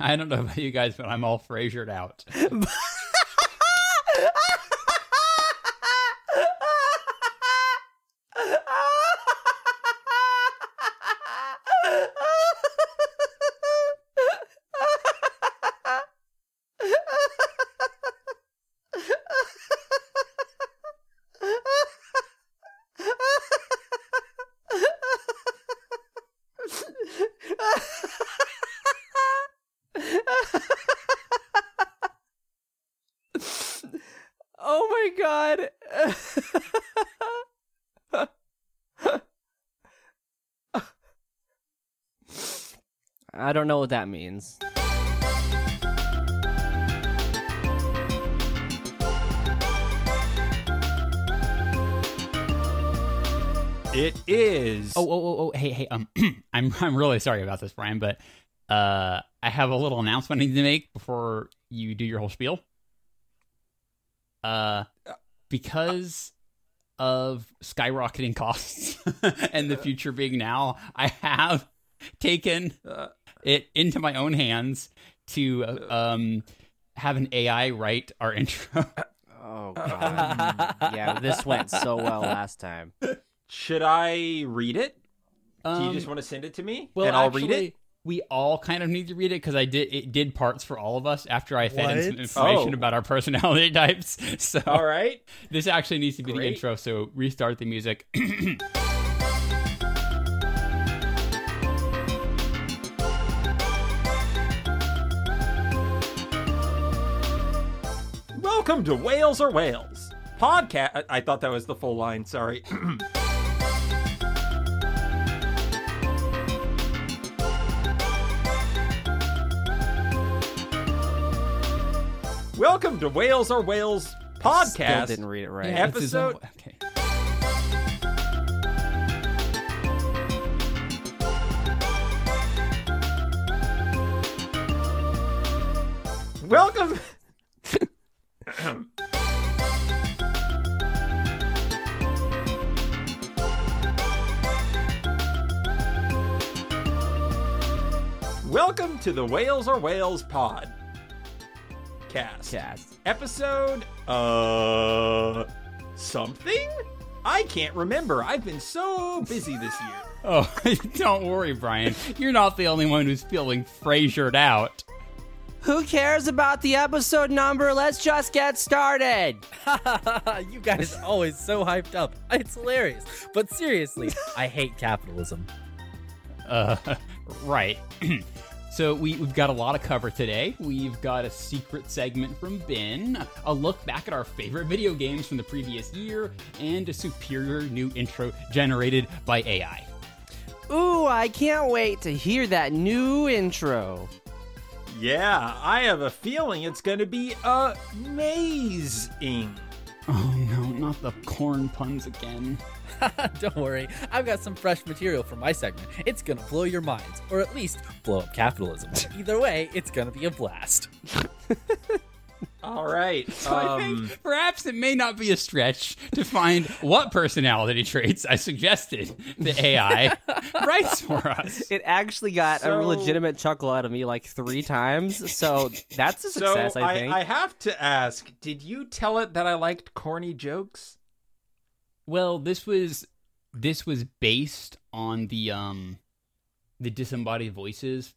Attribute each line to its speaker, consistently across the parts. Speaker 1: I don't know about you guys, but I'm all Frasiered out.
Speaker 2: oh my god. I don't know what that means.
Speaker 1: It is. Oh,
Speaker 2: Oh,
Speaker 1: oh, oh, oh, hey, hey. Um, I'm I'm really sorry about this, Brian, but uh, I have a little announcement I need to make before you do your whole spiel. Uh, because of skyrocketing costs and the future being now, I have taken
Speaker 2: Uh.
Speaker 1: it into my own hands to uh, um have an AI write our intro.
Speaker 3: Oh god. yeah, this went so well last time.
Speaker 4: Should I read it? Do you
Speaker 1: Um,
Speaker 4: just want to send it to me?
Speaker 1: Well,
Speaker 4: and I'll read it.
Speaker 1: actually, We all kind of need to read it because I did it did parts for all of us after I fed in some
Speaker 5: What?
Speaker 1: information
Speaker 4: Oh.
Speaker 1: about our personality types. So
Speaker 4: All right.
Speaker 1: this actually needs to be the
Speaker 4: Great.
Speaker 1: intro. So restart the music.
Speaker 4: Welcome to Whales or Whales podcast. I-, I thought that was the full line. Sorry. Welcome to Whales or Whales
Speaker 3: Still
Speaker 4: podcast.
Speaker 3: didn't read it right.
Speaker 1: Yeah, this is all-
Speaker 4: Episode-
Speaker 1: Okay.
Speaker 4: Welcome. Welcome to the Whales or Whales pod cast
Speaker 3: Cast.
Speaker 4: episode. Uh, something I can't remember. I've been so busy this year.
Speaker 1: Oh, don't worry, Brian. You're not the only one who's feeling Frasiered out.
Speaker 3: Who cares about the episode number? Let's just get started.
Speaker 5: you guys are always so hyped up. It's hilarious. But seriously, I hate capitalism.
Speaker 1: Uh, right. so we, we've got a lot of cover today. We've got a secret segment from Ben, a look back at our favorite video games from the previous year, and a superior new intro generated by AI.
Speaker 3: Ooh, I can't wait to hear that new intro.
Speaker 4: Yeah, I have a feeling it's going to be amazing.
Speaker 1: Oh no, not the corn puns again.
Speaker 5: Don't worry, I've got some fresh material for my segment. It's gonna blow your minds, or at least blow up capitalism. Either way, it's gonna be a blast.
Speaker 4: All right. um,
Speaker 1: So I think perhaps it may not be a stretch to find what personality traits I suggested the AI writes for us.
Speaker 3: It actually got
Speaker 4: So-
Speaker 3: a legitimate chuckle out of me like three times, so that's a success,
Speaker 4: so
Speaker 3: I
Speaker 4: I,
Speaker 3: think.
Speaker 4: I have to ask, did you tell it that I liked corny jokes?
Speaker 1: Well, this was this was based on the um the disembodied voices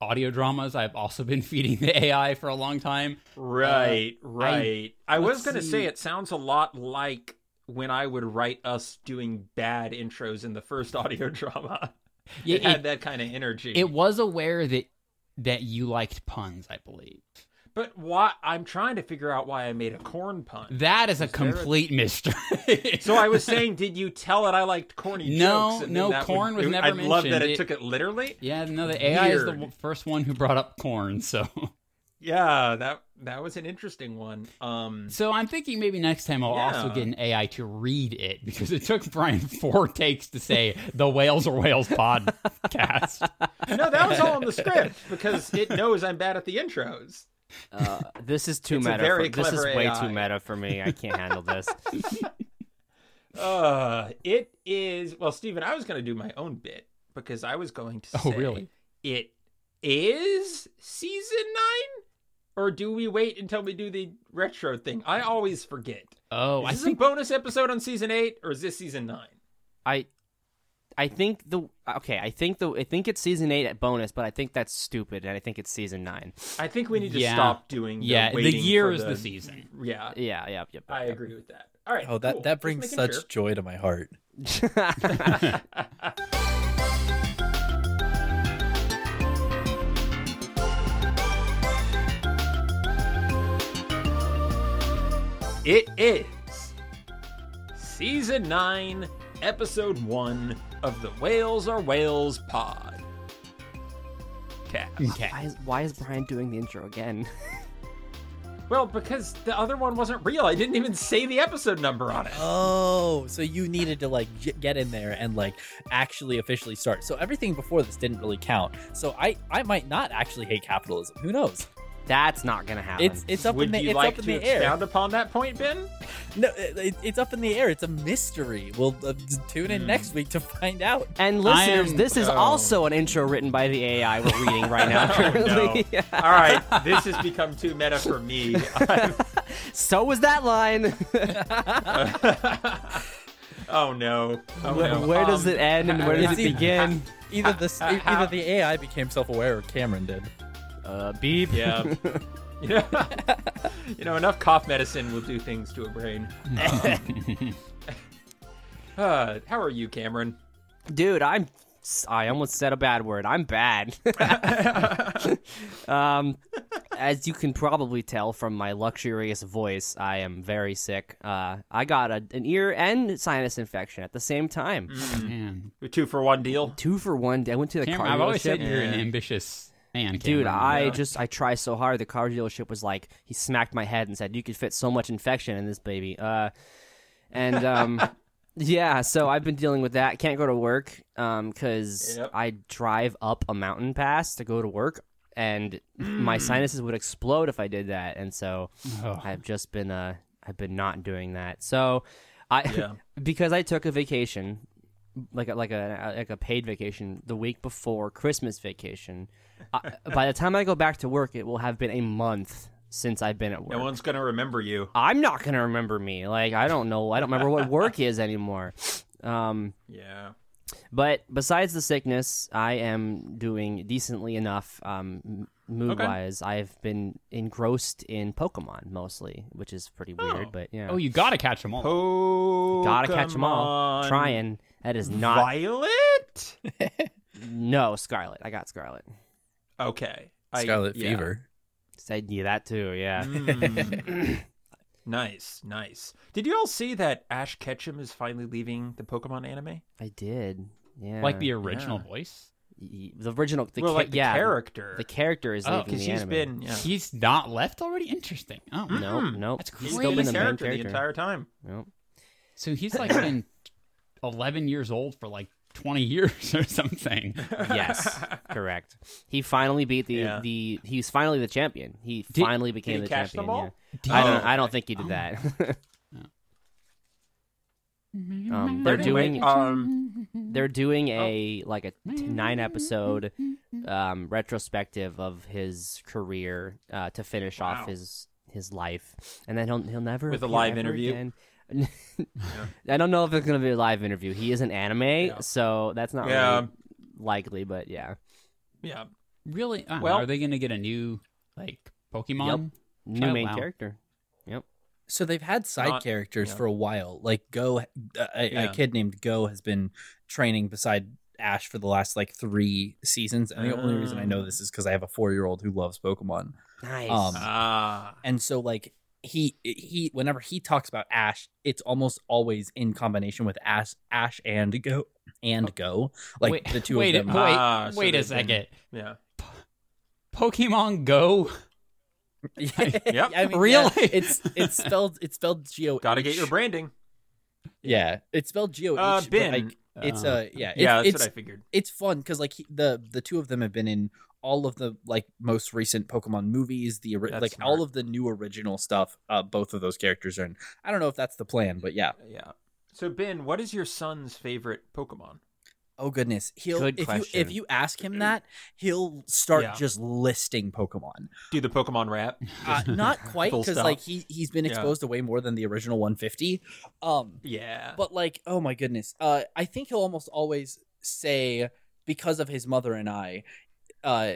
Speaker 1: audio dramas I've also been feeding the AI for a long time.
Speaker 4: Right, right. I, was
Speaker 1: let's
Speaker 4: going to
Speaker 1: see.
Speaker 4: say it sounds a lot like when I would write us doing bad intros in the first audio drama.
Speaker 1: Yeah,
Speaker 4: it, had
Speaker 1: it,
Speaker 4: that kind of energy.
Speaker 1: it was aware that that you liked puns, I believe.
Speaker 4: but why I'm trying to figure out why I made a corn pun.
Speaker 1: That is a
Speaker 4: Was there a-
Speaker 1: complete mystery.
Speaker 4: So I was saying, did you tell it I liked corny
Speaker 1: No,
Speaker 4: jokes?
Speaker 1: no,
Speaker 4: then that would-
Speaker 1: corn was
Speaker 4: it-
Speaker 1: never
Speaker 4: I love that
Speaker 1: mentioned.
Speaker 4: it,
Speaker 1: It-
Speaker 4: took it literally.
Speaker 1: yeah, no, the AI is the
Speaker 4: Weird.
Speaker 1: w- first one who brought up corn, so
Speaker 4: Yeah, that that was an interesting one. Um
Speaker 1: So I'm thinking maybe next time I'll also
Speaker 4: Yeah.
Speaker 1: get an AI to read it because it took Brian four takes to say the Whales or Whales podcast.
Speaker 4: No, that was all in the script because it knows I'm bad at the intros.
Speaker 3: Uh, this is too
Speaker 4: It's a
Speaker 3: meta.
Speaker 4: very
Speaker 3: for, this is
Speaker 4: clever
Speaker 3: way
Speaker 4: AI.
Speaker 3: too meta for me. I can't handle this.
Speaker 4: Uh, it is well, Steven, I was going to do my own bit because I was going to
Speaker 1: Oh,
Speaker 4: say
Speaker 1: really?
Speaker 4: it is season nine, or do we wait until we do the retro thing? I always forget.
Speaker 1: Oh,
Speaker 4: Is
Speaker 1: I
Speaker 4: this
Speaker 1: think
Speaker 4: a bonus episode on season eight, or is this season nine?
Speaker 2: I I think the okay, I think the I think it's season eight at bonus, but I think that's stupid, and I think it's season nine.
Speaker 4: I think we need to
Speaker 1: Yeah.
Speaker 4: stop doing. The
Speaker 1: yeah, the
Speaker 4: waiting
Speaker 1: year
Speaker 4: for
Speaker 1: is
Speaker 4: the,
Speaker 1: the season.
Speaker 4: Yeah,
Speaker 2: Yeah, yeah, yep.
Speaker 4: I agree with that. All right.
Speaker 5: Oh, that
Speaker 4: cool.
Speaker 5: that
Speaker 4: Just
Speaker 5: brings
Speaker 4: making
Speaker 5: such
Speaker 4: sure.
Speaker 5: joy to my heart.
Speaker 2: yep.
Speaker 4: It is season nine, episode one of the Whales Are Whales pod. Cap.
Speaker 1: Okay.
Speaker 2: why, is, why is Brian doing the intro again?
Speaker 4: Well, because the other one wasn't real. I didn't even say the episode number on it.
Speaker 5: Oh, so you needed to like j- get in there and like actually officially start. So everything before this didn't really count. So I I might not actually hate capitalism. Who knows?
Speaker 2: That's not gonna happen.
Speaker 5: It's it's up in
Speaker 4: Would
Speaker 5: the
Speaker 4: you
Speaker 5: it's
Speaker 4: like
Speaker 5: up in
Speaker 4: to
Speaker 5: the air.
Speaker 4: expound upon that point, Ben?
Speaker 5: No, it, it- it's up in the air. It's a mystery. We'll uh, d- tune
Speaker 4: Hmm.
Speaker 5: in next week to find out.
Speaker 2: and listeners,
Speaker 1: am-
Speaker 2: this is
Speaker 4: oh.
Speaker 2: also an intro written by the AI we're reading right now. currently.
Speaker 4: no. All right, this has become too meta for me. I'm-
Speaker 2: So was that line.
Speaker 4: oh no. Oh,
Speaker 2: where,
Speaker 4: no.
Speaker 2: where does
Speaker 4: Um,
Speaker 2: it end and where does
Speaker 5: it's
Speaker 2: it
Speaker 5: e-
Speaker 2: begin?
Speaker 5: Either the e, either the AI became self-aware or Cameron did.
Speaker 2: Uh, beep.
Speaker 4: Yeah. yeah. you know, enough cough medicine will do things to a brain. uh, how are you, Cameron?
Speaker 2: dude i'm i almost said a bad word i'm bad um as you can probably tell from my luxurious voice i am very sick uh i got a, an ear and sinus infection at the same time
Speaker 1: Man.
Speaker 4: Your two for one deal.
Speaker 2: two for one i went to the
Speaker 1: Cameron,
Speaker 2: car
Speaker 1: I've always
Speaker 2: dealership.
Speaker 1: said you're an
Speaker 4: Yeah.
Speaker 1: ambitious man,
Speaker 2: Dude,
Speaker 1: Cameron.
Speaker 2: I just I try so hard. The car dealership was like, he smacked my head and said, "You could fit so much infection in this baby." Uh, and um, yeah, so I've been dealing with that. Can't go to work um because
Speaker 4: Yep.
Speaker 2: I drive up a mountain pass to go to work, and my
Speaker 4: Hmm.
Speaker 2: sinuses would explode if I did that. And so
Speaker 1: Oh.
Speaker 2: I've just been uh I've been not doing that. So I
Speaker 4: Yeah.
Speaker 2: because I took a vacation like a, like a like a paid vacation the week before Christmas vacation. I, by the time I go back to work, it will have been a month since I've been at work.
Speaker 4: No one's gonna remember you.
Speaker 2: I'm not gonna remember me. Like I don't know. I don't remember what work is anymore. Um,
Speaker 4: Yeah.
Speaker 2: but besides the sickness, I am doing decently enough. Um, mood wise, I've been engrossed in Pokemon mostly, which is pretty weird. But yeah,
Speaker 1: Oh, you gotta catch them all.
Speaker 4: Oh,
Speaker 2: gotta catch them all. Trying. That is not
Speaker 4: Violet.
Speaker 2: no Scarlet. I got Scarlet.
Speaker 4: Okay. I-
Speaker 5: Scarlet
Speaker 4: yeah.
Speaker 5: Fever.
Speaker 2: Said you that too.
Speaker 4: Mm-hmm.
Speaker 2: Yeah.
Speaker 4: Mm. nice, nice. Did you all see that Ash Ketchum is finally leaving the Pokemon anime?
Speaker 2: I did. Yeah.
Speaker 1: Like the original
Speaker 4: Yeah.
Speaker 1: voice.
Speaker 2: Y- the original the
Speaker 4: well,
Speaker 2: cha-
Speaker 4: like the
Speaker 2: yeah, the-
Speaker 4: character.
Speaker 2: The character is
Speaker 1: Oh,
Speaker 2: leaving
Speaker 4: because
Speaker 2: the
Speaker 4: he's
Speaker 2: anime.
Speaker 4: been hmm. yeah.
Speaker 1: He's not left already? Interesting. Oh.
Speaker 2: no, no.
Speaker 1: That's
Speaker 2: He's
Speaker 1: crazy.
Speaker 2: still been
Speaker 1: He's
Speaker 2: the
Speaker 1: a
Speaker 2: main character.
Speaker 4: the entire time.
Speaker 2: Nope.
Speaker 1: So he's like been 11 years old for like 20 years or something.
Speaker 2: Yes, correct. He finally beat the
Speaker 4: Yeah.
Speaker 2: the. He's finally the champion. He finally became
Speaker 4: he
Speaker 2: the
Speaker 4: catch
Speaker 2: champion.
Speaker 4: them all?
Speaker 2: Yeah. I don't.
Speaker 4: Oh,
Speaker 2: I don't think he did that. um, they're
Speaker 4: They're
Speaker 2: doing.
Speaker 4: Um,
Speaker 2: They're doing
Speaker 4: Oh.
Speaker 2: a like a t- nine episode um, retrospective of his career uh, to finish
Speaker 4: Wow.
Speaker 2: off his his life, and then he'll he'll never
Speaker 4: With a
Speaker 2: appear
Speaker 4: live
Speaker 2: ever
Speaker 4: interview?
Speaker 2: again. I don't know if it's gonna be a live interview. He is an anime, so that's not
Speaker 4: Yeah.
Speaker 2: really likely. But yeah,
Speaker 4: yeah.
Speaker 1: Really? Uh,
Speaker 4: Well-
Speaker 1: are they going to get a new like Pokemon?
Speaker 2: new
Speaker 1: Oh,
Speaker 2: main
Speaker 1: wow.
Speaker 2: character.
Speaker 5: So they've had side
Speaker 4: Not-
Speaker 5: characters
Speaker 4: yeah.
Speaker 5: for a while. Like Go, uh, a,
Speaker 4: Yeah.
Speaker 5: a kid named Go has been training beside Ash for the last like three seasons, and the only reason I know this is because I have a four-year-old who loves Pokemon.
Speaker 2: Nice.
Speaker 5: Um,
Speaker 4: Ah.
Speaker 5: and so like he he whenever he talks about ash it's almost always in combination with ash ash and go and go like
Speaker 1: wait,
Speaker 5: the two
Speaker 1: wait,
Speaker 5: of them
Speaker 1: Wait,
Speaker 4: Ah, so
Speaker 1: wait a
Speaker 4: they've been-
Speaker 1: second.
Speaker 4: Yeah.
Speaker 1: Pokemon Go?
Speaker 4: Yep.
Speaker 5: I mean,
Speaker 1: Really?
Speaker 5: yeah, it's it's spelled it's spelled geo
Speaker 4: Gotta get your branding.
Speaker 5: yeah it's spelled geo
Speaker 4: Uh, Ben.
Speaker 5: like, it's
Speaker 1: Uh,
Speaker 5: uh, yeah it's,
Speaker 4: yeah, that's
Speaker 5: it's
Speaker 4: what I figured.
Speaker 5: it's fun because like he, the the two of them have been in all of the like most recent Pokemon movies, the ori-
Speaker 4: That's
Speaker 5: like
Speaker 4: smart.
Speaker 5: all of the new original stuff. Uh, both of those characters are in. I don't know if that's the plan, but yeah,
Speaker 4: Yeah. So Ben, what is your son's favorite Pokemon?
Speaker 5: Oh goodness, he'll
Speaker 2: Good
Speaker 5: if you
Speaker 2: question.
Speaker 5: if you ask him that, he'll start
Speaker 4: Yeah.
Speaker 5: just listing Pokemon.
Speaker 4: Do the Pokemon rap.
Speaker 5: Uh, not quite
Speaker 4: Full
Speaker 5: because
Speaker 4: stop.
Speaker 5: like he he's been
Speaker 4: Yeah.
Speaker 5: exposed to way more than the original 150. Um,
Speaker 4: Yeah.
Speaker 5: but like oh my goodness, uh, I think he'll almost always say because of his mother and I. Uh,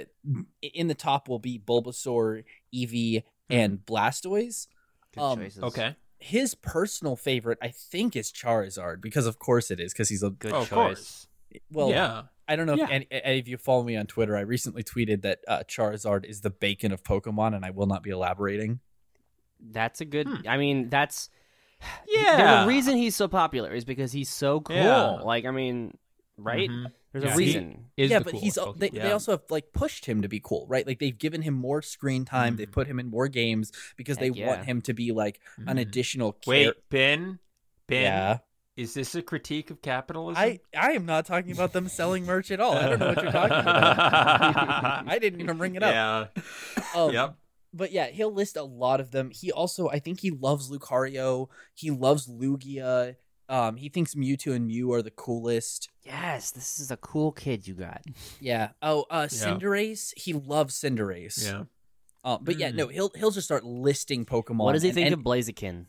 Speaker 5: in the top will be Bulbasaur, Eevee, and Blastoise.
Speaker 2: Mm-hmm. Good
Speaker 5: Um,
Speaker 2: choices.
Speaker 4: Okay.
Speaker 5: His personal favorite, I think, is Charizard because, of course, it is because he's a
Speaker 2: Good
Speaker 4: Oh,
Speaker 2: choice.
Speaker 4: of course.
Speaker 5: well.
Speaker 4: yeah.
Speaker 5: I don't know
Speaker 4: Yeah.
Speaker 5: if any, any of you follow me on Twitter. I recently tweeted that uh, Charizard is the bacon of Pokemon, and I will not be elaborating.
Speaker 2: That's a good.
Speaker 4: Hmm.
Speaker 2: I mean, that's
Speaker 4: Yeah.
Speaker 2: the reason he's so popular is because he's so cool.
Speaker 4: Yeah.
Speaker 2: Like, I mean, right?
Speaker 4: Mhm.
Speaker 2: There's
Speaker 1: Yeah,
Speaker 2: a
Speaker 1: he-
Speaker 2: reason.
Speaker 1: Is
Speaker 5: yeah,
Speaker 1: the
Speaker 5: but
Speaker 1: coolest
Speaker 5: he's al-
Speaker 1: Pokemon.
Speaker 5: they, they
Speaker 4: Yeah.
Speaker 5: also have like pushed him to be cool, right? Like they've given him more screen time, they've
Speaker 4: Mm.
Speaker 5: put him in more games because
Speaker 2: Heck
Speaker 5: they want
Speaker 2: yeah.
Speaker 5: him to be like an
Speaker 4: Mhm.
Speaker 5: additional. char-
Speaker 4: Wait, Ben. Ben.
Speaker 5: yeah,
Speaker 4: Is this a critique of capitalism?
Speaker 5: I I am not talking about them selling merch at all. I don't know what you're talking about.
Speaker 4: about.
Speaker 5: I didn't even bring it up.
Speaker 4: yeah.
Speaker 5: Um,
Speaker 4: Yep.
Speaker 5: but yeah, he'll list a lot of them. He also, I think, he loves Lucario. He loves Lugia. Um, he thinks Mewtwo and Mew are the coolest.
Speaker 2: Yes, this is a cool kid you got.
Speaker 5: Yeah. Oh, uh,
Speaker 4: Yeah.
Speaker 5: Cinderace. He loves Cinderace.
Speaker 4: Yeah.
Speaker 5: Um, but yeah,
Speaker 4: Mm.
Speaker 5: no, he'll he'll just start listing Pokemon.
Speaker 2: What does he
Speaker 5: and-
Speaker 2: think
Speaker 5: and,
Speaker 2: of Blaziken?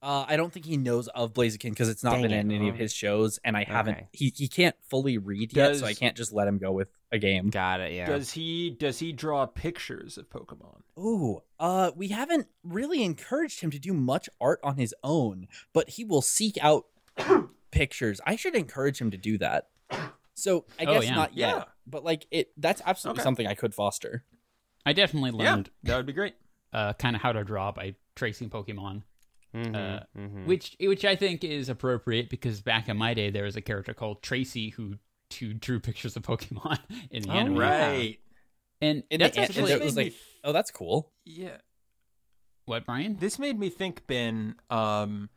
Speaker 5: Uh, I don't think he knows of Blaziken because it's not
Speaker 2: Dang
Speaker 5: been
Speaker 2: it.
Speaker 5: in any of his shows, and I haven't.
Speaker 2: Okay.
Speaker 5: He he can't fully read yet, so I
Speaker 4: Does-
Speaker 5: can't just let him go with a game.
Speaker 2: Got it. Yeah.
Speaker 4: Does he does he draw pictures of Pokemon?
Speaker 5: Ooh, uh, we haven't really encouraged him to do much art on his own, but he will seek out pictures. I should encourage him to do that. So I
Speaker 1: Oh,
Speaker 5: guess
Speaker 1: yeah.
Speaker 5: not yet,
Speaker 4: Yeah.
Speaker 5: but like it, that's absolutely
Speaker 4: Okay.
Speaker 5: something I could foster.
Speaker 1: I definitely learned
Speaker 4: Yeah, that would be great.
Speaker 1: uh, kind of how to draw by tracing Pokemon,
Speaker 2: Mhm,
Speaker 1: uh,
Speaker 2: mhm.
Speaker 4: Hmm.
Speaker 1: which which I think is appropriate because back in my day there was a character called Tracy who who drew pictures of Pokemon in the
Speaker 2: Oh,
Speaker 1: anime,
Speaker 2: yeah.
Speaker 4: Right.
Speaker 1: and
Speaker 5: In the
Speaker 1: that's
Speaker 5: an- in
Speaker 1: actually
Speaker 5: the- it was
Speaker 4: made
Speaker 5: like-
Speaker 4: me-
Speaker 5: Oh, that's cool.
Speaker 4: yeah.
Speaker 1: what Brian.
Speaker 4: This made me think, Ben, um,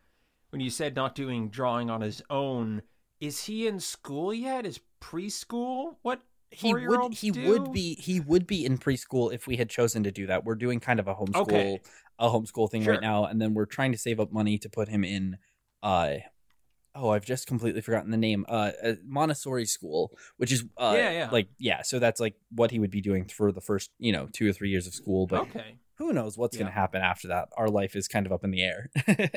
Speaker 4: when you said not doing drawing on his own, is he in school yet? Is preschool what
Speaker 5: He would
Speaker 4: four-year-olds
Speaker 5: he
Speaker 4: do?
Speaker 5: would be he would be in preschool if we had chosen to do that. We're doing kind of a homeschool
Speaker 4: Okay.
Speaker 5: a homeschool thing
Speaker 4: Sure.
Speaker 5: right now, and then we're trying to save up money to put him in. Uh, oh, I've just completely forgotten the name. Uh, uh, Montessori school, which is uh,
Speaker 4: Yeah, yeah.
Speaker 5: like yeah. So that's like what he would be doing for the first you know two or three years of school. But
Speaker 4: okay.
Speaker 5: who knows what's going
Speaker 4: Oh. Yeah.
Speaker 5: to happen after that? Our life is kind of up in the air.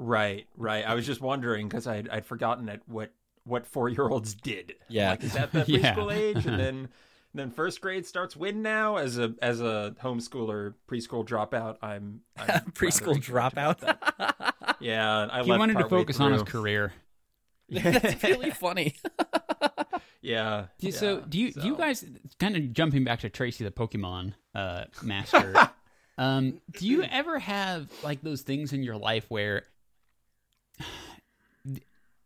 Speaker 4: Right, right. I was just wondering because I'd, I'd forgotten at what what four year olds did.
Speaker 5: Yeah.
Speaker 4: like is that the
Speaker 1: Yeah.
Speaker 4: preschool age, and then then first grade starts when now as a as a homeschooler preschool dropout. I'm, I'm rather
Speaker 5: preschool
Speaker 4: incorrect about
Speaker 5: dropout.
Speaker 4: that. Yeah, I
Speaker 1: He
Speaker 4: left
Speaker 1: wanted to
Speaker 4: partway
Speaker 1: focus on his
Speaker 4: through.
Speaker 1: career.
Speaker 5: that's really funny.
Speaker 4: yeah.
Speaker 1: Do you- so
Speaker 4: yeah,
Speaker 1: do you do you
Speaker 4: so.
Speaker 1: guys kind of jumping back to Tracy the Pokemon uh, master? um, do you ever have like those things in your life where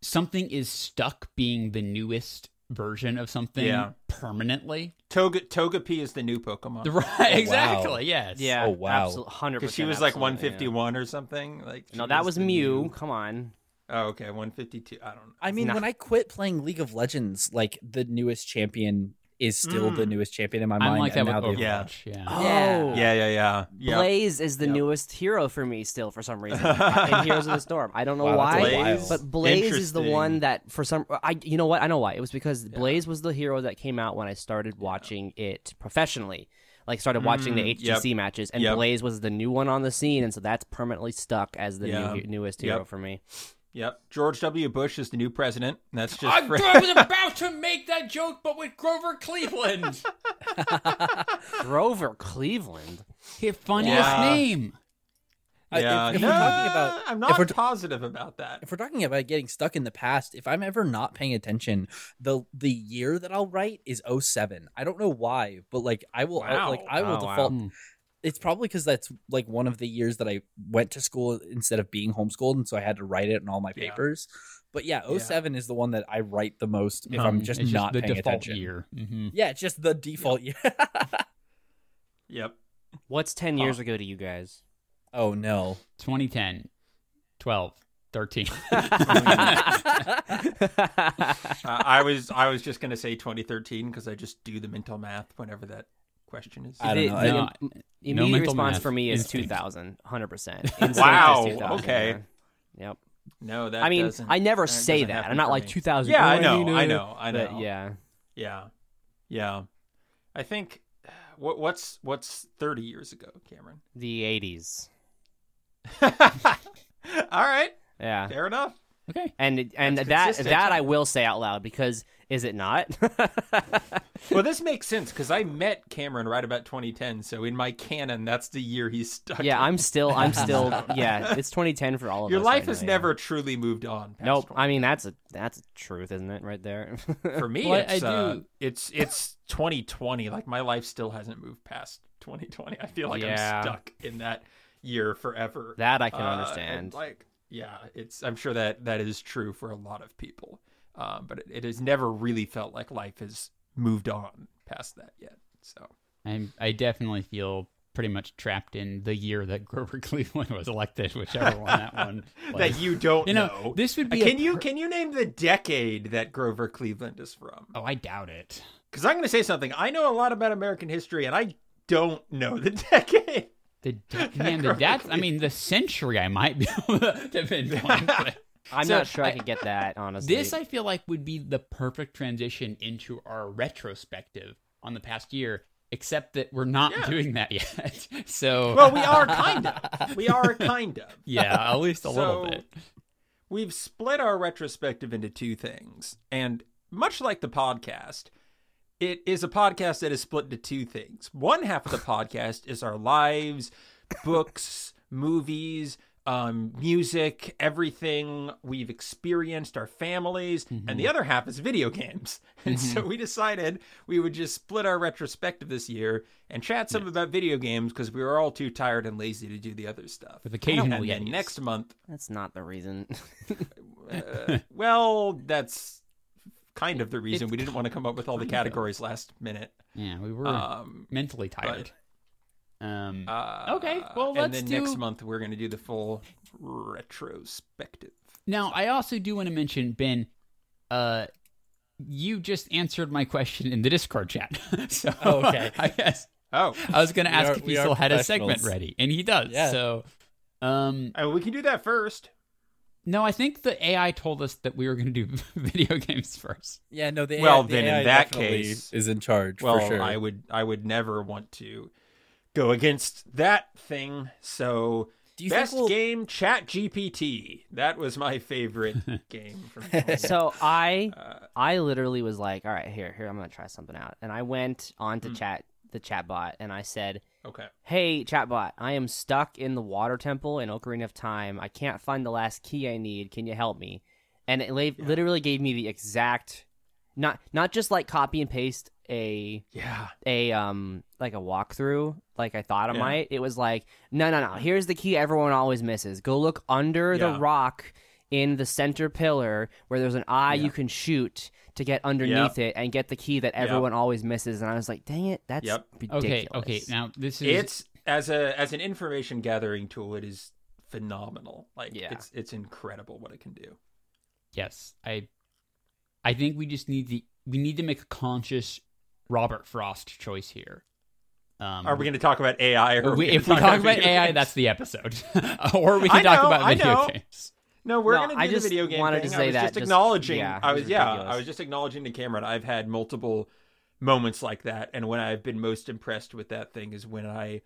Speaker 1: something is stuck being the newest version of something
Speaker 4: Yeah.
Speaker 1: permanently?
Speaker 4: Toga Togepi is the new Pokemon.
Speaker 1: The right, exactly. Yes.
Speaker 2: Yeah.
Speaker 5: Oh, wow.
Speaker 2: absolute- 100%.
Speaker 4: Because she was like
Speaker 2: absolutely, yeah.
Speaker 4: 151 or something. Like she
Speaker 2: No, that was
Speaker 4: the
Speaker 2: Mew.
Speaker 4: new-
Speaker 2: Come on.
Speaker 4: Oh, okay, 152. I don't know.
Speaker 5: I mean,
Speaker 2: Nah.
Speaker 5: when I quit playing League of Legends, like the newest champion is still the
Speaker 4: Mm.
Speaker 5: newest champion in my
Speaker 1: I'm
Speaker 5: mind.
Speaker 1: like that
Speaker 5: and
Speaker 1: with
Speaker 5: now they've-
Speaker 4: Yeah.
Speaker 1: Overwatch. Yeah.
Speaker 2: Oh.
Speaker 4: Yeah, yeah, yeah, yeah.
Speaker 2: Blaze is the
Speaker 4: Yep.
Speaker 2: newest hero for me still for some reason in Heroes of the Storm. I don't know
Speaker 5: Wow, that's
Speaker 2: why,
Speaker 5: Blaze?
Speaker 2: but Blaze is the
Speaker 4: Interesting.
Speaker 2: one that for some I you know what I know why it was because Blaze was the hero that came out when I started watching it professionally, like started watching
Speaker 4: Mm,
Speaker 2: the HGC matches, and
Speaker 4: Yep.
Speaker 2: Blaze was the new one on the scene, and so that's permanently stuck as the
Speaker 4: Yeah.
Speaker 2: new, newest hero
Speaker 4: Yep.
Speaker 2: for me.
Speaker 4: Yep. George W. Bush is the new president. That's just
Speaker 1: I,
Speaker 4: for-
Speaker 1: I was about to make that joke, but with Grover Cleveland,
Speaker 2: Grover Cleveland.
Speaker 1: his funniest
Speaker 4: Yeah.
Speaker 1: name.
Speaker 5: I- if-
Speaker 4: yeah.
Speaker 5: if,
Speaker 4: no,
Speaker 5: we're talking about
Speaker 4: I'm
Speaker 5: if
Speaker 4: not
Speaker 5: we're t-
Speaker 4: positive about that.
Speaker 5: if we're talking about getting stuck in the past, if I'm ever not paying attention, the the year that I'll write is 07. I don't know why, but like I will I-
Speaker 4: Wow.
Speaker 5: like I will
Speaker 2: Oh, wow.
Speaker 5: default.
Speaker 1: Hmm.
Speaker 5: It's probably because that's like one of the years that I went to school instead of being homeschooled, and so I had to write it in all my
Speaker 4: Yeah.
Speaker 5: papers. But yeah,
Speaker 4: Yeah.
Speaker 5: 07 is the one that I write the most if
Speaker 1: Um,
Speaker 5: I'm just
Speaker 1: it's
Speaker 5: not
Speaker 1: the
Speaker 5: paying
Speaker 1: default
Speaker 5: attention. Mm-hmm.
Speaker 1: year. hmm
Speaker 5: Yeah, it's just the default year.
Speaker 4: Yep.
Speaker 2: What's ten years ago to you guys?
Speaker 5: oh no.
Speaker 1: 2010, 12, 13.
Speaker 4: Uh, I was I was just gonna say 2013 because I just do the mental math whenever that question is.
Speaker 5: I don't know. I
Speaker 1: No,
Speaker 2: Immediate
Speaker 1: mental
Speaker 2: response
Speaker 1: math.
Speaker 2: for me is
Speaker 1: Instinct.
Speaker 2: 2000, 100%. Instinct is
Speaker 4: Wow,
Speaker 2: 2000,
Speaker 4: okay.
Speaker 2: man. Yep.
Speaker 4: No, that
Speaker 2: I mean,
Speaker 4: doesn't-
Speaker 2: I never
Speaker 4: that
Speaker 2: say
Speaker 4: doesn't
Speaker 2: that.
Speaker 4: happen
Speaker 2: I'm not
Speaker 4: for
Speaker 2: like
Speaker 4: me.
Speaker 2: 2000.
Speaker 4: Yeah, I
Speaker 2: oh,
Speaker 4: know,
Speaker 2: you
Speaker 4: I know, I know.
Speaker 2: But yeah,
Speaker 4: Yeah, yeah. I think what what's what's thirty years ago, Cameron.
Speaker 2: the 80s.
Speaker 4: All right,
Speaker 2: Yeah.
Speaker 4: fair enough.
Speaker 1: Okay.
Speaker 2: And and
Speaker 4: That's
Speaker 2: that
Speaker 4: consistent.
Speaker 2: that I will say out loud because is it not?
Speaker 4: Well, this makes sense because I met Cameron right about 2010. So in my canon, that's the year he's stuck.
Speaker 2: yeah,
Speaker 4: in.
Speaker 2: I'm still I'm still yeah. It's 2010 for all of
Speaker 4: Your
Speaker 2: us.
Speaker 4: life
Speaker 2: right
Speaker 4: has
Speaker 2: now, yeah.
Speaker 4: never truly moved on. past
Speaker 2: Nope.
Speaker 4: 20.
Speaker 2: I mean that's a that's a truth, isn't it? Right there.
Speaker 4: for me,
Speaker 1: Well, I-
Speaker 4: it's,
Speaker 1: I
Speaker 4: uh,
Speaker 1: do-
Speaker 4: it's it's 2020. Like my life still hasn't moved past 2020. I feel like
Speaker 2: Yeah.
Speaker 4: I'm stuck in that year forever.
Speaker 2: that I can
Speaker 4: Uh, and,
Speaker 2: understand.
Speaker 4: Like, yeah, it's. I'm sure that that is true for a lot of people, um, but it, it has never really felt like life has moved on past that yet. So
Speaker 1: I'm, I definitely feel pretty much trapped in the year that Grover Cleveland was elected, whichever one that one. Was.
Speaker 4: that you don't Uh,
Speaker 1: You know, this would be.
Speaker 5: Uh,
Speaker 1: a
Speaker 4: can you
Speaker 1: per-
Speaker 4: can you name the decade that Grover Cleveland is from?
Speaker 1: Oh, I doubt it.
Speaker 4: Because I'm going to say something. I know a lot about American history, and I don't know the decade.
Speaker 1: The de- man, the dad. I mean, the century. I might be able to pinpoint. but-
Speaker 2: I'm
Speaker 1: so
Speaker 2: not sure I,
Speaker 1: I-
Speaker 2: could get that honestly.
Speaker 1: This I feel like would be the perfect transition into our retrospective on the past year, except that we're not
Speaker 4: Yeah.
Speaker 1: doing that yet. so
Speaker 4: Well, we are kind of. We are kind of.
Speaker 1: yeah, at least a little
Speaker 4: So-
Speaker 1: bit.
Speaker 4: We've split our retrospective into two things, and much like the podcast, it is a podcast that is split into two things. One half of the podcast is our lives, books, movies, um, music, everything we've experienced, our families, and the other half is video games. And so we decided we would just split our retrospective this year and chat some about video games because we were all too tired and lazy to do the other stuff.
Speaker 1: With occasional
Speaker 4: and then
Speaker 1: yetis.
Speaker 4: next month
Speaker 2: that's not the reason.
Speaker 4: uh, well, that's kind of the reason
Speaker 1: It's
Speaker 4: we didn't want to come up with all the
Speaker 1: kind of.
Speaker 4: categories last minute.
Speaker 1: Yeah, we were
Speaker 5: uh,
Speaker 4: Um,
Speaker 1: mentally tired. um,
Speaker 4: uh,
Speaker 1: Okay, well,
Speaker 4: and
Speaker 1: let's
Speaker 4: then
Speaker 1: do-
Speaker 4: next month we're going to do the full retrospective.
Speaker 1: now, I also do want to mention Ben. Uh, you just answered my question in the Discord chat. so
Speaker 5: Oh, okay.
Speaker 1: I guess
Speaker 4: Oh,
Speaker 1: I was going to
Speaker 5: We
Speaker 1: ask
Speaker 5: are-
Speaker 1: if
Speaker 5: we
Speaker 1: he
Speaker 5: are
Speaker 1: still had a segment
Speaker 5: professionals.
Speaker 1: ready, and he does.
Speaker 5: Yeah.
Speaker 1: So, um,
Speaker 4: and we can do that first.
Speaker 1: No, I think the AI told us that we were going to do video games first.
Speaker 5: Yeah, no. The
Speaker 4: Well,
Speaker 5: AI, the
Speaker 4: then in
Speaker 5: AI
Speaker 4: that
Speaker 5: definitely
Speaker 4: case-
Speaker 5: is in charge
Speaker 4: Well,
Speaker 5: for sure.
Speaker 4: I would, I would never want to go against that thing. So,
Speaker 5: Do you think
Speaker 4: best
Speaker 5: we'll-
Speaker 4: game, Chat GPT. That was my favorite game from. 2010.
Speaker 2: so I
Speaker 4: Uh,
Speaker 2: I literally was like, all right, here, here, I'm gonna try something out, and I went on to chat the chatbot, and I said,
Speaker 4: okay.
Speaker 2: Hey, chatbot, I am stuck in the water temple in Ocarina of Time. I can't find the last key I need. Can you help me? And it la- literally gave me the exact not not just like copy and paste a
Speaker 4: Yeah.
Speaker 2: a um like a walkthrough like I thought I
Speaker 4: Yeah.
Speaker 2: might. It was like, no no no, here's the key everyone always misses. Go look under
Speaker 4: Yeah.
Speaker 2: the rock in the center pillar where there's an eye you can shoot to get underneath it and get the key that everyone always misses. And I was like, dang it, that's
Speaker 4: Yep.
Speaker 2: ridiculous.
Speaker 1: Okay, okay. Now this is
Speaker 4: it's as a as an information gathering tool it is phenomenal like
Speaker 2: Yeah.
Speaker 4: it's it's incredible what it can do
Speaker 1: yes. I I think we just need the we need to make a conscious Robert Frost choice here. Um,
Speaker 4: are we going to talk about ai or are
Speaker 1: we-
Speaker 4: gonna
Speaker 1: if we talk about
Speaker 4: video
Speaker 1: AI,
Speaker 4: games?
Speaker 1: that's the episode. or we
Speaker 4: I
Speaker 1: can talk
Speaker 4: know,
Speaker 1: about
Speaker 4: I
Speaker 1: video
Speaker 4: know.
Speaker 1: games.
Speaker 4: no we're
Speaker 2: No,
Speaker 4: going to do
Speaker 2: I
Speaker 4: the
Speaker 2: just
Speaker 4: video game
Speaker 2: wanted to
Speaker 4: thing.
Speaker 2: say
Speaker 4: i was
Speaker 2: that,
Speaker 4: just
Speaker 2: just-
Speaker 4: acknowledging
Speaker 2: yeah,
Speaker 4: i
Speaker 2: it
Speaker 4: was
Speaker 2: was
Speaker 4: yeah
Speaker 2: ridiculous.
Speaker 4: i was just acknowledging to cameron i've had multiple moments like that and when i've been most impressed with that thing is when i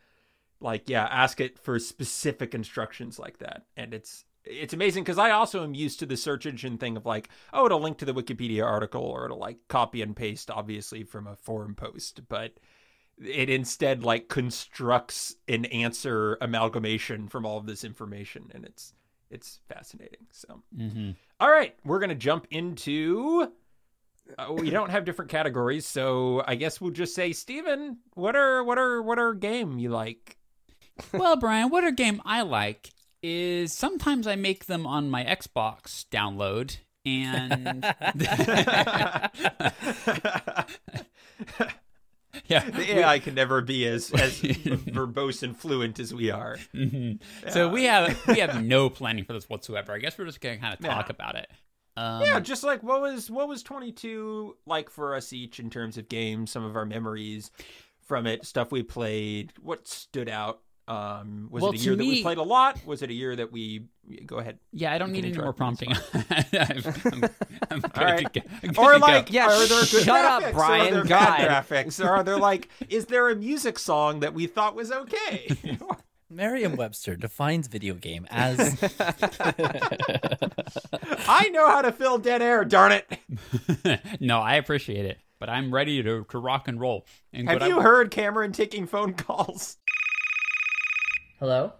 Speaker 4: like yeah ask it for specific instructions like that and it's it's amazing because i also am used to the search engine thing of like oh it'll link to the wikipedia article or it'll like copy and paste obviously from a forum post but it instead like constructs an answer amalgamation from all of this information and it's it's fascinating so
Speaker 1: Mm-hmm.
Speaker 4: all right we're gonna jump into uh, we don't have different categories so i guess we'll just say steven what are what are what are game you like
Speaker 1: well, Brian, what a game I like is sometimes I make them on my Xbox download and yeah.
Speaker 4: the AI can never be as as verbose and fluent as we are.
Speaker 1: Mhm. So we have we have no planning for this whatsoever. I guess we're just gonna kind of talk
Speaker 4: Yeah.
Speaker 1: about it. Um,
Speaker 4: Yeah, just like what was what was 22 like for us each in terms of games, some of our memories from it, stuff we played, what stood out. Um, was
Speaker 1: Well,
Speaker 4: it a
Speaker 1: to
Speaker 4: year that
Speaker 1: me-
Speaker 4: we played a lot? Was it a year that we go ahead?
Speaker 1: Yeah, I don't
Speaker 4: You
Speaker 1: need
Speaker 4: can
Speaker 1: any more
Speaker 4: interrupt me,
Speaker 1: prompting. I'm, I'm good
Speaker 4: right.
Speaker 1: to go. I'm good
Speaker 4: Or
Speaker 1: to go.
Speaker 4: like,
Speaker 2: Yeah,
Speaker 4: are there good
Speaker 2: shut up,
Speaker 4: graphics?
Speaker 2: Brian.
Speaker 4: Are there bad
Speaker 2: God.
Speaker 4: graphics? Or are there like, is there a music song that we thought was okay?
Speaker 5: Merriam-Webster defines video game as
Speaker 4: I know how to fill dead air. Darn it!
Speaker 1: no, I appreciate it, but I'm ready to, to rock and roll. And
Speaker 4: Have
Speaker 1: what
Speaker 4: you
Speaker 1: I,
Speaker 4: heard Cameron taking phone calls?
Speaker 6: Hello?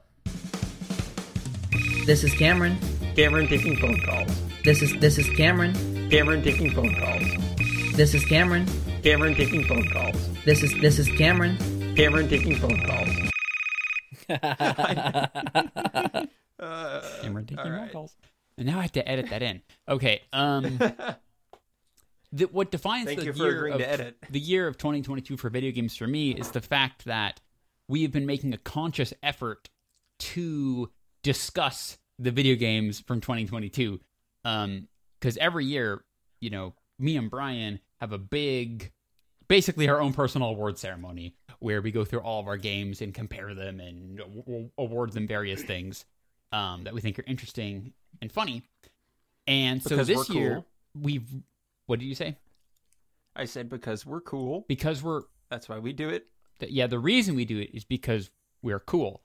Speaker 6: This is Cameron.
Speaker 7: Cameron taking phone calls.
Speaker 6: This is this is Cameron.
Speaker 7: Cameron taking phone calls.
Speaker 6: This is Cameron.
Speaker 7: Cameron taking phone calls.
Speaker 6: This is this is Cameron.
Speaker 7: Cameron taking phone calls.
Speaker 4: Uh,
Speaker 1: and we're taking
Speaker 4: All
Speaker 1: roll
Speaker 4: right.
Speaker 1: calls. And now I have to edit that in. Okay. Um, th- what defines
Speaker 4: Thank
Speaker 1: the
Speaker 4: you for
Speaker 1: year
Speaker 4: agreeing
Speaker 1: of,
Speaker 4: to edit.
Speaker 1: the year of 2022 for video games for me is the fact that we have been making a conscious effort to discuss the video games from 2022. Um, because every year, you know, me and Brian have a big, basically our own personal award ceremony where we go through all of our games and compare them and aw- aw- award them various things um, that we think are interesting and funny. And so
Speaker 4: Because we're
Speaker 1: this year,
Speaker 4: cool.
Speaker 1: we've, what did you say?
Speaker 4: I said because we're cool.
Speaker 1: Because we're
Speaker 4: That's why we do it.
Speaker 1: that yeah, the reason we do it is because we're cool.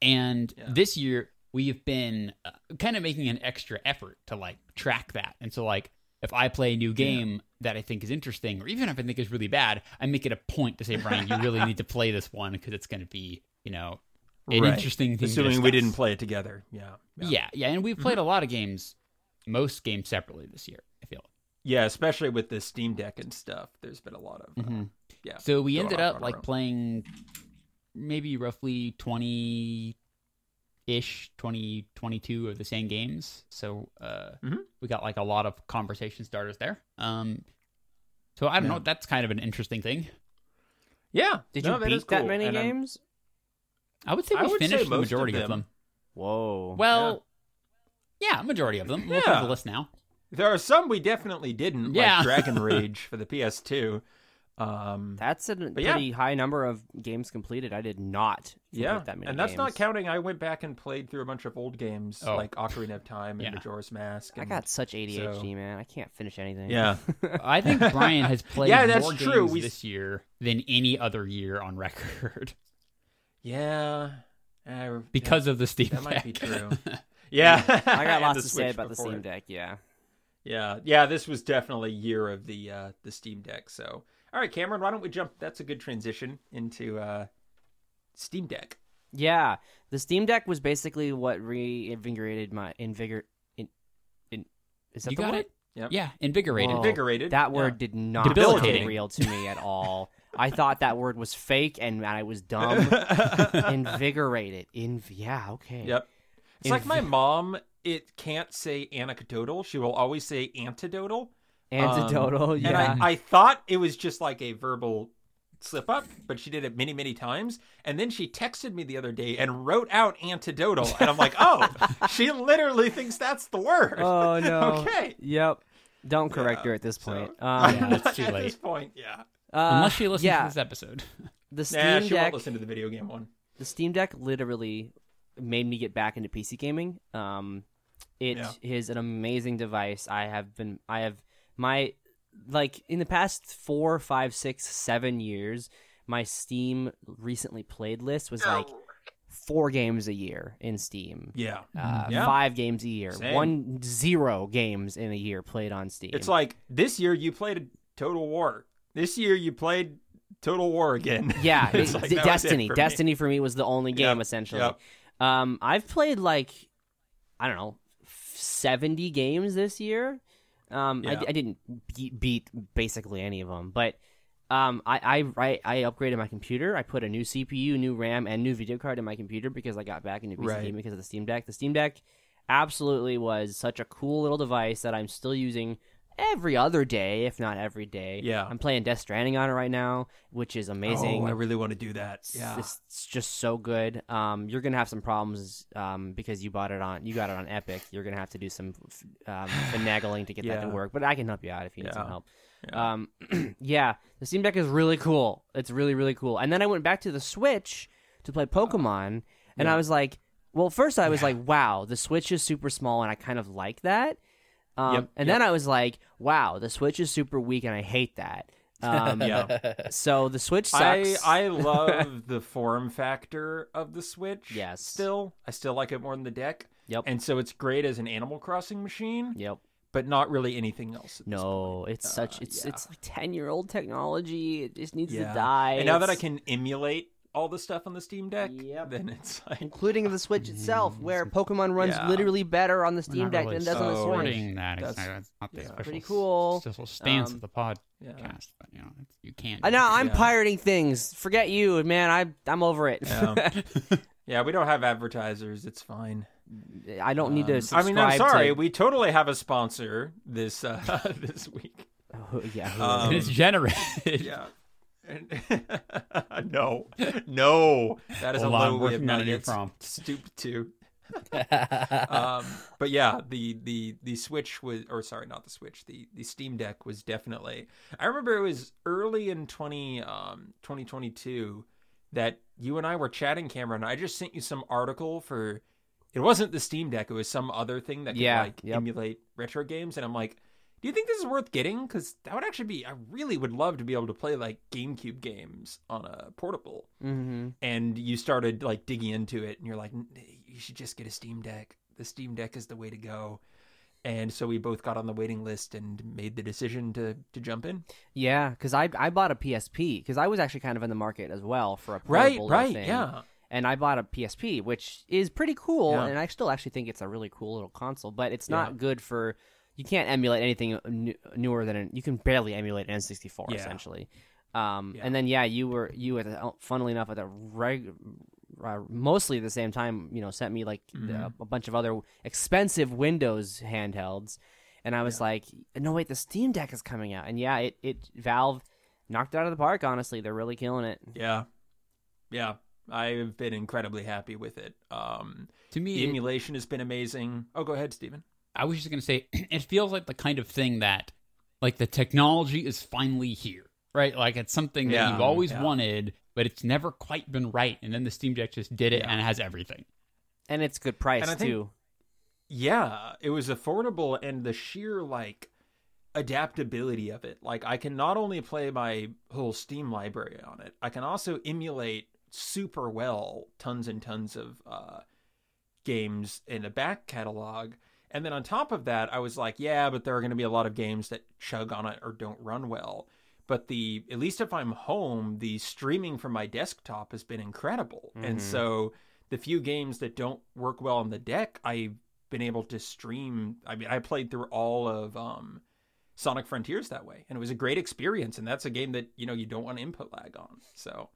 Speaker 1: And
Speaker 4: Yeah.
Speaker 1: this year we have been uh, kind of making an extra effort to like track that. And so like if I play a new game that I think is interesting or even if I think is really bad, I make it a point to say Brian, you really need to play this one because it's going to be, you know, an
Speaker 4: Right.
Speaker 1: interesting thing. to
Speaker 4: Assuming
Speaker 1: discuss.
Speaker 4: we didn't Mm-hmm. play it together. Yeah.
Speaker 1: Yeah, yeah, and we've played a lot of games, most games separately this year, I feel.
Speaker 4: Yeah, especially with the Steam Deck and stuff. There's been a lot of. Uh,
Speaker 1: Mhm.
Speaker 4: Yeah.
Speaker 1: So we
Speaker 4: Go
Speaker 1: ended
Speaker 4: off on
Speaker 1: up
Speaker 4: a
Speaker 1: like
Speaker 4: roam.
Speaker 1: playing maybe roughly 20 ish, 20, 22 of the same games. So uh,
Speaker 4: Mhm.
Speaker 1: we got like a lot of conversation starters there. Um, so I don't know. That's kind of an interesting thing.
Speaker 4: yeah.
Speaker 2: Did you
Speaker 4: No,
Speaker 2: beat
Speaker 4: is
Speaker 2: that
Speaker 4: cool,
Speaker 2: many
Speaker 4: and um, I'm-
Speaker 2: games?
Speaker 1: I would say
Speaker 4: I
Speaker 1: we
Speaker 4: would say
Speaker 1: finished the
Speaker 4: most of
Speaker 1: majority of
Speaker 4: them.
Speaker 1: them.
Speaker 2: Whoa.
Speaker 1: Well, yeah. majority of them. We'll
Speaker 4: Yeah.
Speaker 1: have the list now.
Speaker 4: There are some we definitely didn't,
Speaker 1: Yeah.
Speaker 4: like Dragon Rage for the PS2. Um,
Speaker 2: That's a
Speaker 4: yeah.
Speaker 2: pretty high number of games completed. I did not. complete
Speaker 4: yeah,
Speaker 2: that many
Speaker 4: and that's not
Speaker 2: games.
Speaker 4: counting. I went back and played through a bunch of old games
Speaker 1: Oh.
Speaker 4: like Ocarina of Time and
Speaker 1: Yeah.
Speaker 4: Majora's Mask.
Speaker 2: I
Speaker 4: And,
Speaker 2: got such ADHD,
Speaker 4: So-
Speaker 2: man. I can't finish anything.
Speaker 4: Yeah.
Speaker 1: I think Brian has played
Speaker 4: Yeah, that's
Speaker 1: more
Speaker 4: true.
Speaker 1: games
Speaker 4: We-
Speaker 1: this year than any other year on record
Speaker 4: yeah, Uh,
Speaker 1: because of the Steam
Speaker 4: That might be
Speaker 1: Deck.
Speaker 4: true. yeah,
Speaker 2: I got
Speaker 4: And
Speaker 2: lots
Speaker 4: the
Speaker 2: to say
Speaker 4: Switch
Speaker 2: about the
Speaker 4: before
Speaker 2: Steam
Speaker 4: it.
Speaker 2: Deck. Yeah.
Speaker 4: Yeah, yeah, this was definitely year of the uh, the Steam Deck. So, all right, Cameron, why don't we jump? That's a good transition into uh, Steam Deck.
Speaker 2: Yeah, the Steam Deck was basically what reinvigorated my invigor. In, in, is that
Speaker 1: you
Speaker 2: the
Speaker 1: got
Speaker 2: word?
Speaker 1: it?
Speaker 4: Yep.
Speaker 1: Yeah, invigorated.
Speaker 2: Whoa.
Speaker 4: Invigorated.
Speaker 2: Oh, That
Speaker 4: yeah.
Speaker 2: word did not
Speaker 1: Debilitating.
Speaker 2: feel real to me at all. I thought that word was fake and I was dumb. Invigorated. In yeah, okay.
Speaker 4: Yep. It's like my mom. It can't say anecdotal. She will always say antidotal.
Speaker 2: Antidotal.
Speaker 4: Um,
Speaker 2: yeah.
Speaker 4: And I, I thought it was just like a verbal slip up, but she did it many, many times. And then she texted me the other day and wrote out antidotal. And I'm like, oh, she literally thinks that's the word.
Speaker 2: oh no.
Speaker 4: Okay.
Speaker 2: Yep. Don't correct
Speaker 4: Yeah,
Speaker 2: her at this
Speaker 4: so-
Speaker 2: point. Um,
Speaker 1: Yeah, it's too
Speaker 4: At
Speaker 1: late.
Speaker 4: this point, yeah.
Speaker 2: uh,
Speaker 1: Unless she listens
Speaker 2: yeah,
Speaker 1: to this episode.
Speaker 2: the Steam
Speaker 4: Nah, she
Speaker 2: Deck.
Speaker 4: won't listen to the video game one.
Speaker 2: the Steam Deck literally made me get back into PC gaming. Um, it is
Speaker 4: Yeah.
Speaker 2: an amazing device. I have been, I have my like in the past four, five, six, seven years, my Steam recently played list was like four games a year in Steam.
Speaker 4: Yeah.
Speaker 1: Mm-hmm.
Speaker 2: Uh,
Speaker 4: Yeah.
Speaker 2: Five games a year,
Speaker 4: Same.
Speaker 2: one zero games in a year played on Steam.
Speaker 4: It's like this year you played Total War. This year you played Total War again.
Speaker 2: yeah,
Speaker 4: It's
Speaker 2: it-
Speaker 4: like,
Speaker 2: D-
Speaker 4: that was it
Speaker 2: Destiny.
Speaker 4: for me.
Speaker 2: Destiny for me was the only game
Speaker 4: Yep,
Speaker 2: essentially.
Speaker 4: yep.
Speaker 2: Um, I've played like I don't know, seventy games this year. Um, I,
Speaker 4: Yeah.
Speaker 2: I didn't be- beat basically any of them, but um, I, I I I upgraded my computer. I put a new CPU, new RAM, and new video card in my computer because I got back into PC
Speaker 4: Right.
Speaker 2: gaming because of the Steam Deck. The Steam Deck absolutely was such a cool little device that I'm still using every other day, if not every day.
Speaker 4: Yeah.
Speaker 2: I'm playing Death Stranding on it right now, which is amazing.
Speaker 4: Oh, I really want to do that.
Speaker 2: It's-
Speaker 4: Yeah.
Speaker 2: It's, it's just so good. Um, you're gonna have some problems um, because you bought it on you got it on Epic. You're gonna have to do some f- um, finagling to get that to
Speaker 4: Yeah.
Speaker 2: work. But I can help you out if you need some
Speaker 4: Yeah.
Speaker 2: help.
Speaker 4: Yeah.
Speaker 2: Um, yeah, the Steam Deck is really cool. It's really really cool. And then I went back to the Switch to play Pokemon, and I was like, well, first I was like, wow, the Switch is super small, and I kind of like that. Um,
Speaker 4: Yep,
Speaker 2: and then I was like, wow, the Switch is super weak, and I hate that. Um,
Speaker 4: Yeah.
Speaker 2: So the Switch
Speaker 4: I
Speaker 2: sucks.
Speaker 4: I love the form factor of the Switch.
Speaker 2: Yes.
Speaker 4: Still, I still like it more than the deck.
Speaker 2: Yep.
Speaker 4: And so it's great as an Animal Crossing machine,
Speaker 2: Yep.
Speaker 4: but not really anything else. at this
Speaker 2: No, it's such
Speaker 4: Uh,
Speaker 2: it's
Speaker 4: yeah.
Speaker 2: it's like ten year old technology. It just needs
Speaker 4: Yeah.
Speaker 2: to die.
Speaker 4: And now that I
Speaker 2: It's-
Speaker 4: can emulate all the stuff on the Steam Deck,
Speaker 2: Yep.
Speaker 4: then it's like
Speaker 2: including the Switch itself, where Pokemon runs
Speaker 4: Yeah.
Speaker 2: literally better on the Steam Deck than it does
Speaker 4: so-
Speaker 2: on the Switch.
Speaker 4: supporting
Speaker 1: that.
Speaker 4: That's-
Speaker 1: It's not, it's not the
Speaker 4: yeah.
Speaker 1: official,
Speaker 2: Pretty cool.
Speaker 1: official stance
Speaker 2: Um,
Speaker 1: of the podcast,
Speaker 4: yeah.
Speaker 1: but you uh, know it's, you can't.
Speaker 2: I know Uh, I'm
Speaker 4: Yeah.
Speaker 2: pirating things. Forget you, man. I I'm over it.
Speaker 4: Yeah. Um, yeah, we don't have advertisers. It's fine.
Speaker 2: I don't need to.
Speaker 4: Um, I
Speaker 2: Subscribe
Speaker 4: mean, I'm sorry.
Speaker 2: to-
Speaker 4: We totally have a sponsor this uh, this week.
Speaker 2: Oh, yeah. who-
Speaker 4: Um,
Speaker 1: it's generated.
Speaker 4: Yeah. And- no, no, that is
Speaker 1: Hold
Speaker 4: a
Speaker 1: on,
Speaker 4: low we have
Speaker 1: working on a
Speaker 4: not
Speaker 1: new
Speaker 4: yet s-
Speaker 1: prompt.
Speaker 4: stooped to. um, but yeah, the the the Switch was, or sorry, not the Switch, the the Steam Deck was definitely. I remember it was early in 20, um, 2022 that you and I were chatting, Cameron. I just sent you some article for. It wasn't the Steam Deck; it was some other thing that could
Speaker 2: Yeah,
Speaker 4: like
Speaker 2: yep.
Speaker 4: emulate retro games, and I'm like. Do you think this is worth getting? Because that would actually be. I really would love to be able to play like GameCube games on a portable
Speaker 2: mhm.
Speaker 4: and you started like digging into it and you're like "N- you should just get a steam deck the steam deck is the way to go and so we both got on the waiting list and made the decision to to jump in
Speaker 2: Yeah, because I I bought a PSP because I was actually kind of in the market as well for a
Speaker 4: right
Speaker 2: portable
Speaker 4: right
Speaker 2: thing.
Speaker 4: yeah
Speaker 2: and I bought a PSP, which is pretty cool,
Speaker 4: Yeah.
Speaker 2: and I still actually think it's a really cool little console. But it's not good for you can't emulate anything new, newer than an, you can barely emulate an N64
Speaker 4: Yeah.
Speaker 2: essentially. Um,
Speaker 4: Yeah.
Speaker 2: And then yeah, you were you at the, funnily enough at the reg, uh, mostly at the same time, you know, sent me like
Speaker 4: Mm-hmm.
Speaker 2: the- a bunch of other expensive Windows handhelds, and I was like, no wait, the Steam Deck is coming out, and yeah, it it Valve knocked it out of the park. Honestly, they're really killing it.
Speaker 4: yeah yeah i've been incredibly happy with it um
Speaker 1: To me,
Speaker 4: the
Speaker 1: it-
Speaker 4: emulation has been amazing oh go ahead steven
Speaker 1: I was just gonna say, it feels like the kind of thing that, like, the technology is finally here, right? Like, it's something that
Speaker 4: Yeah,
Speaker 1: you've always
Speaker 4: yeah.
Speaker 1: wanted, but it's never quite been right. And then the Steam Deck just did it
Speaker 4: Yeah.
Speaker 1: and it has everything.
Speaker 2: And it's good price
Speaker 4: And I think-
Speaker 2: too.
Speaker 4: yeah it was affordable and the sheer like adaptability of it like i can not only play my whole steam library on it i can also emulate super well tons and tons of uh games in a back catalog and then on top of that i was like yeah but there are going to be a lot of games that chug on it or don't run well but the at least if i'm home the streaming from my desktop has been incredible and
Speaker 2: Mhm.
Speaker 4: so the few games that don't work well on the deck i've been able to stream i mean i played through all of um sonic frontiers that way and it was a great experience and that's a game that you know you don't want input lag on so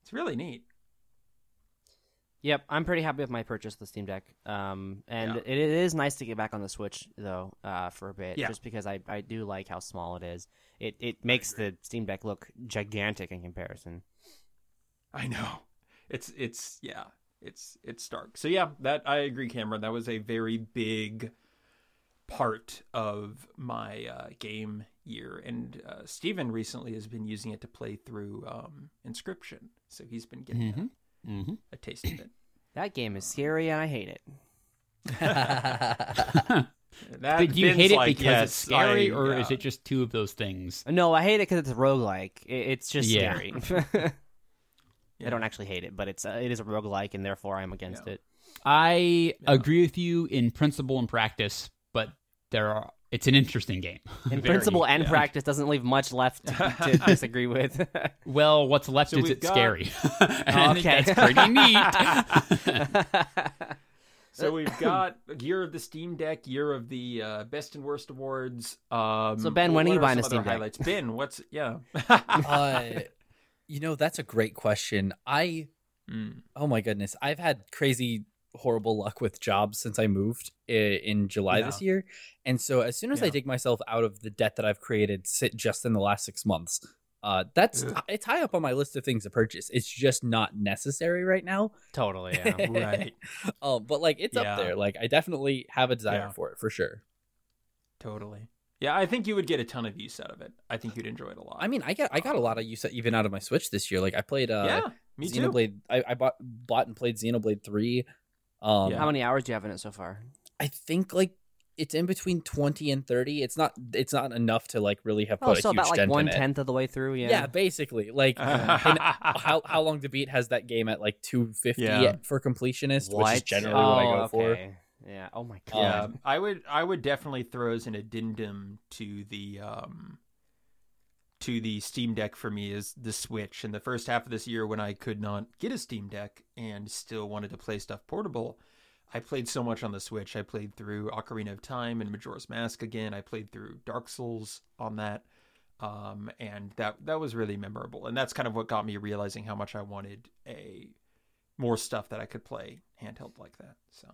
Speaker 4: it's really neat
Speaker 2: Yep, I'm pretty happy with my purchase of the Steam Deck. Um, and
Speaker 4: Yeah.
Speaker 2: it, it is nice to get back on the Switch though, uh, for a bit,
Speaker 4: Yeah.
Speaker 2: just because I, I do like how small it is. It it makes the Steam Deck look gigantic in comparison.
Speaker 4: I know. It's it's yeah. It's it's stark. So yeah, that I agree, Cameron. That was a very big part of my uh, game year, and uh, Steven recently has been using it to play through um, Inscription. So he's been getting
Speaker 1: Mhm. Mm-hmm.
Speaker 4: a, a taste of it.
Speaker 2: That game is scary and I hate it.
Speaker 4: That
Speaker 1: But do you
Speaker 4: Ben's
Speaker 1: hate it
Speaker 4: like,
Speaker 1: because it's
Speaker 4: "Yes, I-
Speaker 1: scary, or
Speaker 4: yeah."
Speaker 1: is it just two of those things?
Speaker 2: No, I hate it because it's a roguelike. It, it's just
Speaker 1: Yeah.
Speaker 2: scary.
Speaker 4: Yeah.
Speaker 2: I don't actually hate it, but it's uh, it is a roguelike and therefore I'm against
Speaker 4: Yeah.
Speaker 2: it.
Speaker 1: I agree with you in principle and practice, but there are. It's an interesting game.
Speaker 2: In
Speaker 1: Very.
Speaker 2: principle and
Speaker 4: yeah.
Speaker 2: practice doesn't leave much left to, to disagree with.
Speaker 1: Well, what's left
Speaker 4: So
Speaker 1: is
Speaker 4: we've
Speaker 1: it's
Speaker 4: got-
Speaker 1: scary. And I think
Speaker 2: Okay.
Speaker 1: that's pretty neat.
Speaker 4: So we've got year of the Steam Deck, year of the uh, best and worst awards. Um,
Speaker 2: So, Ben, when are
Speaker 4: what
Speaker 2: you buying a
Speaker 4: some
Speaker 2: Steam
Speaker 4: other
Speaker 2: Deck?
Speaker 4: Highlights? Ben, what's yeah?
Speaker 5: uh, you know, that's a great question. I
Speaker 4: Mm.
Speaker 5: oh my goodness, I've had crazy horrible luck with jobs since I moved i- in July this year, and so as soon as I
Speaker 4: Yeah.
Speaker 5: dig myself out of the debt that I've created sit just in the last six months, uh, that's
Speaker 4: Ugh.
Speaker 5: it's high up on my list of things to purchase. It's just not necessary right now.
Speaker 2: totally, yeah.
Speaker 4: right.
Speaker 5: um, but like it's
Speaker 4: Yeah.
Speaker 5: up there. Like I definitely have a desire
Speaker 4: Yeah.
Speaker 5: for it for sure.
Speaker 4: Totally. Yeah, I think you would get a ton of use out of it. I think you'd enjoy it a lot.
Speaker 5: I mean, I got I got a lot of use even out of my Switch this year. Like I played uh
Speaker 4: yeah, Me too.
Speaker 5: Xenoblade. I, I bought bought and played Xenoblade Three. Um,
Speaker 4: Yeah.
Speaker 2: How many hours do you have in it so far?
Speaker 5: I think like it's in between twenty and thirty. It's not it's not enough to like really have put
Speaker 2: oh,
Speaker 5: a
Speaker 2: so
Speaker 5: huge
Speaker 2: about like
Speaker 5: dent
Speaker 2: one
Speaker 5: in it.
Speaker 2: tenth of the way through.
Speaker 5: Yeah.
Speaker 2: Yeah.
Speaker 5: basically. Like and how how long to beat has that game at like two fifty
Speaker 4: Yeah.
Speaker 5: for completionist, which is
Speaker 2: What?
Speaker 5: generally
Speaker 2: oh,
Speaker 5: what I go for.
Speaker 2: okay. Yeah. Oh my god.
Speaker 4: Yeah, Um, I would I would definitely throw as an addendum to the um to the Steam Deck for me is the Switch. In the first half of this year when I could not get a Steam Deck and still wanted to play stuff portable, I played so much on the Switch. I played through Ocarina of Time and Majora's Mask again. I played through Dark Souls on that. Um, and that that was really memorable. And that's kind of what got me realizing how much I wanted a more stuff that I could play handheld like that. So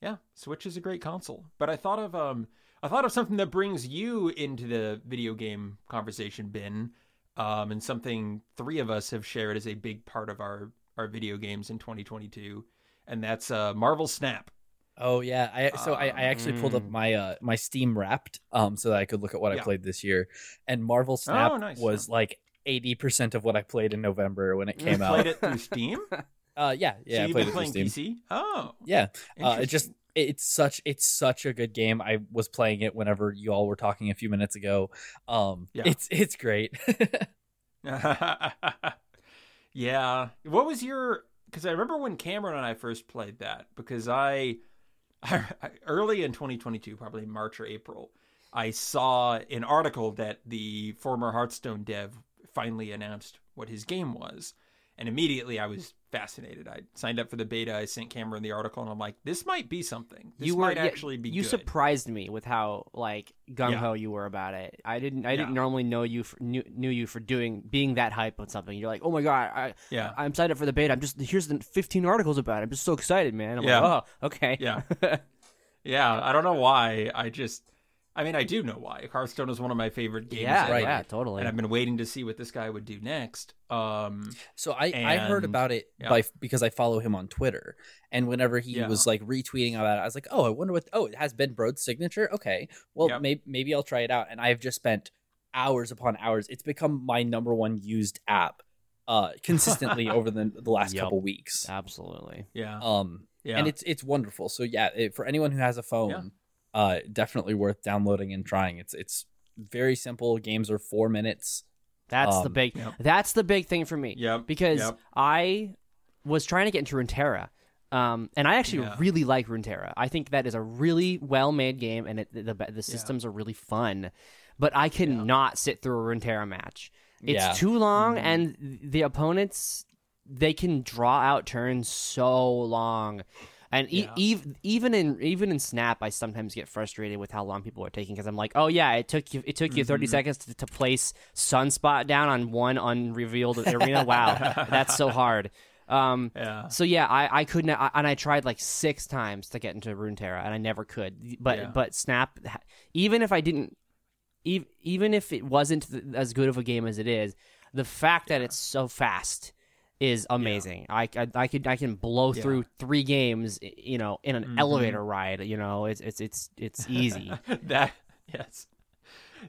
Speaker 4: yeah, Switch is a great console. But I thought of um I thought of something that brings you into the video game conversation bin. Um and something three of us have shared as a big part of our our video games in 2022 and that's uh Marvel Snap.
Speaker 5: Oh yeah. I so I, I actually pulled up
Speaker 2: Mm.
Speaker 5: my uh my Steam wrapped um so that I could look at what
Speaker 4: Um. Yeah. Oh,
Speaker 5: I played this year. And Marvel Snap
Speaker 4: nice,
Speaker 5: was like eighty percent of what I played in November when it
Speaker 2: You
Speaker 5: came
Speaker 4: You
Speaker 5: out.
Speaker 4: played it through Steam?
Speaker 5: Uh yeah,
Speaker 4: so
Speaker 5: yeah, I
Speaker 4: you've
Speaker 5: played
Speaker 4: been
Speaker 5: it through
Speaker 4: playing
Speaker 5: Steam.
Speaker 4: PC? Oh.
Speaker 5: Yeah. Uh, it just
Speaker 4: interesting.
Speaker 5: it's such it's such a good game. I was playing it whenever you all were talking a few minutes ago. Um,
Speaker 4: Yeah.
Speaker 5: it's it's great.
Speaker 4: yeah. What was your? Because I remember when Cameron and I first played that. Because I, I early in 2022, probably March or April, I saw an article that the former Hearthstone dev finally announced what his game was, and immediately I was fascinated. I signed up for the beta. I sent Cameron the article, and I'm like, this might be something. This
Speaker 2: you were
Speaker 4: might
Speaker 2: yeah,
Speaker 4: actually be
Speaker 2: you
Speaker 4: good.
Speaker 2: surprised me with how like gung ho you were about it. I didn't. I didn't
Speaker 4: Yeah.
Speaker 2: normally know you for, knew, knew you for doing being that hype on something. You're like, oh my god, I,
Speaker 4: yeah.
Speaker 2: I'm excited for the beta. I'm just here's the 15 articles about it. I'm just so excited, man. I'm
Speaker 4: Yeah.
Speaker 2: like, oh, okay.
Speaker 4: Yeah. Yeah, I don't know why. I just, I mean, I do know why. Hearthstone is one of my favorite games.
Speaker 2: yeah,
Speaker 4: ever,
Speaker 2: yeah, totally.
Speaker 4: And I've been waiting to see what this guy would do next. Um,
Speaker 5: so I I heard
Speaker 4: And-
Speaker 5: about it
Speaker 4: yeah.
Speaker 5: by because I follow him on Twitter, and whenever he
Speaker 4: Yeah.
Speaker 5: was like retweeting about it, I was like, oh, I wonder what. Oh, it has Ben Brode's signature. Okay, well
Speaker 4: Yep.
Speaker 5: maybe maybe I'll try it out. And I've just spent hours upon hours. It's become my number one used app, uh, consistently over the the last
Speaker 2: Yup.
Speaker 5: couple weeks.
Speaker 2: Absolutely.
Speaker 4: yeah,
Speaker 5: Um,
Speaker 4: yeah.
Speaker 5: and it's it's wonderful. So yeah, it, for anyone who has a phone, uh, definitely worth downloading and trying. It's it's very simple. Games are four minutes.
Speaker 2: That's the
Speaker 5: Um,
Speaker 2: big.
Speaker 4: yep.
Speaker 2: That's the big thing for me.
Speaker 4: Yep,
Speaker 2: Because
Speaker 4: yep.
Speaker 2: I was trying to get into Runeterra, um, and I actually
Speaker 4: Yeah.
Speaker 2: really like Runeterra. I think that is a really well-made game, and it, the the systems are really fun. But I could not sit through a Runeterra match. It's
Speaker 5: Yeah.
Speaker 2: too long,
Speaker 4: Mm-hmm.
Speaker 2: and the opponents they can draw out turns so long. And e-
Speaker 4: Yeah.
Speaker 2: ev- even in even in Snap, I sometimes get frustrated with how long people are taking because I'm like, oh yeah, it took you it took you 30 seconds to, to place Sunspot down on one unrevealed arena. Wow, that's so hard. Um,
Speaker 4: yeah.
Speaker 2: so yeah, I, I couldn't, I, and I tried like six times to get into Runeterra, and I never could. But
Speaker 4: Yeah.
Speaker 2: but Snap, even if I didn't, ev- even if it wasn't th- as good of a game as it is, the fact that it's so fast is amazing. I, I I could I can blow
Speaker 4: Yeah.
Speaker 2: through three games, y- you know, in an
Speaker 4: Mhm.
Speaker 2: elevator ride. You know, it's it's it's it's easy.
Speaker 4: that yes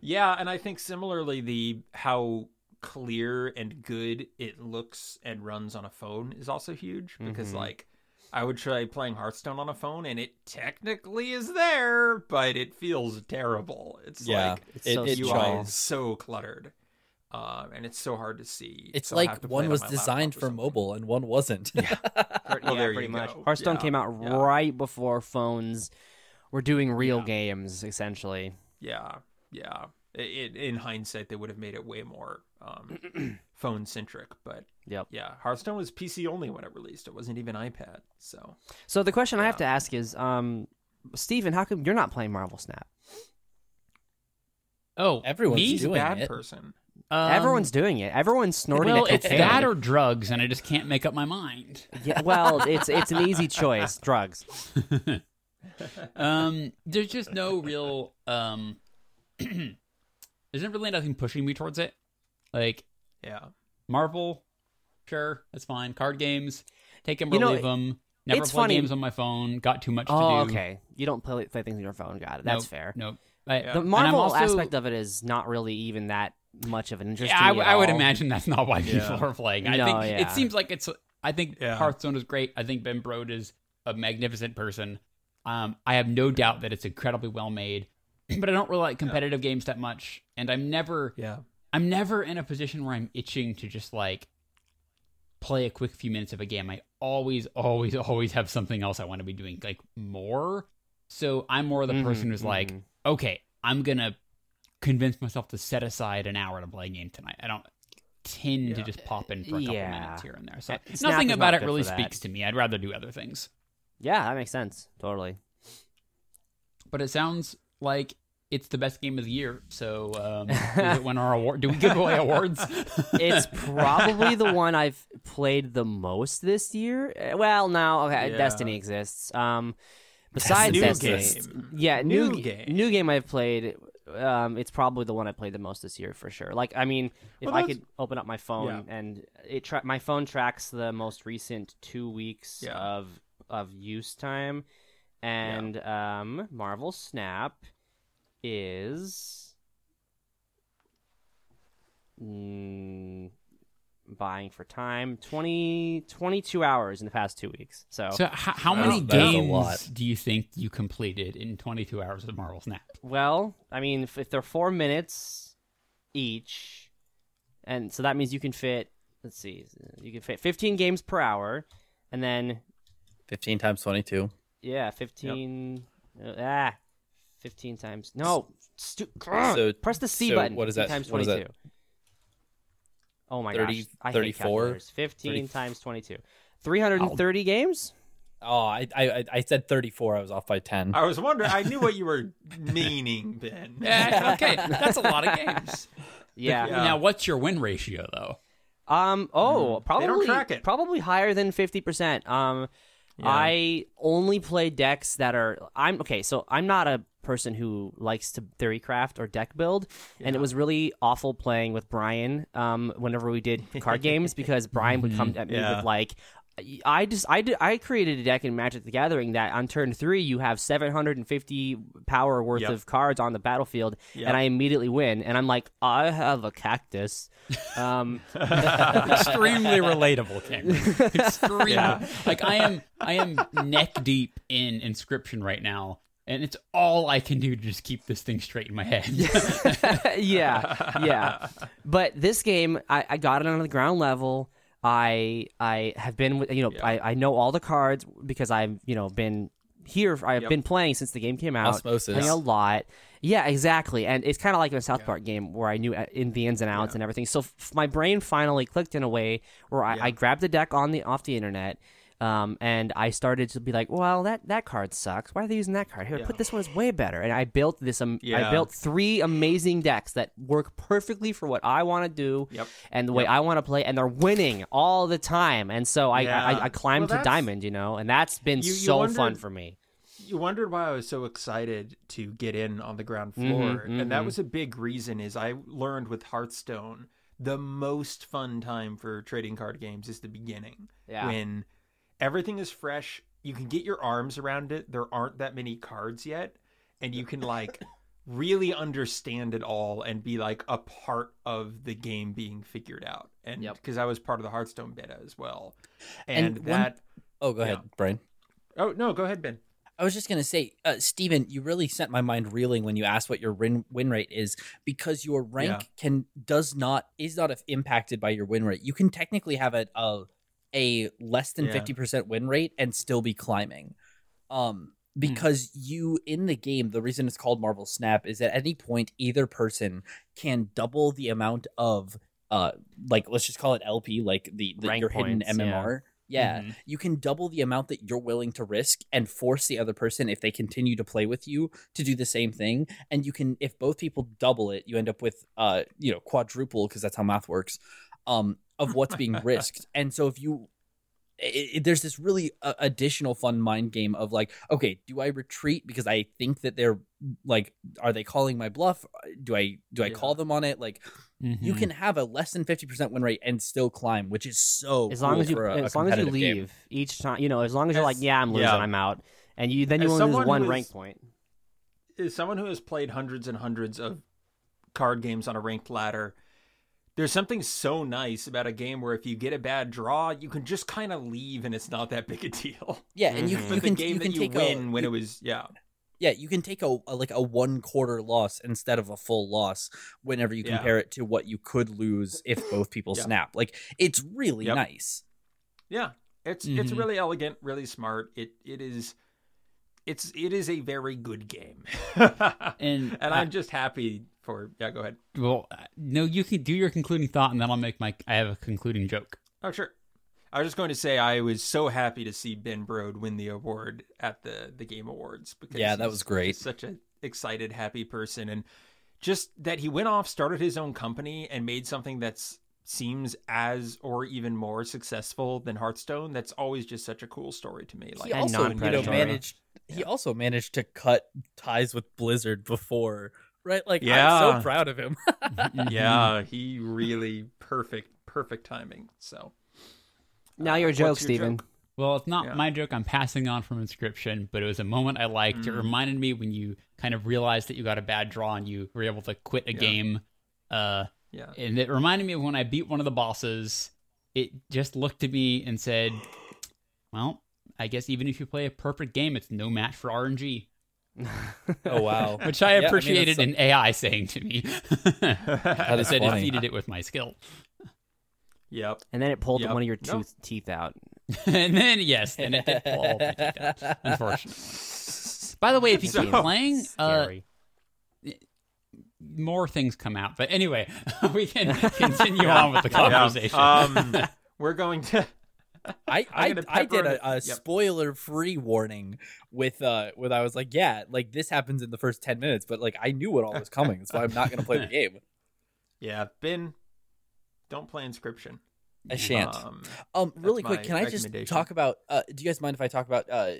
Speaker 4: yeah and i think similarly the how clear and good it looks and runs on a phone is also huge because
Speaker 2: Mhm.
Speaker 4: like i would try playing hearthstone on a phone and it technically is there but it feels terrible it's
Speaker 5: Yeah.
Speaker 4: like
Speaker 2: It's
Speaker 5: It-
Speaker 2: so
Speaker 5: it
Speaker 4: ui
Speaker 5: tries.
Speaker 2: strong.
Speaker 4: is so cluttered um, and it's so hard to see
Speaker 5: It's
Speaker 4: so I have
Speaker 5: like
Speaker 4: to play it
Speaker 5: one
Speaker 4: on
Speaker 5: was
Speaker 4: my
Speaker 5: designed
Speaker 4: laptop or
Speaker 5: for
Speaker 4: something.
Speaker 5: mobile and one wasn't.
Speaker 4: well,
Speaker 2: yeah,
Speaker 4: there
Speaker 2: pretty
Speaker 4: you
Speaker 2: much.
Speaker 4: go.
Speaker 2: Hearthstone
Speaker 4: Yeah,
Speaker 2: came out
Speaker 4: yeah.
Speaker 2: right before phones were doing real
Speaker 4: Yeah.
Speaker 2: games, essentially.
Speaker 4: Yeah, yeah. I it, in hindsight, they would have made it way more um, phone centric, but
Speaker 2: Yep.
Speaker 4: yeah, Hearthstone was PC only when it released. It wasn't even iPad. So
Speaker 2: So the question I have to ask is, um, Steven, how come you're not playing Marvel Snap?
Speaker 1: Oh,
Speaker 5: Everyone's
Speaker 1: me?
Speaker 4: he's a
Speaker 5: doing
Speaker 4: bad
Speaker 5: it.
Speaker 4: person.
Speaker 1: Um,
Speaker 2: Everyone's doing it. Everyone's snorting.
Speaker 1: Well,
Speaker 2: at
Speaker 1: it's
Speaker 2: cocaine.
Speaker 1: that or drugs, and I just can't make up my mind.
Speaker 2: yeah, well, it's it's an easy choice. Drugs.
Speaker 1: Um, there's just no real um, there's really nothing pushing me towards it. Like
Speaker 4: Yeah,
Speaker 1: Marvel, sure, that's fine. Card games, take them or
Speaker 2: You know,
Speaker 1: leave them. Never
Speaker 2: it's
Speaker 1: play
Speaker 2: funny-
Speaker 1: games on my phone. Got too much to
Speaker 2: Oh,
Speaker 1: do.
Speaker 2: okay. You don't play, play things on your phone. Got it. That's
Speaker 1: Nope,
Speaker 2: fair.
Speaker 1: Nope. I-
Speaker 4: Yeah.
Speaker 1: and
Speaker 2: The
Speaker 1: I'm
Speaker 2: Marvel
Speaker 1: also-
Speaker 2: aspect of it is not really even that much of an interest.
Speaker 1: Yeah,
Speaker 2: to
Speaker 1: I,
Speaker 2: me
Speaker 1: w-
Speaker 2: at
Speaker 1: I would
Speaker 2: all.
Speaker 1: imagine that's not why people
Speaker 4: Yeah.
Speaker 1: are playing. I
Speaker 2: No,
Speaker 1: think it
Speaker 2: yeah.
Speaker 1: seems like it's. I think
Speaker 4: Yeah.
Speaker 1: Hearthstone is great. I think Ben Brode is a magnificent person. Um, I have no doubt that it's incredibly well made, but I don't really like competitive games that much, and I'm never,
Speaker 4: Yeah.
Speaker 1: I'm never in a position where I'm itching to just like play a quick few minutes of a game. I always, always, always have something else I want to be doing, like more. So I'm more the
Speaker 2: Mhm,
Speaker 1: person who's like,
Speaker 2: mhm.
Speaker 1: okay, I'm gonna convince myself to set aside an hour to play a game tonight. I don't tend to
Speaker 4: Yeah.
Speaker 1: just pop in for a couple
Speaker 2: Yeah.
Speaker 1: minutes here and there. So
Speaker 2: Uh, Snap
Speaker 1: nothing
Speaker 2: is
Speaker 1: about
Speaker 2: not
Speaker 1: it
Speaker 2: good
Speaker 1: really
Speaker 2: for that.
Speaker 1: speaks to me. I'd rather do other things.
Speaker 2: Yeah, that makes sense. Totally.
Speaker 1: But it sounds like it's the best game of the year. So um, does it win our award? Do we give away awards?
Speaker 2: It's probably the one I've played the most this year. Uh, Well, now okay,
Speaker 4: Yeah.
Speaker 2: Destiny exists. Um, besides
Speaker 4: new
Speaker 2: Destiny,
Speaker 4: game.
Speaker 2: yeah, new,
Speaker 4: New
Speaker 2: game,
Speaker 4: game.
Speaker 2: new game I've played. Um, it's probably the one I played the most this year for sure. Like, I mean, if
Speaker 4: Well,
Speaker 2: I
Speaker 4: that's-
Speaker 2: could open up my phone and it tra- my phone tracks the most recent two weeks
Speaker 4: Yeah.
Speaker 2: of of use time, and um, Marvel Snap is. Mm, buying for time 20 22 hours in the past two weeks so,
Speaker 1: so h- how
Speaker 4: That's-
Speaker 1: many
Speaker 5: that's a lot.
Speaker 1: games do you think you completed in 22 hours of Marvel Snap?
Speaker 2: well i mean if, if they're four minutes each and so that means you can fit let's see you can fit 15 games per hour and then
Speaker 5: 15 times 22.
Speaker 2: yeah 15 uh, ah 15 times no stu-
Speaker 5: So-
Speaker 2: press the c
Speaker 5: so
Speaker 2: button
Speaker 5: what is
Speaker 2: 15
Speaker 5: that-
Speaker 2: times
Speaker 5: what is
Speaker 2: 22
Speaker 5: that?
Speaker 2: oh my
Speaker 5: 30
Speaker 2: gosh I hate
Speaker 5: 34?
Speaker 2: calculators. 15
Speaker 5: 30
Speaker 2: times 22 330 games
Speaker 5: Oh, I, I I- I said 34. I was off by 10.
Speaker 4: I was wondering. I knew what you were meaning, Ben.
Speaker 1: Yeah, okay, that's a lot of games.
Speaker 2: yeah
Speaker 4: Yeah.
Speaker 1: Now, what's your win ratio though?
Speaker 2: Um.
Speaker 4: Hmm.
Speaker 2: Oh,
Speaker 4: They
Speaker 2: probably
Speaker 4: don't track it.
Speaker 2: probably higher than fifty percent. Um,
Speaker 4: Yeah.
Speaker 2: I only play decks that are. I'm okay. So I'm not a person who likes to theorycraft or deck build, and it was really awful playing with Brian. Um, whenever we did card games, because Brian would come at
Speaker 4: Mm-hmm.
Speaker 2: me
Speaker 4: Yeah.
Speaker 2: with like. I just I did I created a deck in Magic the Gathering that on turn three you have 750 power worth
Speaker 4: Yep.
Speaker 2: of cards on the battlefield
Speaker 4: Yep.
Speaker 2: and I immediately win and I'm like I have a cactus, um
Speaker 1: extremely relatable Cameron. extremely
Speaker 4: Yeah.
Speaker 1: like i am i am neck deep in inscription right now and it's all i can do to just keep this thing straight in my head
Speaker 2: yeah, yeah. But this game, I, I got it on the ground level. I I have been with you know
Speaker 4: Yeah.
Speaker 2: I, I know all the cards because I've you know been here. I've
Speaker 4: Yep.
Speaker 2: been playing since the game came out.
Speaker 5: Osmosis.
Speaker 2: Playing a lot. Yeah, exactly. And it's kind of like in a South Park game where I knew uh, in the ins and outs and everything. So f- my brain finally clicked in a way where I, I grabbed the deck on the off the internet. Um, and I started to be like, well, that, that card sucks. Why are they using that card? Here, put this one is way better. And I built this. Um, I
Speaker 4: Yeah.
Speaker 2: built three amazing decks that work perfectly for what I want to do
Speaker 4: Yep.
Speaker 2: and the way I want to play, and they're winning all the time. And so I
Speaker 4: Yeah.
Speaker 2: I, I
Speaker 4: Well,
Speaker 2: climbed to
Speaker 4: that's-
Speaker 2: diamond, you know, and that's been
Speaker 4: You- you
Speaker 2: so fun
Speaker 4: wondered-
Speaker 2: for me.
Speaker 4: you wondered why I was so excited to get in on the ground floor, and that was a big reason. Is I learned with Hearthstone the most fun time for trading card games is the beginning
Speaker 2: Yeah.
Speaker 4: when everything is fresh. You can get your arms around it. There aren't that many cards yet, and you can like really understand it all and be like a part of the game being figured out. And
Speaker 2: Yep.
Speaker 4: because I was part of the Hearthstone beta as well,
Speaker 5: And
Speaker 4: and,
Speaker 5: one-
Speaker 4: that.
Speaker 5: Oh, go ahead, Brian.
Speaker 4: Oh no, go ahead, Ben.
Speaker 5: I was just gonna say, uh, Steven, you really sent my mind reeling when you asked what your win win rate is because your rank
Speaker 4: Yeah.
Speaker 5: can does not is not if- impacted by your win rate. You can technically have a a, a less than
Speaker 4: Yeah.
Speaker 5: fifty percent win rate and still be climbing, um,
Speaker 2: Hmm.
Speaker 5: because you in the game. The reason it's called Marvel Snap is at any point either person can double the amount of uh, like let's just call it LP, like the, the
Speaker 2: Rank
Speaker 5: your hidden
Speaker 2: points, yeah. Mm-hmm.
Speaker 5: MMR. Yeah,
Speaker 1: Mhm.
Speaker 5: you can double the amount that you're willing to risk and force the other person, if they continue to play with you, to do the same thing. And you can, if both people double it, you end up with, uh, you know, quadruple because that's how math works, um, of what's being risked. And so if you, i i there's this really uh, additional fun mind game of like, okay, do I retreat because I think that they're like, are they calling my bluff? Do I do I
Speaker 4: Yeah.
Speaker 5: call them on it? Like,
Speaker 1: Mm-hmm.
Speaker 2: Hmm.
Speaker 5: you can have a less than fifty percent win rate and still climb, which is so
Speaker 2: As long
Speaker 5: cool
Speaker 2: as you
Speaker 5: for a- a
Speaker 2: as long as you
Speaker 5: competitive game.
Speaker 2: leave each time, you know, as long as you're
Speaker 4: As-
Speaker 2: like, yeah, I'm losing,
Speaker 4: yeah.
Speaker 2: I'm out, and you then you
Speaker 4: As
Speaker 2: only lose
Speaker 4: someone
Speaker 2: one
Speaker 4: who's-
Speaker 2: rank point.
Speaker 4: as someone who has played hundreds and hundreds of card games on a ranked ladder, there's something so nice about a game where if you get a bad draw, you can just kind of leave and it's not that big a deal.
Speaker 5: Yeah, and Mm-hmm. you,
Speaker 4: But
Speaker 5: you
Speaker 4: the
Speaker 5: can
Speaker 4: game
Speaker 5: you can
Speaker 4: that you
Speaker 5: take
Speaker 4: win
Speaker 5: a,
Speaker 4: when
Speaker 5: you-
Speaker 4: it was yeah.
Speaker 5: yeah you can take a, a- like a one quarter loss instead of a full loss whenever you
Speaker 4: Yeah.
Speaker 5: compare it to what you could lose if both people
Speaker 4: Yeah.
Speaker 5: snap. Like it's really
Speaker 4: Yep.
Speaker 5: nice.
Speaker 4: Yeah, it's it's
Speaker 5: Mm-hmm.
Speaker 1: Mhm.
Speaker 4: really elegant, really smart. It it is, it's it is a very good game,
Speaker 1: And,
Speaker 4: and
Speaker 1: I-
Speaker 4: I'm just happy for yeah. Go ahead.
Speaker 1: well, uh, no, you can do your concluding thought, and then I'll make my. I have a concluding joke.
Speaker 4: Oh sure. I was just going to say I was so happy to see Ben Brode win the award at the the Game Awards because
Speaker 5: Yeah, that
Speaker 4: he's
Speaker 5: was great.
Speaker 4: Such an excited, happy person, and just that he went off, started his own company, and made something that's seems as or even more successful than Hearthstone. That's always just such a cool story to me. Like
Speaker 5: he
Speaker 2: and
Speaker 5: also you know,
Speaker 2: non-predatory.
Speaker 5: managed he also managed to cut ties with Blizzard before, right? Like I'm
Speaker 4: Yeah.
Speaker 5: so proud of him.
Speaker 4: yeah, he really perfect, perfect timing. So
Speaker 2: Now
Speaker 4: uh,
Speaker 2: your
Speaker 4: what's
Speaker 2: joke, Steven.
Speaker 4: joke?
Speaker 1: Well, it's not
Speaker 4: Yeah.
Speaker 1: my joke. I'm passing on from inscription, but it was a moment I liked. It
Speaker 5: Mm-hmm.
Speaker 4: Mm.
Speaker 1: reminded me when you kind of realized that you got a bad draw and you were able to quit a
Speaker 4: Yeah.
Speaker 1: game. Uh,
Speaker 4: Yeah,
Speaker 1: and it reminded me of when I beat one of the bosses. It just looked at me and said, "Well, I guess even if you play a perfect game, it's no match for RNG,"
Speaker 5: oh wow.
Speaker 1: which I
Speaker 5: Yeah, I mean,
Speaker 1: appreciated
Speaker 5: that's
Speaker 1: an
Speaker 5: some-
Speaker 1: AI saying to me. that
Speaker 5: is
Speaker 1: I
Speaker 5: funny.
Speaker 1: defeated it with my skill.
Speaker 4: yep.
Speaker 2: And then it pulled
Speaker 4: Yep.
Speaker 2: one of your
Speaker 4: No.
Speaker 2: tooth, teeth out.
Speaker 1: and then yes, then it did fall. Unfortunately. By the way, if you keep
Speaker 4: So-
Speaker 1: playing, uh,
Speaker 2: Scary.
Speaker 1: more things come out. But anyway, we can continue on with the conversation.
Speaker 4: Um, we're going to.
Speaker 5: I
Speaker 4: I'm
Speaker 5: I,
Speaker 4: gonna
Speaker 5: I did
Speaker 4: pepper
Speaker 5: a, a
Speaker 4: it. Yep.
Speaker 5: spoiler free warning with uh with I was like, yeah, like this happens in the first ten minutes, but like I knew what all was coming. That's why I'm not gonna play the game.
Speaker 4: Yeah, Ben, don't play Inscription.
Speaker 5: I shan't.
Speaker 4: Um,
Speaker 5: Um, really quick,
Speaker 4: my
Speaker 5: can I just
Speaker 4: recommendation.
Speaker 5: talk about? Uh, do you guys mind if I talk about uh,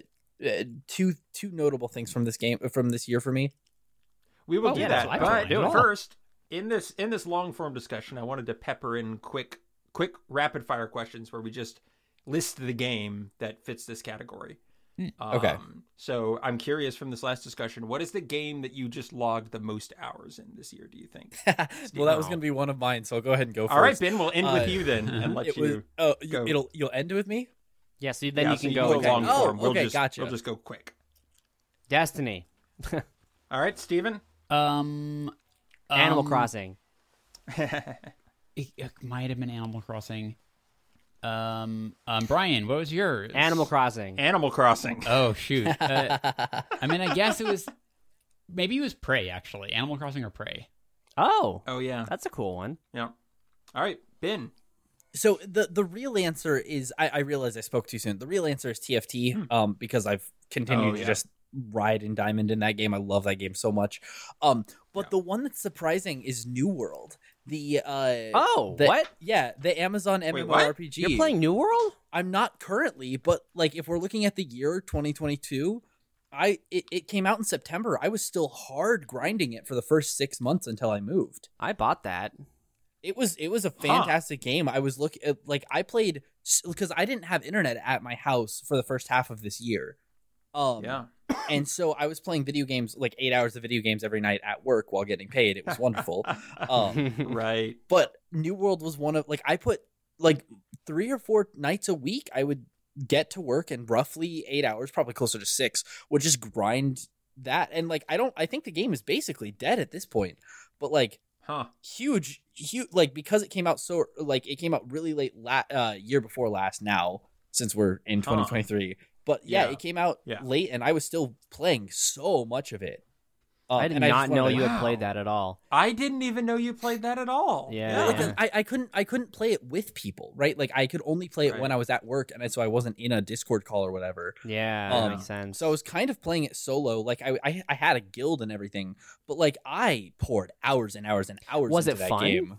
Speaker 5: uh, two two notable things from this game from this year for me?
Speaker 4: we will
Speaker 1: Oh,
Speaker 4: do
Speaker 1: yeah, that's
Speaker 4: that.
Speaker 1: what I
Speaker 4: But
Speaker 1: do. Do it.
Speaker 4: first, in this in this long form discussion, I wanted to pepper in quick quick rapid fire questions where we just list the game that fits this category. Um,
Speaker 5: okay.
Speaker 4: So I'm curious from this last discussion, what is the game that you just logged the most hours in this year? Do you think?
Speaker 5: well, that was going to be one of mine, so I'll go ahead and go
Speaker 4: All right,
Speaker 5: first.
Speaker 4: Ben, we'll end with
Speaker 5: Uh,
Speaker 4: you then and let
Speaker 5: it
Speaker 4: you.
Speaker 5: was. Oh, you-
Speaker 4: go.
Speaker 5: it'll you'll end with me.
Speaker 2: Yeah, so then
Speaker 4: Yeah,
Speaker 2: you
Speaker 4: so
Speaker 2: can go.
Speaker 4: go
Speaker 2: again.
Speaker 4: long
Speaker 5: Oh,
Speaker 4: form. We'll
Speaker 5: okay,
Speaker 4: just,
Speaker 5: gotcha.
Speaker 4: We'll just go quick.
Speaker 2: Destiny,
Speaker 4: All right, Steven.
Speaker 1: um,
Speaker 2: Animal
Speaker 1: um,
Speaker 2: Crossing.
Speaker 1: It, it might have been Animal Crossing. Um, um, Brian, what was yours?
Speaker 2: Animal Crossing.
Speaker 4: Animal Crossing.
Speaker 1: Oh shoot. Uh, I mean, I guess it was. Maybe it was Prey actually. Animal Crossing or Prey.
Speaker 2: oh,
Speaker 4: Oh yeah.
Speaker 2: that's a cool one.
Speaker 4: Yeah. All right, Ben.
Speaker 5: So the the real answer is I, I realize I spoke too soon. The real answer is TFT, um, because I've continued
Speaker 4: Hmm. Oh,
Speaker 5: to
Speaker 4: yeah.
Speaker 5: just ride and diamond in that game. I love that game so much. Um, but
Speaker 4: Yeah.
Speaker 5: the one that's surprising is New World. The uh,
Speaker 2: Oh,
Speaker 5: the-
Speaker 2: what?
Speaker 5: Yeah, the Amazon
Speaker 4: Wait, what?
Speaker 5: MMORPG.
Speaker 2: You're playing New World?
Speaker 5: I'm not currently, but like if we're looking at the year 2022, I it, it came out in September. I was still hard grinding it for the first six months until I moved.
Speaker 2: I bought that.
Speaker 5: It was it was a fantastic game. I was look uh, like I played because I didn't have internet at my house for the first half of this year. Um,
Speaker 4: Yeah.
Speaker 5: and so I was playing video games like eight hours of video games every night at work while getting paid. It was wonderful. um,
Speaker 4: right.
Speaker 5: but New World was one of like I put like three or four nights a week I would get to work and roughly eight hours, probably closer to six, would just grind that and like I don't I think the game is basically dead at this point. But like
Speaker 4: Huh.
Speaker 5: huge huge like because it came out so like it came out really late la- uh year before last now since we're in
Speaker 4: Huh.
Speaker 5: 2023 but yeah,
Speaker 4: Yeah.
Speaker 5: it came out
Speaker 4: Yeah.
Speaker 5: late and i was still playing so much of it um,
Speaker 2: I did
Speaker 5: and
Speaker 2: not
Speaker 5: just wanted
Speaker 2: know
Speaker 5: to-
Speaker 2: you had
Speaker 4: Wow.
Speaker 2: played that at all.
Speaker 4: I didn't even know you played that at all.
Speaker 2: Yeah,
Speaker 5: Yeah, like,
Speaker 2: yeah.
Speaker 5: I, I couldn't I couldn't play it with people, right? Like I could only play it
Speaker 4: Right.
Speaker 5: when I was at work, and I- so I wasn't in a Discord call or whatever.
Speaker 2: Yeah,
Speaker 5: Um,
Speaker 2: that makes sense.
Speaker 5: So I was kind of playing it solo. Like I, I I had a guild and everything, but like I poured hours and hours and hours.
Speaker 2: Was
Speaker 5: into
Speaker 2: it
Speaker 5: that
Speaker 2: fun?
Speaker 5: Game.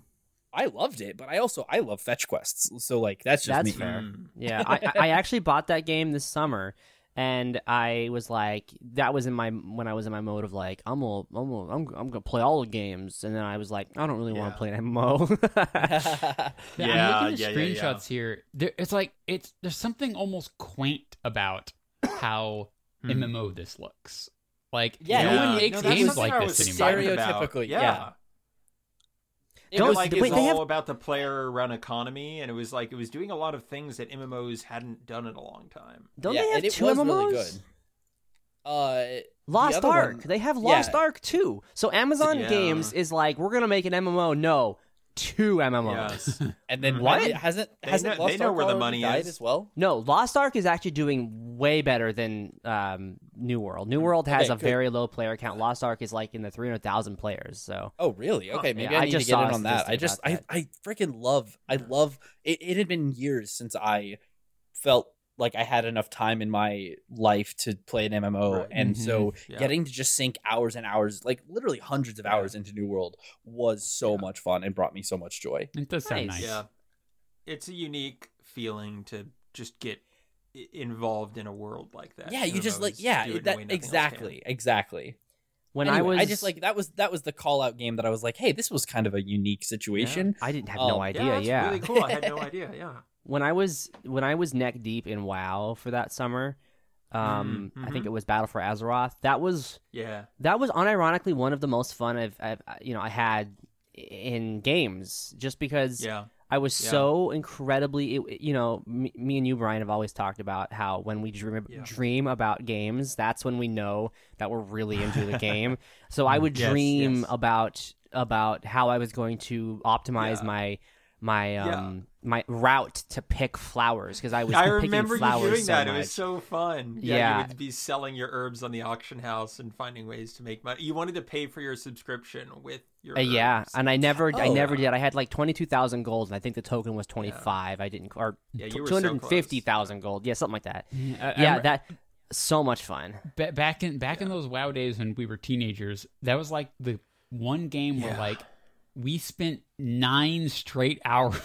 Speaker 5: I loved it, but I also I love fetch quests. So like that's just
Speaker 2: That's
Speaker 5: me.
Speaker 2: fair.
Speaker 5: Hmm.
Speaker 4: Mm.
Speaker 2: Yeah, I, I actually bought that game this summer, and I was like, that was in my when I was in my mode of like, I'm gonna, I'm gonna, I'm, I'm gonna play all the games, and then I was like, I don't really want
Speaker 4: Yeah.
Speaker 2: to play an MMO.
Speaker 1: Yeah,
Speaker 4: Yeah,
Speaker 1: I'm looking at
Speaker 4: yeah, yeah, yeah.
Speaker 1: screenshots here. There, it's like it's there's something almost quaint about how
Speaker 4: Hmm.
Speaker 1: MMO this looks. Like
Speaker 5: Yeah,
Speaker 1: no
Speaker 5: yeah.
Speaker 1: one makes
Speaker 5: No, that's
Speaker 1: games
Speaker 5: something
Speaker 1: like
Speaker 5: I
Speaker 1: this
Speaker 5: was
Speaker 1: anymore.
Speaker 5: staring- Stereotypically, yeah.
Speaker 4: It
Speaker 2: Don't-
Speaker 4: was like
Speaker 2: wait,
Speaker 4: it's
Speaker 2: they
Speaker 4: all
Speaker 2: have-
Speaker 4: about the player-run economy, and it was like it was doing a lot of things that MMOs hadn't done in a long time.
Speaker 2: Don't
Speaker 5: yeah,
Speaker 2: they have
Speaker 5: and it
Speaker 2: two
Speaker 5: was
Speaker 2: MMOs?
Speaker 5: really good. Uh,
Speaker 2: Lost
Speaker 5: other
Speaker 2: Ark.
Speaker 5: one-
Speaker 2: they have
Speaker 5: yeah.
Speaker 2: Lost Ark too. So Amazon
Speaker 4: Yeah.
Speaker 2: Games is like, we're gonna make an MMO. No, two MMOs.
Speaker 5: and then
Speaker 2: Mm-hmm. What?
Speaker 5: hasn't- hasn't
Speaker 4: They
Speaker 5: hasn't
Speaker 4: know-
Speaker 5: Lost
Speaker 4: they know
Speaker 5: Ark
Speaker 4: where the
Speaker 5: already
Speaker 4: money
Speaker 5: died
Speaker 4: is.
Speaker 5: as well?
Speaker 2: no, Lost Ark is actually doing way better than um, New World. New World has
Speaker 5: Mm-hmm. Okay,
Speaker 2: a
Speaker 5: good.
Speaker 2: very low player count. Lost Ark is like in the three hundred thousand players. So
Speaker 5: Oh, really? Okay, maybe
Speaker 2: yeah,
Speaker 5: I
Speaker 2: I
Speaker 5: need
Speaker 2: just
Speaker 5: to get
Speaker 2: saw
Speaker 5: in
Speaker 2: a
Speaker 5: on that. I
Speaker 2: statistic
Speaker 5: just, I,
Speaker 2: about
Speaker 5: I freaking love, I love. It, it had been years since I felt like I had enough time in my life to play an MMO,
Speaker 4: Right.
Speaker 5: and
Speaker 2: Mm-hmm.
Speaker 5: so
Speaker 4: Yeah.
Speaker 5: getting to just sink hours and hours, like literally hundreds of hours into New World, was so
Speaker 4: Yeah.
Speaker 5: much fun and brought me so much joy.
Speaker 1: It does sound
Speaker 2: Nice.
Speaker 1: nice.
Speaker 4: Yeah. It's a unique feeling to just get i- involved in a world like that.
Speaker 5: yeah, you just like,
Speaker 4: MMOs
Speaker 5: yeah,
Speaker 4: do it in a way
Speaker 5: that
Speaker 4: nothing else
Speaker 5: exactly, exactly.
Speaker 2: when I
Speaker 5: Anyway,
Speaker 2: was,
Speaker 5: I just like that was that was the call out game that I was like, hey, this was kind of a unique situation.
Speaker 2: I didn't have
Speaker 5: um,
Speaker 2: no
Speaker 5: yeah,
Speaker 4: can.
Speaker 2: idea. Yeah,
Speaker 4: that's really cool. I had no idea. Yeah,
Speaker 2: when I was when I was neck deep in WoW for that summer, um,
Speaker 4: Mm,
Speaker 2: I think
Speaker 5: mm-hmm.
Speaker 4: mhm.
Speaker 2: it was Battle for Azeroth. That was
Speaker 4: yeah.
Speaker 2: that was unironically one of the most fun I've, I've you know I had in games just because
Speaker 4: Yeah.
Speaker 2: I was
Speaker 4: Yeah.
Speaker 2: so incredibly, it, it- you know, me, me and you, Brian, have always talked about how when we dream,
Speaker 4: Yeah.
Speaker 2: dream about games, that's when we know that we're really into the game. So I would
Speaker 4: Yes,
Speaker 2: dream
Speaker 4: yes.
Speaker 2: about about how I was going to optimize
Speaker 4: Yeah.
Speaker 2: my my
Speaker 4: Yeah.
Speaker 2: um my route to pick flowers because I was
Speaker 4: I
Speaker 2: picking
Speaker 4: remember you
Speaker 2: flowers
Speaker 4: doing
Speaker 2: so
Speaker 4: that. It
Speaker 2: much.
Speaker 4: was so fun.
Speaker 2: Yeah.
Speaker 4: You would be selling your herbs on the auction house and finding ways to make money. You wanted to pay for your subscription with your
Speaker 2: Uh, yeah,
Speaker 4: herbs.
Speaker 2: and I never, I
Speaker 5: Oh.
Speaker 2: never did. I had like twenty two thousand gold, and I think the token was twenty five. I didn't, or
Speaker 4: Yeah, you were
Speaker 2: two
Speaker 4: so
Speaker 2: hundred and fifty thousand gold. Yeah, something like that.
Speaker 1: I- I
Speaker 2: yeah,
Speaker 1: rem-
Speaker 2: that so much fun.
Speaker 1: ba- back in back in those WoW days when we were teenagers, that was like the one game where
Speaker 4: Yeah.
Speaker 1: like we spent nine straight hours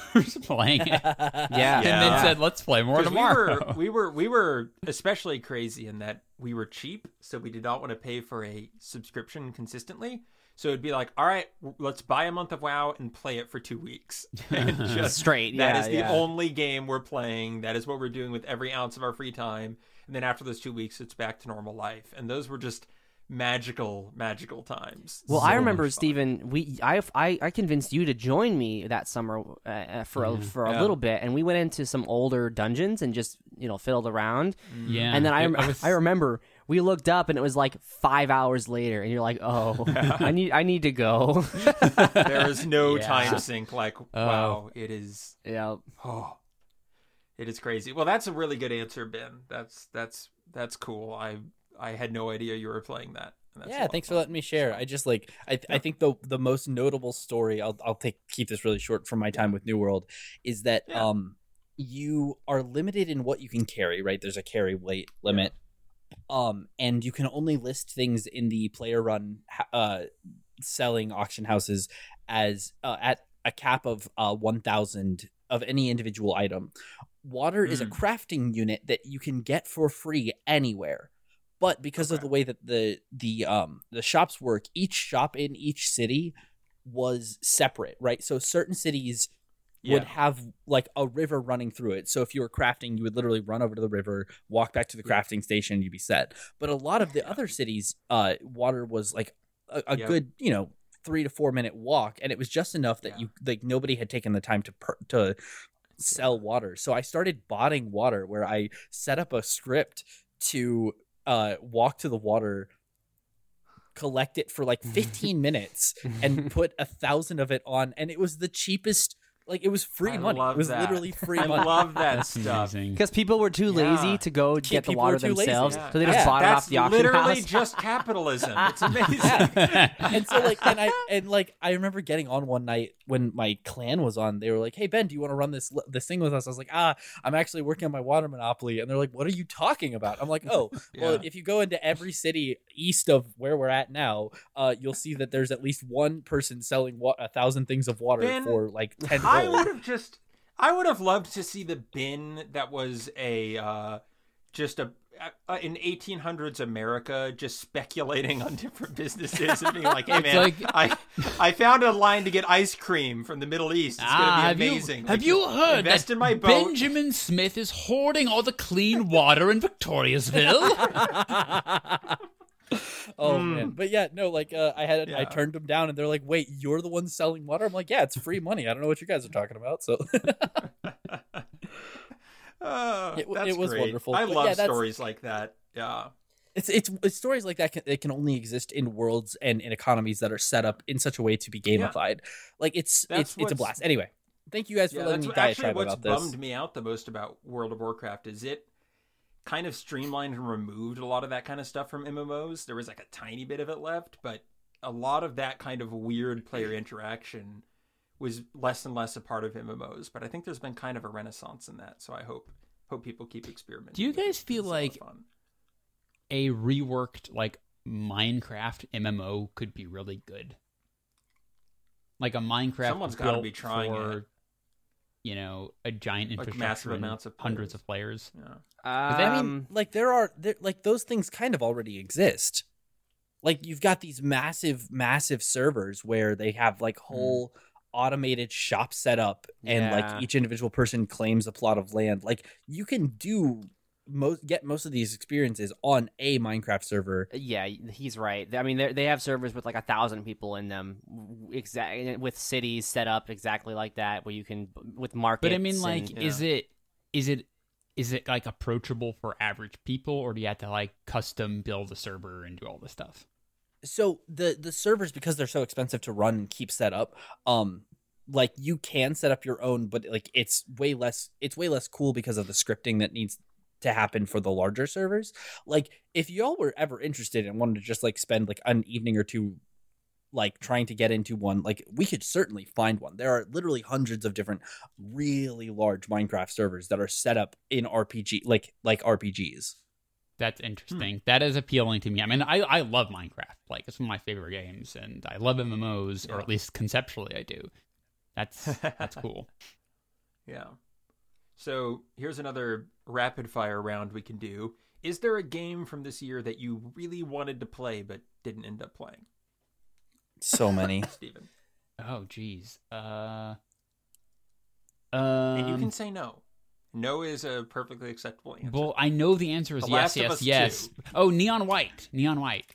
Speaker 1: playing it,
Speaker 2: Yeah.
Speaker 1: and then
Speaker 4: Yeah.
Speaker 1: said, "Let's play more
Speaker 4: 'Cause
Speaker 1: tomorrow."
Speaker 4: We were, we were we were especially crazy in that we were cheap, so we did not want to pay for a subscription consistently. So it'd be like, all right, w- let's buy a month of WoW and play it for two weeks. And just-
Speaker 2: Straight,
Speaker 4: That
Speaker 2: yeah,
Speaker 4: is the
Speaker 2: yeah.
Speaker 4: only game we're playing. That is what we're doing with every ounce of our free time. And then after those two weeks, it's back to normal life. And those were just magical, magical times.
Speaker 2: Well,
Speaker 4: So
Speaker 2: I
Speaker 4: much
Speaker 2: remember
Speaker 4: fun.
Speaker 2: Stephen. We I, I I convinced you to join me that summer uh, uh, for a, for a
Speaker 4: Yeah.
Speaker 2: little bit, and we went into some older dungeons and just you know fiddled around.
Speaker 4: mm,
Speaker 1: yeah,
Speaker 2: and then I
Speaker 1: it-
Speaker 2: rem- I,
Speaker 1: was-
Speaker 2: remember we looked up and it was like five hours later, and you're like, oh, I need I need to go.
Speaker 4: there is no
Speaker 1: Yeah.
Speaker 4: time sync. Like, wow, it is.
Speaker 2: yeah,
Speaker 4: Oh, it is crazy. Well, that's a really good answer, Ben. That's that's that's cool. I I had no idea you were playing that. and that's a lot
Speaker 5: yeah,
Speaker 4: of
Speaker 5: thanks for
Speaker 4: fun.
Speaker 5: letting me share. I just like I, th- I think the the most notable story I'll I'll take keep this really short from my time with New World is that
Speaker 4: Yeah.
Speaker 5: um you are limited in what you can carry, right? There's a carry weight limit. Um and you can only list things in the player run ha- uh selling auction houses as uh, at a cap of uh 1000 of any individual item. Water is a
Speaker 4: Mm.
Speaker 5: crafting unit that you can get for free anywhere but because of
Speaker 4: Okay.
Speaker 5: the way that the the um the shops work each shop in each city was separate right so certain cities would
Speaker 4: Yeah.
Speaker 5: have like a river running through it so if you were crafting you would literally run over to the river walk back to the crafting station you'd be set but a lot of the other cities uh water was like a, a
Speaker 4: Yep.
Speaker 5: good you know three to four minute walk and it was just enough that
Speaker 4: Yeah.
Speaker 5: you like nobody had taken the time to per- to sell water so i started botting water where i set up a script to uh, walk to the water, collect it for like 15 minutes, and put a thousand of it on. And it was the cheapest. Like it was free
Speaker 4: I
Speaker 5: money.
Speaker 4: love
Speaker 5: It was
Speaker 4: that.
Speaker 5: literally free
Speaker 4: I
Speaker 5: money.
Speaker 4: love that
Speaker 1: that's
Speaker 4: stuff.
Speaker 1: amazing.
Speaker 2: because people were too
Speaker 4: Yeah.
Speaker 2: lazy to go get the
Speaker 5: people were
Speaker 2: water
Speaker 5: too lazy,
Speaker 2: themselves,
Speaker 4: yeah.
Speaker 2: so they just
Speaker 5: Yeah.
Speaker 2: bought it
Speaker 4: That's
Speaker 2: off the auction
Speaker 4: literally
Speaker 2: house.
Speaker 4: just capitalism. It's amazing.
Speaker 5: and so like and I and like I remember getting on one night when my clan was on. They were like, "Hey Ben, do you want to run this this thing with us?" I was like, "Ah, I'm actually working on my water monopoly." And they're like, "What are you talking about?" I'm like, "Oh,
Speaker 4: Yeah.
Speaker 5: well, if you go into every city east of where we're at now, uh, you'll see that there's at least one person selling wa- a thousand things of water
Speaker 4: Ben,
Speaker 5: for like ten
Speaker 4: I
Speaker 5: gold."
Speaker 4: would have just I would have loved to see the bin that was a uh just a uh, in 1800s America, just speculating on different businesses and being like, "Hey man,
Speaker 1: like-
Speaker 4: I I found a line to get ice cream from the Middle East. It's
Speaker 1: Ah,
Speaker 4: gonna be amazing."
Speaker 1: Have you,
Speaker 4: Like,
Speaker 1: have you heard
Speaker 4: invest
Speaker 1: that
Speaker 4: in my boat?
Speaker 1: Benjamin Smith is hoarding all the clean water in Victoriasville?
Speaker 5: Oh
Speaker 4: Mm.
Speaker 5: man, but yeah, no, like uh, I had, I
Speaker 4: Yeah.
Speaker 5: turned them down, and they're like, "Wait, you're the one selling water?" I'm like, "Yeah, it's free money. I don't know what you guys are talking about." So
Speaker 4: Oh,
Speaker 5: It w-
Speaker 4: that's
Speaker 5: it was
Speaker 4: great.
Speaker 5: wonderful.
Speaker 4: I
Speaker 5: But
Speaker 4: love
Speaker 5: yeah, that's-
Speaker 4: stories like that. Yeah.
Speaker 5: it's, it's it's stories like that can, that can only exist in worlds and in economies that are set up in such a way to be gamified. Like it's
Speaker 4: That's
Speaker 5: it's it's a
Speaker 4: what's-
Speaker 5: blast. Anyway, thank you guys for
Speaker 4: yeah,
Speaker 5: letting
Speaker 4: that's
Speaker 5: me
Speaker 4: what- actually
Speaker 5: diatribe
Speaker 4: what's
Speaker 5: about this.
Speaker 4: bummed me out the most about World of Warcraft is it kind of streamlined and removed a lot of that kind of stuff from MMOs. There was like a tiny bit of it left, but a lot of that kind of weird player interaction was less and less a part of MMOs. But I think there's been kind of a renaissance in that, so I hope hope people keep experimenting.
Speaker 1: Do you
Speaker 4: with it,
Speaker 1: guys
Speaker 4: 'cause
Speaker 1: feel
Speaker 4: it's a lot of
Speaker 1: like-
Speaker 4: fun.
Speaker 1: a reworked like Minecraft MMO could be really good. Like a Minecraft
Speaker 4: Someone's gotta
Speaker 1: built
Speaker 4: be trying
Speaker 1: for,
Speaker 4: it.
Speaker 1: you know, a giant
Speaker 4: Like massive
Speaker 1: infrastructure and
Speaker 4: amounts of
Speaker 1: hundreds
Speaker 4: players.
Speaker 1: of players.
Speaker 4: Yeah.
Speaker 5: I
Speaker 2: Um,
Speaker 5: mean, like there are there, like those things kind of already exist. Like you've got these massive, massive servers where they have like whole automated shops set up, and
Speaker 2: Yeah.
Speaker 5: like each individual person claims a plot of land. Like you can do most get most of these experiences on a Minecraft server.
Speaker 2: Yeah, he's right. I mean, they they have servers with like a thousand people in them, exactly with cities set up exactly like that, where you can with markets.
Speaker 1: But I mean like
Speaker 2: and-
Speaker 1: is it is it is it like approachable for average people or do you have to like custom build a server and do all this stuff?
Speaker 5: So the the servers because they're so expensive to run and keep set up, um like you can set up your own but like it's way less it's way less cool because of the scripting that needs to happen for the larger servers like if y'all were ever interested and wanted to just like spend like an evening or two like trying to get into one like we could certainly find one there are literally hundreds of different really large minecraft servers that are set up in rpg like like rpgs
Speaker 4: Hmm.
Speaker 1: That's interesting. That is appealing to me. I mean, I, I love Minecraft. Like it's one of my favorite games, and I love MMOs, or
Speaker 4: Yeah.
Speaker 1: at least conceptually, I do. That's that's cool.
Speaker 4: Yeah. So here's another rapid fire round we can do. Is there a game from this year that you really wanted to play but didn't end up playing,
Speaker 5: so many
Speaker 4: Steven?
Speaker 1: Oh, geez. Uh,
Speaker 4: and you
Speaker 1: um,
Speaker 4: can say no. No is a perfectly acceptable answer.
Speaker 1: well, I know the answer is
Speaker 4: The
Speaker 1: yes,
Speaker 4: Last of
Speaker 1: yes,
Speaker 4: Us
Speaker 1: yes.
Speaker 4: 2.
Speaker 1: Oh, Neon White. Neon White.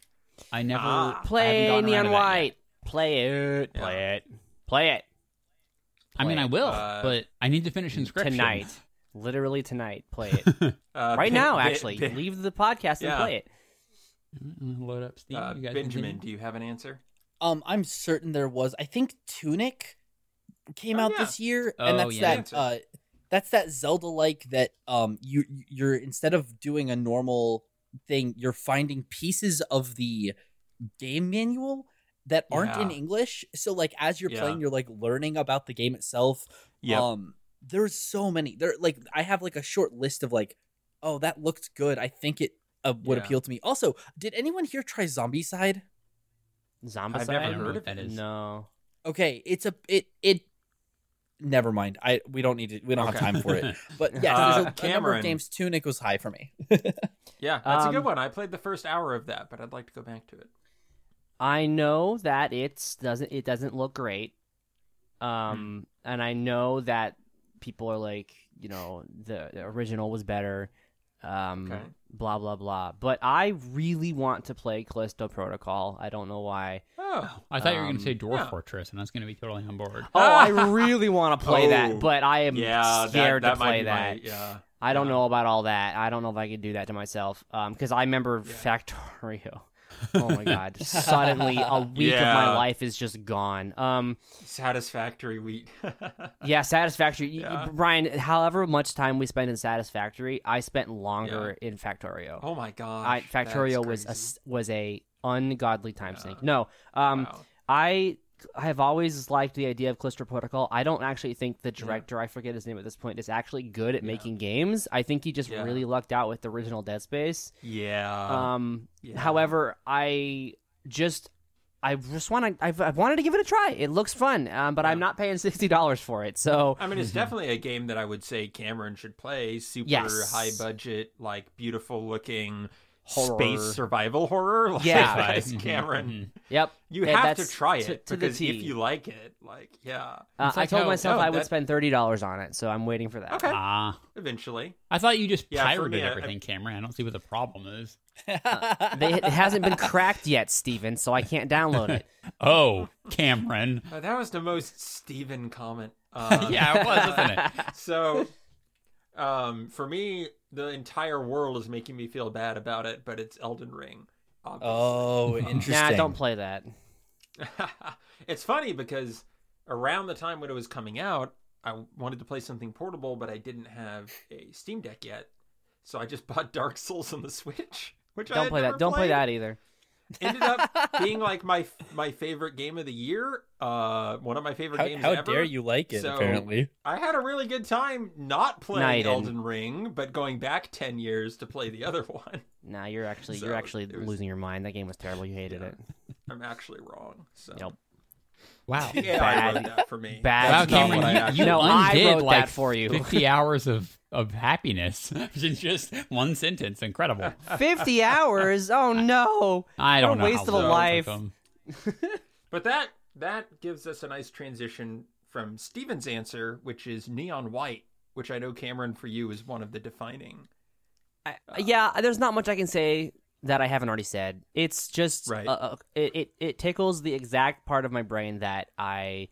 Speaker 1: I never
Speaker 4: Ah.
Speaker 1: I haven't
Speaker 2: play
Speaker 1: gotten around
Speaker 2: Neon
Speaker 1: to that yet.
Speaker 2: White, play it,
Speaker 4: Yeah.
Speaker 2: play it, play it
Speaker 1: I mean, I will,
Speaker 4: Uh,
Speaker 1: but I need to finish inscription
Speaker 2: tonight, literally tonight, play it
Speaker 4: Uh,
Speaker 2: right
Speaker 4: Ben-
Speaker 2: now.
Speaker 4: Ben-
Speaker 2: Actually,
Speaker 4: Ben-
Speaker 2: leave the podcast
Speaker 4: Yeah.
Speaker 2: and play it.
Speaker 1: I'm gonna Load up Steam.
Speaker 4: uh,
Speaker 1: you guys
Speaker 4: Benjamin,
Speaker 1: continue.
Speaker 4: do you have an answer?
Speaker 5: Um, I'm certain there was. I think Tunic came
Speaker 4: Oh,
Speaker 5: out
Speaker 4: yeah.
Speaker 5: this year,
Speaker 1: Oh,
Speaker 5: and that's
Speaker 1: yeah.
Speaker 5: that. Uh, that's that Zelda like that. Um, you you're instead of doing a normal thing, you're finding pieces of the game manual that aren't in
Speaker 4: Yeah.
Speaker 5: English. So like as you're
Speaker 4: Yeah.
Speaker 5: playing, you're like learning about the game itself. Um, there's so many. There, like, I have like a short list of like, oh, that looked good. I think it uh, would
Speaker 4: Yeah.
Speaker 5: appeal to me. Also, did anyone here try Zombie Side?
Speaker 2: Zombicide.
Speaker 4: I've never
Speaker 1: I don't know
Speaker 4: heard
Speaker 1: what
Speaker 4: of
Speaker 1: that is.
Speaker 2: No.
Speaker 5: Okay, it's a it it. Never mind. I we don't need to. We don't
Speaker 4: Okay.
Speaker 5: have time for it. But
Speaker 4: Uh,
Speaker 5: yes, there's a, a number
Speaker 4: Cameron.
Speaker 5: of games. Tunic was high for me.
Speaker 4: Yeah, that's a
Speaker 2: Um,
Speaker 4: good one. I played the first hour of that, but I'd like to go back to it.
Speaker 2: I know that it's doesn't it doesn't look great. Um
Speaker 4: Hmm.
Speaker 2: and I know that people are like, you know, the, the original was better. Um
Speaker 4: Okay.
Speaker 2: blah blah blah. But I really want to play Callisto Protocol. I don't know why.
Speaker 4: Oh,
Speaker 1: I thought you were going
Speaker 2: Um,
Speaker 1: to say Dwarf
Speaker 4: yeah.
Speaker 1: Fortress, and I was going to be totally on board.
Speaker 2: Oh, I really want to play
Speaker 4: Oh.
Speaker 2: that, but I am
Speaker 4: yeah,
Speaker 2: scared
Speaker 4: that, that
Speaker 2: to
Speaker 4: might
Speaker 2: play
Speaker 4: be
Speaker 2: that.
Speaker 4: my- yeah,
Speaker 2: I don't
Speaker 4: yeah.
Speaker 2: know about all that. I don't know if I could do that to myself. Um, because I remember
Speaker 4: Yeah.
Speaker 2: Factorio. Oh my god! Suddenly, a week of
Speaker 4: Yeah.
Speaker 2: my life is just gone. Um,
Speaker 4: satisfactory wheat.
Speaker 2: Yeah, satisfactory. You- you-
Speaker 4: Yeah.
Speaker 2: Brian, however much time we spent in satisfactory, I spent longer in Factorio.
Speaker 4: oh my god,
Speaker 2: I, Factorio was a s- was a ungodly time
Speaker 4: Yeah.
Speaker 2: sink. No, um,
Speaker 4: wow.
Speaker 2: I I have always liked the idea of Clister Protocol. I don't actually think the director, I forget his name at this point, is actually good at
Speaker 4: Yeah.
Speaker 2: making games. I think he just
Speaker 4: Yeah.
Speaker 2: really lucked out with the original Dead Space.
Speaker 4: yeah.
Speaker 2: Um,
Speaker 4: yeah.
Speaker 2: however, I just. I just want to. I've, I've wanted to give it a try. It looks fun, um, but I'm
Speaker 4: Yeah.
Speaker 2: not paying sixty dollars for it. So
Speaker 4: I mean, it's definitely a game that I would say Cameron should play. Super
Speaker 2: Yes.
Speaker 4: high budget, like beautiful looking,
Speaker 2: horror.
Speaker 4: space survival horror. Like,
Speaker 2: Yeah.
Speaker 4: that's
Speaker 1: Mhm,
Speaker 4: Cameron.
Speaker 1: mhm.
Speaker 2: Yep.
Speaker 4: You
Speaker 2: Yeah,
Speaker 4: have to
Speaker 2: that's
Speaker 4: try
Speaker 2: to-
Speaker 4: it
Speaker 2: to the
Speaker 4: because if
Speaker 2: T.
Speaker 4: you like it, like yeah,
Speaker 2: Uh,
Speaker 1: It's
Speaker 2: I
Speaker 1: like
Speaker 2: told
Speaker 1: how-
Speaker 2: myself
Speaker 4: no,
Speaker 2: I would
Speaker 4: that-
Speaker 2: spend thirty dollars on it, so I'm waiting for that.
Speaker 4: okay,
Speaker 1: Ah,
Speaker 4: eventually.
Speaker 1: I thought you just
Speaker 4: Yeah, for
Speaker 1: pirated
Speaker 4: me, I-
Speaker 1: everything, Cameron. I don't see what the problem is.
Speaker 2: They, it hasn't been cracked yet, Steven, so I can't download it.
Speaker 1: Oh, Cameron.
Speaker 4: Uh, that was the most Steven comment. Uh,
Speaker 1: yeah, it was, wasn't it?
Speaker 4: So, um, for me, the entire world is making me feel bad about it, but it's Elden Ring. Obviously.
Speaker 5: oh, interesting.
Speaker 2: nah, don't play that.
Speaker 4: it's funny because around the time when it was coming out, I wanted to play something portable, but I didn't have a Steam Deck yet, so I just bought Dark Souls on the Switch. Which I
Speaker 2: Don't
Speaker 4: had
Speaker 2: play
Speaker 4: never
Speaker 2: that. Don't play
Speaker 4: played.
Speaker 2: that either.
Speaker 4: Ended up being like my my favorite game of the year. Uh, one of my favorite
Speaker 5: How,
Speaker 4: games.
Speaker 5: how
Speaker 4: ever.
Speaker 5: dare you like it?
Speaker 4: So-
Speaker 5: apparently,
Speaker 4: I had a really good time not
Speaker 2: No, you
Speaker 4: playing
Speaker 2: didn't.
Speaker 4: Elden Ring, but going back ten years to play the other one.
Speaker 2: Nah, you're actually
Speaker 4: So,
Speaker 2: you're actually
Speaker 4: it was-
Speaker 2: losing your mind. That game was terrible. You hated
Speaker 4: Yeah.
Speaker 2: it.
Speaker 4: I'm actually wrong. So
Speaker 2: Nope.
Speaker 1: Wow.
Speaker 4: yeah, I
Speaker 2: Bad.
Speaker 4: wrote that for me.
Speaker 2: Bad.
Speaker 1: Wow,
Speaker 4: That's not
Speaker 1: Cameron,
Speaker 4: what I
Speaker 1: you,
Speaker 4: actually
Speaker 1: you
Speaker 2: No, I
Speaker 1: undid
Speaker 2: wrote that
Speaker 1: like
Speaker 2: for you.
Speaker 1: 50 hours of, of happiness in just one sentence. Incredible.
Speaker 3: 50 hours? Oh no.
Speaker 1: I don't
Speaker 3: What a
Speaker 1: know.
Speaker 3: waste
Speaker 1: how
Speaker 3: of
Speaker 1: long
Speaker 3: a
Speaker 1: it
Speaker 3: life.
Speaker 1: took 'em.
Speaker 4: But that that gives us a nice transition from Steven's answer, which is neon white, which I know Cameron for you is one of the defining.
Speaker 2: I,
Speaker 4: Uh,
Speaker 2: yeah, there's not much I can say that I haven't already said. It's just
Speaker 4: Right.
Speaker 2: uh, uh, it, it it tickles the exact part of my brain that I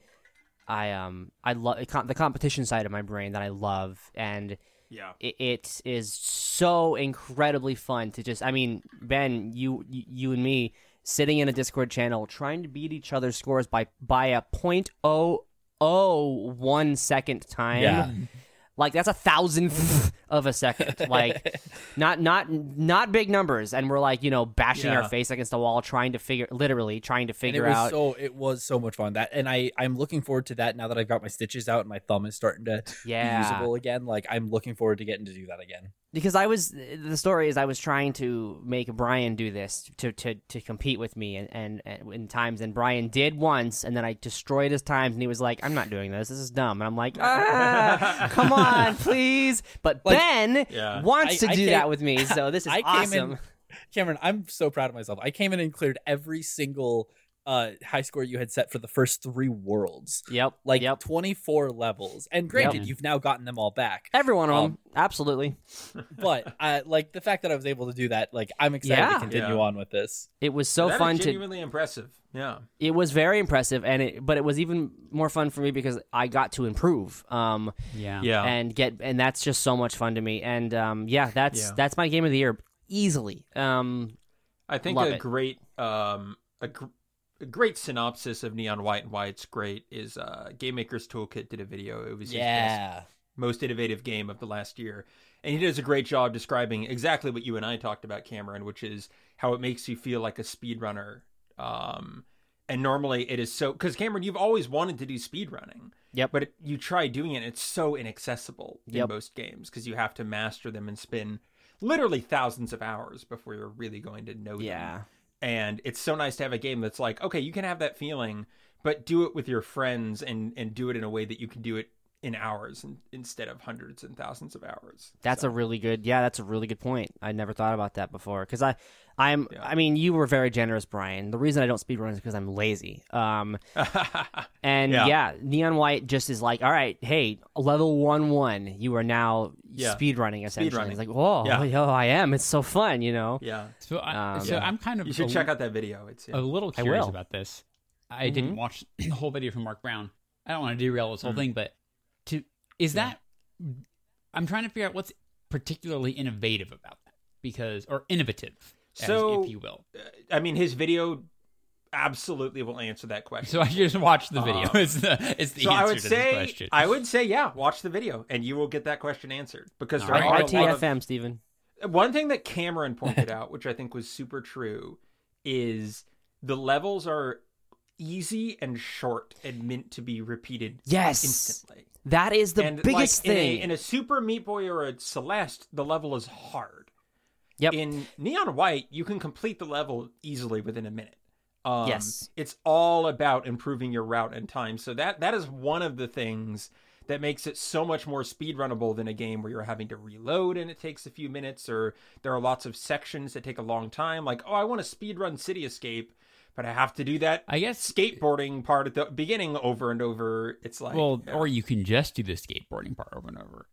Speaker 2: I um I love the competition side of my brain that I love and
Speaker 4: Yeah.
Speaker 2: it, it is so incredibly fun to just i mean ben you you and me sitting in a discord channel trying to beat each other's scores by by a 0.001 second time
Speaker 5: Yeah.
Speaker 2: like that's a thousandth of a second like not not not big numbers and we're like you know bashing
Speaker 4: Yeah.
Speaker 2: our face against the wall trying to figure literally trying to
Speaker 5: and it
Speaker 2: figure
Speaker 5: was
Speaker 2: out
Speaker 5: so it was so much fun. That and I I'm looking forward to that now that I've got my stitches out and my thumb is starting to
Speaker 2: yeah
Speaker 5: be usable again. Like I'm looking forward to getting to do that again.
Speaker 2: because I was the story is I was trying to make Brian do this to to, to compete with me and, and, and in times and Brian did once and then I destroyed his times and he was like I'm not doing this this is dumb and I'm like ah, come on please but
Speaker 5: Like,
Speaker 2: Ben
Speaker 4: yeah.
Speaker 2: wants to
Speaker 5: I- I
Speaker 2: do
Speaker 5: came-
Speaker 2: that with me so this is
Speaker 5: I came in-
Speaker 2: awesome
Speaker 5: Cameron, I'm so proud of myself. I came in and cleared every single uh high score you had set for the first three worlds.
Speaker 2: yep
Speaker 5: Like
Speaker 2: yep
Speaker 5: 24 levels. And granted,
Speaker 1: Yep.
Speaker 5: you've now gotten them all back.
Speaker 2: every one of them absolutely
Speaker 5: But uh, like the fact that I was able to do that, like I'm excited
Speaker 2: Yeah.
Speaker 5: to continue
Speaker 4: Yeah.
Speaker 5: on with this.
Speaker 2: it was so
Speaker 4: that is
Speaker 2: fun to
Speaker 4: genuinely impressive. Yeah.
Speaker 2: it was very impressive and it but it was even more fun for me because I got to improve um
Speaker 1: Yeah.
Speaker 4: Yeah.
Speaker 2: and get and that's just so much fun to me and um yeah that's
Speaker 4: Yeah.
Speaker 2: that's my game of the year easily um
Speaker 4: I think
Speaker 2: Love
Speaker 4: a
Speaker 2: it.
Speaker 4: great um a, gr- a great synopsis of Neon White and why it's great is uh Game Maker's Toolkit did a video. It was his best most innovative game of the last year. And he does a great job describing exactly what you and I talked about, Cameron, which is how it makes you feel like a speedrunner. Um, and normally it is so because Cameron, you've always wanted to do speedrunning,
Speaker 2: yep
Speaker 4: but it, you try doing it, it's so inaccessible in
Speaker 2: Yep.
Speaker 4: most games because you have to master them and spend literally thousands of hours before you're really going to know them.
Speaker 2: yeah
Speaker 4: And it's so nice to have a game that's like, okay, you can have that feeling, but do it with your friends and and do it in a way that you can do it in hours and, instead of hundreds and thousands of hours.
Speaker 2: that's a really good yeah that's a really good point i never thought about that before because i i'm
Speaker 4: Yeah.
Speaker 2: i mean you were very generous brian the reason i don't speed run is because i'm lazy um
Speaker 4: a
Speaker 2: and yeah.
Speaker 4: Yeah.
Speaker 2: neon white just is like all right hey level one one you are now
Speaker 4: Yeah.
Speaker 2: speed running essentially
Speaker 4: running.
Speaker 2: it's like whoa oh,
Speaker 4: Yeah.
Speaker 2: yo i am it's so fun you know
Speaker 4: yeah.
Speaker 1: So, I,
Speaker 2: Um,
Speaker 1: so
Speaker 4: Yeah.
Speaker 1: I'm kind of
Speaker 4: You
Speaker 1: a
Speaker 4: should check out that video. It's yeah.
Speaker 1: a little
Speaker 2: I
Speaker 1: curious
Speaker 2: will.
Speaker 1: about this. I
Speaker 4: Mm-hmm.
Speaker 1: didn't watch the whole video from Mark Brown. I don't want to derail this
Speaker 4: Mm.
Speaker 1: whole thing, but to is that I'm trying to figure out what's particularly innovative about that because or innovative,
Speaker 4: So-
Speaker 1: as, if you will.
Speaker 4: I mean, his video absolutely will answer that question.
Speaker 1: So I just watched the video.
Speaker 4: Uh,
Speaker 1: it's the it's the
Speaker 4: So
Speaker 1: answer
Speaker 4: I would
Speaker 1: to
Speaker 4: say,
Speaker 1: this question.
Speaker 4: I would say, yeah, watch the video, and you will get that question answered because there
Speaker 1: Alright.
Speaker 4: are a lot of-
Speaker 2: itfm steven
Speaker 4: One thing that Cameron pointed out, which I think was super true, is the levels are easy and short and meant to be repeated
Speaker 2: Yes.
Speaker 4: instantly.
Speaker 2: that is the
Speaker 4: and like,
Speaker 2: biggest
Speaker 4: in a-
Speaker 2: thing
Speaker 4: in a, Super Meat Boy or a Celeste, the level is hard.
Speaker 2: Yep.
Speaker 4: In Neon White, you can complete the level easily within a minute. Um,
Speaker 2: Yes.
Speaker 4: It's all about improving your route and time. So that that is one of the things that makes it so much more speedrunnable than a game where you're having to reload and it takes a few minutes, or there are lots of sections that take a long time. Like, oh, I want to speedrun City Escape, but I have to do that
Speaker 1: I guess.
Speaker 4: skateboarding part at the beginning over and over. It's like,
Speaker 1: Well,
Speaker 4: yeah,
Speaker 1: or you can just do the skateboarding part over and over.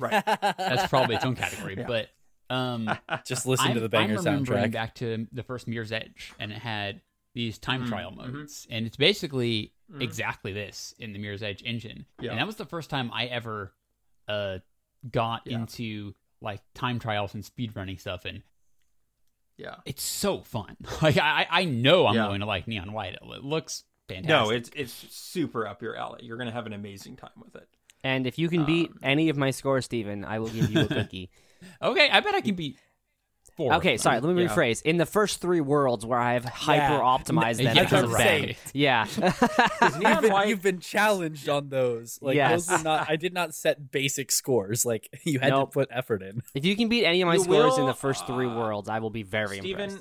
Speaker 4: right.
Speaker 1: That's probably its own category.
Speaker 4: Yeah.
Speaker 1: But um,
Speaker 5: Just listen to
Speaker 1: I'm-
Speaker 5: the banger
Speaker 1: I'm remembering
Speaker 5: soundtrack.
Speaker 1: back to the first Mirror's Edge, and it had these time
Speaker 4: Mm,
Speaker 1: trial
Speaker 4: mhm.
Speaker 1: modes, and it's basically
Speaker 4: Mhm.
Speaker 1: exactly this in the Mirror's Edge engine.
Speaker 4: Yeah.
Speaker 1: And that was the first time I ever uh, got
Speaker 4: Yeah.
Speaker 1: into like time trials and speedrunning stuff, and
Speaker 4: yeah.
Speaker 1: it's so fun. Like I, I I know I'm
Speaker 4: Yeah.
Speaker 1: going to like Neon White. It looks fantastic.
Speaker 4: No, it's it's super up your alley. You're gonna have an amazing time with it.
Speaker 2: And if you can beat
Speaker 4: Um,
Speaker 2: any of my scores, Steven, I will give you a cookie.
Speaker 1: okay. I bet I can beat four. of
Speaker 2: okay,
Speaker 1: them.
Speaker 2: sorry, let me
Speaker 4: yeah.
Speaker 2: rephrase. In the first three worlds where I have hyper optimized them
Speaker 1: Yeah,
Speaker 2: because of that.
Speaker 1: right.
Speaker 2: Yeah.
Speaker 5: You've
Speaker 4: Neon
Speaker 5: been,
Speaker 4: White-
Speaker 5: you've been challenged on those. Like
Speaker 2: Yes.
Speaker 5: those were not. I did not set basic scores. Like you had
Speaker 2: Nope.
Speaker 5: to put effort in.
Speaker 2: if you can beat any of my
Speaker 4: You
Speaker 2: scores in
Speaker 4: will,
Speaker 2: the first three
Speaker 4: uh,
Speaker 2: worlds, I will be very impressed.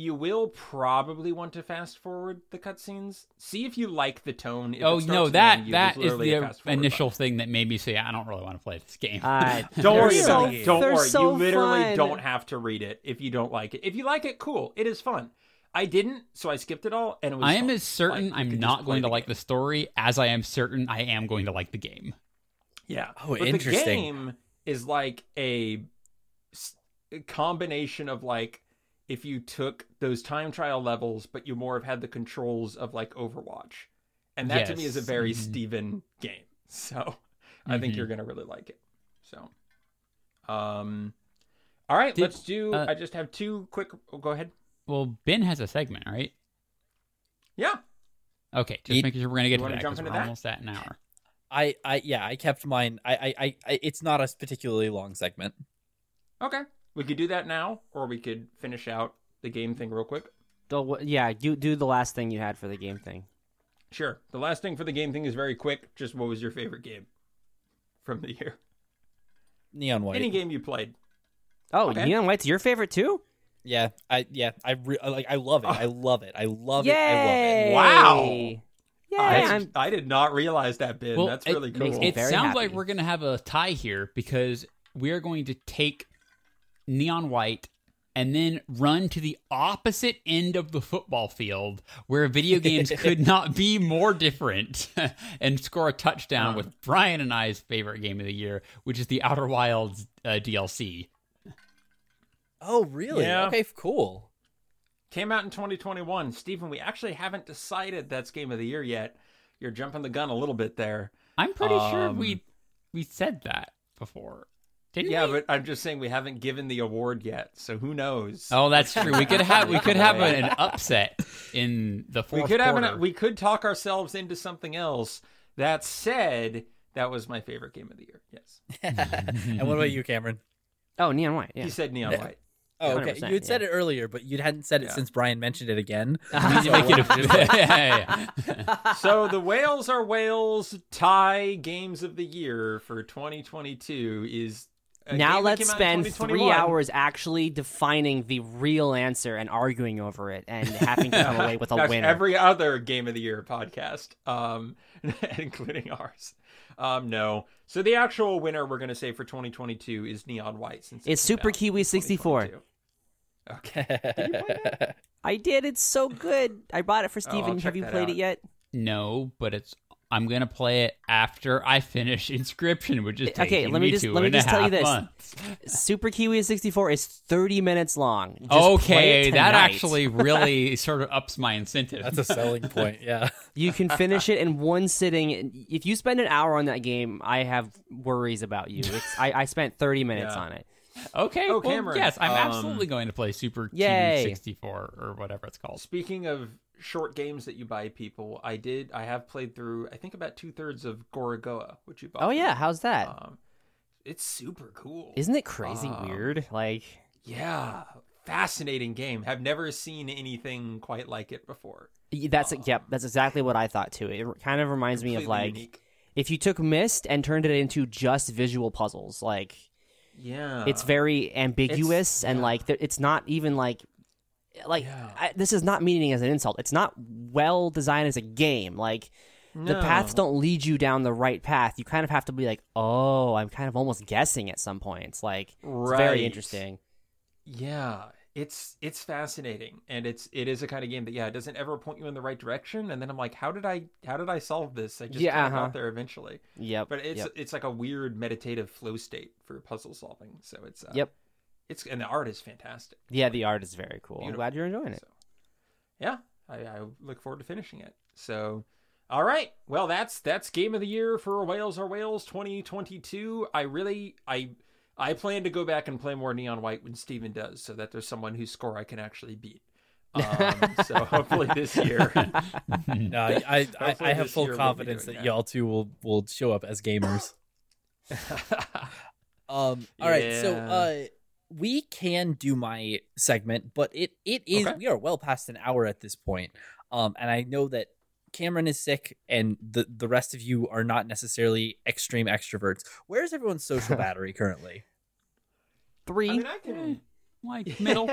Speaker 4: you will probably want to fast forward the cutscenes. See if you like the tone. If
Speaker 1: Oh
Speaker 4: it starts
Speaker 1: no,
Speaker 4: again,
Speaker 1: that
Speaker 4: you
Speaker 1: that
Speaker 4: just
Speaker 1: is
Speaker 4: literally
Speaker 1: the
Speaker 4: fast forward
Speaker 1: initial thing that made me say I don't really want to play this game.
Speaker 2: I-
Speaker 4: button. Don't worry
Speaker 2: They're
Speaker 4: about
Speaker 2: so-
Speaker 4: it. Don't
Speaker 2: they're
Speaker 4: worry.
Speaker 2: so
Speaker 4: you literally
Speaker 2: fun.
Speaker 4: don't have to read it if you don't like it. If you like it, cool. It is fun. I didn't, so I skipped it all, and it was.
Speaker 1: I am
Speaker 4: fun.
Speaker 1: as certain
Speaker 4: Like, you
Speaker 1: I'm
Speaker 4: could
Speaker 1: not
Speaker 4: just play
Speaker 1: going to
Speaker 4: the
Speaker 1: like
Speaker 4: game.
Speaker 1: the story as I am certain I am going to like the game.
Speaker 4: Yeah.
Speaker 5: Oh,
Speaker 4: but The
Speaker 5: interesting.
Speaker 4: game is like a, s- a combination of like if you took those time trial levels, but you more have had the controls of like Overwatch, and that to me is a
Speaker 1: Yes.
Speaker 4: very
Speaker 1: Mhm.
Speaker 4: Steven game. So I think
Speaker 1: Mhm.
Speaker 4: you're gonna really like it. So, um, all right,
Speaker 1: Did-
Speaker 4: let's do.
Speaker 1: uh,
Speaker 4: I just have two quick. Oh, go ahead.
Speaker 1: Well, Ben has a segment, right?
Speaker 4: Yeah.
Speaker 1: Okay, just
Speaker 5: Ye-
Speaker 1: making sure we're gonna get
Speaker 4: You
Speaker 1: to
Speaker 4: wanna
Speaker 1: that
Speaker 4: jump
Speaker 1: because
Speaker 4: into
Speaker 1: we're
Speaker 4: that?
Speaker 1: almost at an hour.
Speaker 5: I, I, yeah, I kept mine. I, I, I, I it's not a particularly long segment.
Speaker 4: Okay. We could do that now, or we could finish out the game thing real quick.
Speaker 2: Don't wo- yeah, you do the last thing you had for the game thing.
Speaker 4: Sure. The last thing for the game thing is very quick. Just what was your favorite game from the year?
Speaker 5: Neon White.
Speaker 4: Any game you played.
Speaker 2: Oh,
Speaker 4: Okay.
Speaker 2: Neon White's your favorite too?
Speaker 5: Yeah, I, yeah, I re- like. I love it. I love it. I love it. I love
Speaker 2: Yay!
Speaker 5: it.
Speaker 4: Wow.
Speaker 2: Yeah,
Speaker 4: I,
Speaker 2: I'm-
Speaker 4: I did not realize that, Ben.
Speaker 1: well,
Speaker 4: That's
Speaker 1: it-
Speaker 4: really
Speaker 1: it,
Speaker 4: cool.
Speaker 2: makes me
Speaker 1: It
Speaker 2: very
Speaker 1: sounds like
Speaker 2: happy.
Speaker 1: we're gonna have a tie here because we are going to take neon white and then run to the opposite end of the football field where video games could not be more different and score a touchdown
Speaker 4: Uh-huh.
Speaker 1: with Brian and I's favorite game of the year, which is the Outer Wilds uh, DLC.
Speaker 5: Oh, really?
Speaker 4: Yeah.
Speaker 5: Okay, f- cool.
Speaker 4: Came out in 2021. Stephen, we actually haven't decided that's game of the year yet. You're jumping the gun a little bit there.
Speaker 1: I'm pretty sure
Speaker 4: Um,
Speaker 1: we we said that before. Didn't
Speaker 4: yeah,
Speaker 1: we?
Speaker 4: but I'm just saying we haven't given the award yet, so who knows?
Speaker 1: Oh, that's true. We could have we could have an, an upset in the
Speaker 4: we
Speaker 1: fourth
Speaker 4: could have
Speaker 1: quarter.
Speaker 4: an, we could talk ourselves into something else. That said, that was my favorite game of the year. Yes,
Speaker 5: and what about you, Cameron?
Speaker 2: oh, Neon White. Yeah.
Speaker 4: he said Neon
Speaker 5: Yeah.
Speaker 4: White.
Speaker 5: Oh, okay.
Speaker 2: 100%,
Speaker 5: You had said
Speaker 2: yeah.
Speaker 5: it earlier, but you hadn't said it
Speaker 4: Yeah.
Speaker 5: since Brian mentioned it again.
Speaker 1: We need to make it. A, yeah, yeah, yeah.
Speaker 4: so the Whales Are Whales tie games of the year for 2022 is a uh, game
Speaker 2: now
Speaker 4: that
Speaker 2: let's
Speaker 4: came out in
Speaker 2: spend three
Speaker 4: 2021.
Speaker 2: hours actually defining the real answer and arguing over it and having to come away with a
Speaker 4: Gosh,
Speaker 2: winner.
Speaker 4: Every other game of the year podcast, um, including ours. Um, no. So the actual winner we're going to say for 2022 is Neon White. Since it
Speaker 2: It's
Speaker 4: came
Speaker 2: Super
Speaker 4: out in
Speaker 2: Kiwi 64.
Speaker 4: 2022.
Speaker 2: I did. It's so good. I bought it for
Speaker 4: Oh, I'll
Speaker 2: Steven.
Speaker 4: check
Speaker 2: have you
Speaker 4: that
Speaker 2: played
Speaker 4: out.
Speaker 2: it yet?
Speaker 1: No, but it's. I'm gonna play it after I finish Inscription, which is
Speaker 2: Eh, Okay,
Speaker 1: taking
Speaker 2: let me
Speaker 1: me
Speaker 2: just-
Speaker 1: two
Speaker 2: let me
Speaker 1: and a
Speaker 2: just tell you
Speaker 1: half
Speaker 2: this.
Speaker 1: months.
Speaker 2: Super Kiwi 64 is 30 minutes long. Just play
Speaker 1: okay,
Speaker 2: it
Speaker 1: that
Speaker 2: tonight.
Speaker 1: actually really sort of ups my incentive.
Speaker 5: That's a selling point. Yeah.
Speaker 2: You can finish it in one sitting. If you spend an hour on that game, I have worries about you. It's, I, I spent 30 minutes
Speaker 4: Yeah.
Speaker 2: on it.
Speaker 1: okay.
Speaker 4: Oh,
Speaker 1: well,
Speaker 4: Cameron,
Speaker 1: yes, I'm
Speaker 4: um,
Speaker 1: absolutely going to play Super
Speaker 2: Yay.
Speaker 1: TV 64 or whatever it's called.
Speaker 4: Speaking of short games that you buy people, I did. I have played through. I think about two thirds of Gorogoa, which you bought.
Speaker 2: Oh,
Speaker 4: me.
Speaker 2: yeah. How's that?
Speaker 4: Um, it's super cool.
Speaker 2: Isn't it crazy
Speaker 4: um,
Speaker 2: weird? Like,
Speaker 4: Yeah, fascinating game. Have never seen anything quite like it before.
Speaker 2: y- that's, yep, that's exactly what I thought too. It kind of reminds me of
Speaker 4: uh, Completely
Speaker 2: like.
Speaker 4: unique.
Speaker 2: if you took mist and turned it into just visual puzzles like
Speaker 4: yeah,
Speaker 2: it's very ambiguous and
Speaker 4: yeah.
Speaker 2: like th- it's not even like like
Speaker 4: Yeah.
Speaker 2: I, this is not meaning as an insult it's not well designed as a game like the paths don't lead you down the right path. You kind of have to be like, oh, I'm kind of almost guessing at some points. Like, it's
Speaker 4: Right.
Speaker 2: very interesting.
Speaker 4: Yeah, it's it's fascinating, and it's it is a kind of game that yeah, it doesn't ever point you in the right direction. And then I'm like, how did I how did I solve this? I just
Speaker 2: Yeah,
Speaker 4: yeah,
Speaker 2: uh-huh.
Speaker 4: got there eventually.
Speaker 2: Yep.
Speaker 4: But it's
Speaker 2: yep.
Speaker 4: it's like a weird meditative flow state for puzzle solving. So it's uh,
Speaker 2: Yep.
Speaker 4: It's and the art is fantastic.
Speaker 2: yeah, the art is very cool. I'm
Speaker 4: Beautiful.
Speaker 2: glad you're enjoying it.
Speaker 4: So, yeah, I, I look forward to finishing it. So, all right, well, that's that's game of the year for Wales or Wales 2022. I really, I, I plan to go back and play more Neon White when Steven does, so that there's someone whose score I can actually beat. Um, so hopefully this year.
Speaker 5: No, I, I, I
Speaker 4: Hopefully
Speaker 5: have
Speaker 4: this
Speaker 5: full
Speaker 4: year we'll be
Speaker 5: confidence
Speaker 4: doing
Speaker 5: that
Speaker 4: that.
Speaker 5: y'all two will will show up as gamers. Um. All right. So,
Speaker 4: Yeah.
Speaker 5: uh, we can do my segment, but it it is
Speaker 4: Okay.
Speaker 5: we are well past an hour at this point. Um, and I know that Cameron is sick, and the the rest of you are not necessarily extreme extroverts. Where's everyone's social battery currently?
Speaker 2: Three
Speaker 4: I mean, I
Speaker 2: eh,
Speaker 4: can.
Speaker 1: like middle.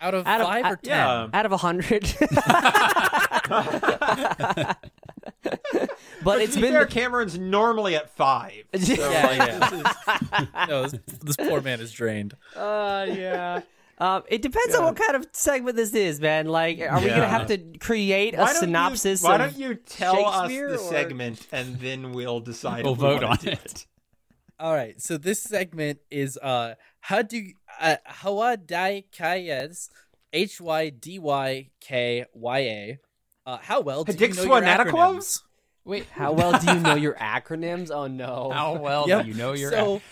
Speaker 5: Out of
Speaker 2: Out of-
Speaker 5: five
Speaker 2: uh,
Speaker 5: or ten?
Speaker 4: Yeah.
Speaker 2: out of a hundred. but it's
Speaker 4: to be
Speaker 2: been
Speaker 4: fair, Cameron's normally at five. So,
Speaker 2: Yeah,
Speaker 4: like,
Speaker 5: Oh, yeah.
Speaker 4: This is,
Speaker 5: No, this, this poor man is drained.
Speaker 2: Uh, yeah. Um, it depends on
Speaker 4: Yeah.
Speaker 2: what kind of segment this is, man. Like, are we gonna
Speaker 4: Yeah.
Speaker 2: have to create a
Speaker 4: why don't
Speaker 2: synopsis?
Speaker 4: You, why
Speaker 2: of-
Speaker 4: don't you tell us
Speaker 2: Shakespeare
Speaker 4: the
Speaker 2: or-
Speaker 4: segment and then we'll decide?
Speaker 1: We'll
Speaker 4: if we
Speaker 1: vote
Speaker 4: wanna
Speaker 1: on
Speaker 4: do
Speaker 1: it.
Speaker 5: All right, so this segment is uh how do uh Hawadai Kayes H Y D Y K Y A. Uh how well do you know your
Speaker 4: Hadixwanataquo?
Speaker 5: acronyms?
Speaker 1: Wait,
Speaker 2: How well do you know your acronyms? Oh no.
Speaker 1: How well
Speaker 5: Yep.
Speaker 1: do you know your?
Speaker 5: so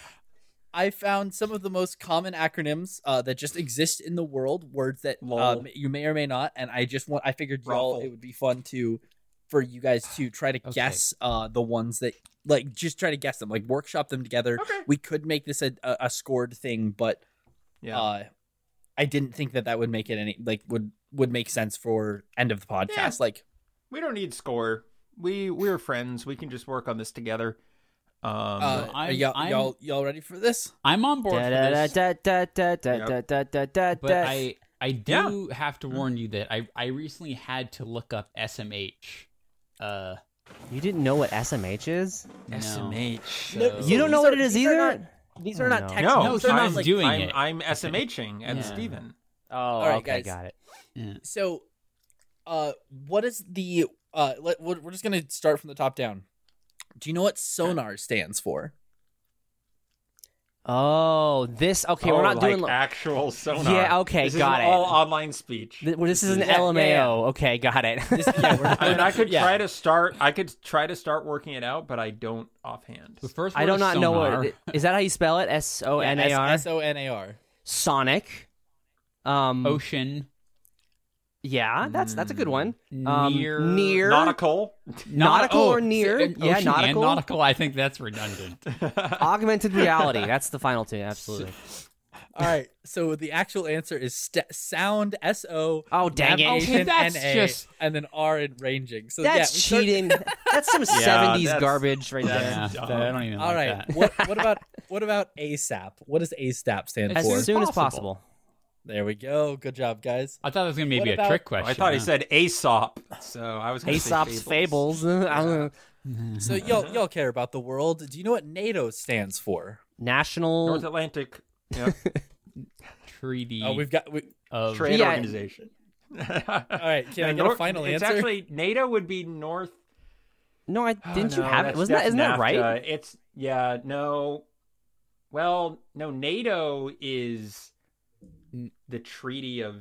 Speaker 5: I found some of the most common acronyms uh, that just exist in the world, words that
Speaker 4: Lol.
Speaker 5: um, you may or may not, and I just want I figured y'all
Speaker 4: Ruffle.
Speaker 5: it would be fun to for you guys to try to
Speaker 1: Okay.
Speaker 5: guess uh, the ones that like just try to guess them, like workshop them together.
Speaker 4: Okay.
Speaker 5: We could make this a, a, a scored thing, but
Speaker 4: Yeah.
Speaker 5: uh, I didn't think that that would make it any like would would make sense for end of the podcast.
Speaker 4: Yeah.
Speaker 5: Like
Speaker 4: We don't need score. We we're friends. We can just work on this together. Um,
Speaker 5: uh, are
Speaker 1: I'm-
Speaker 5: y'all,
Speaker 1: I'm-
Speaker 5: y'all y'all ready for this?
Speaker 1: I'm on board for this.
Speaker 2: But
Speaker 1: but I I do have to warn you that I I recently had to look up SMH. Uh,
Speaker 2: you didn't know what SMH is?
Speaker 1: no.
Speaker 4: SMH.
Speaker 5: No,
Speaker 2: You don't know
Speaker 5: these are-
Speaker 2: what it is
Speaker 5: these are
Speaker 2: either.
Speaker 5: not-
Speaker 2: these are not
Speaker 4: No,
Speaker 2: technical.
Speaker 5: technical-
Speaker 1: No,
Speaker 5: they're not,
Speaker 1: Steven's
Speaker 5: like-
Speaker 1: doing
Speaker 4: I'm,
Speaker 1: it.
Speaker 4: I'm SMHing and
Speaker 1: Yeah.
Speaker 4: Steven.
Speaker 2: Oh,
Speaker 5: right,
Speaker 2: okay,
Speaker 5: guys.
Speaker 2: got it.
Speaker 5: So, uh, what is the uh? Let, we're we're just gonna start from the top down. Do you know what sonar stands for?
Speaker 2: Oh, this. Okay, we're
Speaker 4: Oh,
Speaker 2: not
Speaker 4: like
Speaker 2: doing.
Speaker 4: actual sonar.
Speaker 2: Yeah, okay,
Speaker 4: this
Speaker 2: got
Speaker 4: is
Speaker 2: it.
Speaker 4: All online speech.
Speaker 2: Th- well, this is an
Speaker 5: Yeah, yeah,
Speaker 2: LMAO.
Speaker 5: yeah.
Speaker 2: Okay, got it.
Speaker 5: yeah, we're-
Speaker 4: I mean, I could
Speaker 5: Yeah.
Speaker 4: try to start. I could try to start working it out, but I don't offhand.
Speaker 1: The first
Speaker 2: I
Speaker 1: word
Speaker 2: do
Speaker 1: is
Speaker 2: not know
Speaker 1: sonar.
Speaker 2: what it, is that how you spell it? S O Oh, N A R.
Speaker 5: S O N A R.
Speaker 2: Sonic. Um
Speaker 1: Ocean
Speaker 2: yeah, that's that's a good one. Um,
Speaker 1: Mm. near
Speaker 2: near
Speaker 4: Nautical.
Speaker 2: nautical
Speaker 1: oh,
Speaker 2: or near?
Speaker 1: ocean
Speaker 2: Yeah,
Speaker 1: and
Speaker 2: nautical.
Speaker 1: nautical. I think that's redundant.
Speaker 2: augmented reality. That's the final two, absolutely.
Speaker 5: All right. So the actual answer is st- sound. S O.
Speaker 2: Oh dang it. Oh,
Speaker 5: navigation,
Speaker 1: Okay, that's
Speaker 5: N-A,
Speaker 1: just-
Speaker 5: and then R in ranging. So yeah, we
Speaker 2: That's
Speaker 5: start-
Speaker 2: cheating. that's some
Speaker 4: Yeah,
Speaker 2: 70s
Speaker 4: that's-
Speaker 2: garbage right there.
Speaker 1: yeah,
Speaker 4: dumb.
Speaker 1: I don't even.
Speaker 5: All
Speaker 1: like
Speaker 5: right.
Speaker 1: that.
Speaker 5: What, what about what about ASAP? What does ASAP stand
Speaker 1: As
Speaker 5: for?
Speaker 2: As soon as
Speaker 1: possible.
Speaker 2: possible.
Speaker 5: There we go. Good job, guys.
Speaker 1: I thought that was gonna
Speaker 5: What
Speaker 1: maybe a
Speaker 5: about-
Speaker 1: trick
Speaker 4: Oh,
Speaker 1: question.
Speaker 4: I thought he
Speaker 1: huh?
Speaker 4: said Aesop, so I was going to say
Speaker 2: Aesop's fables. I don't know.
Speaker 5: So
Speaker 4: Mm-hmm.
Speaker 5: y'all y'all care about the world. Do you know what NATO stands for?
Speaker 2: National
Speaker 4: North Atlantic yeah,
Speaker 1: treaty
Speaker 5: Oh, we've got. We,
Speaker 1: of
Speaker 4: Trade
Speaker 2: Yeah.
Speaker 4: Organization.
Speaker 5: all right. Can I
Speaker 4: No,
Speaker 5: get a
Speaker 4: Nor-
Speaker 5: final
Speaker 4: it's
Speaker 5: answer?
Speaker 4: actually NATO would be North.
Speaker 2: No, I
Speaker 4: Oh,
Speaker 2: didn't
Speaker 4: no,
Speaker 2: you have it?
Speaker 4: that's-
Speaker 2: Wasn't that
Speaker 4: that's
Speaker 2: isn't that
Speaker 4: NAFTA.
Speaker 2: right?
Speaker 4: It's yeah, no. Well, no, NATO is the treaty of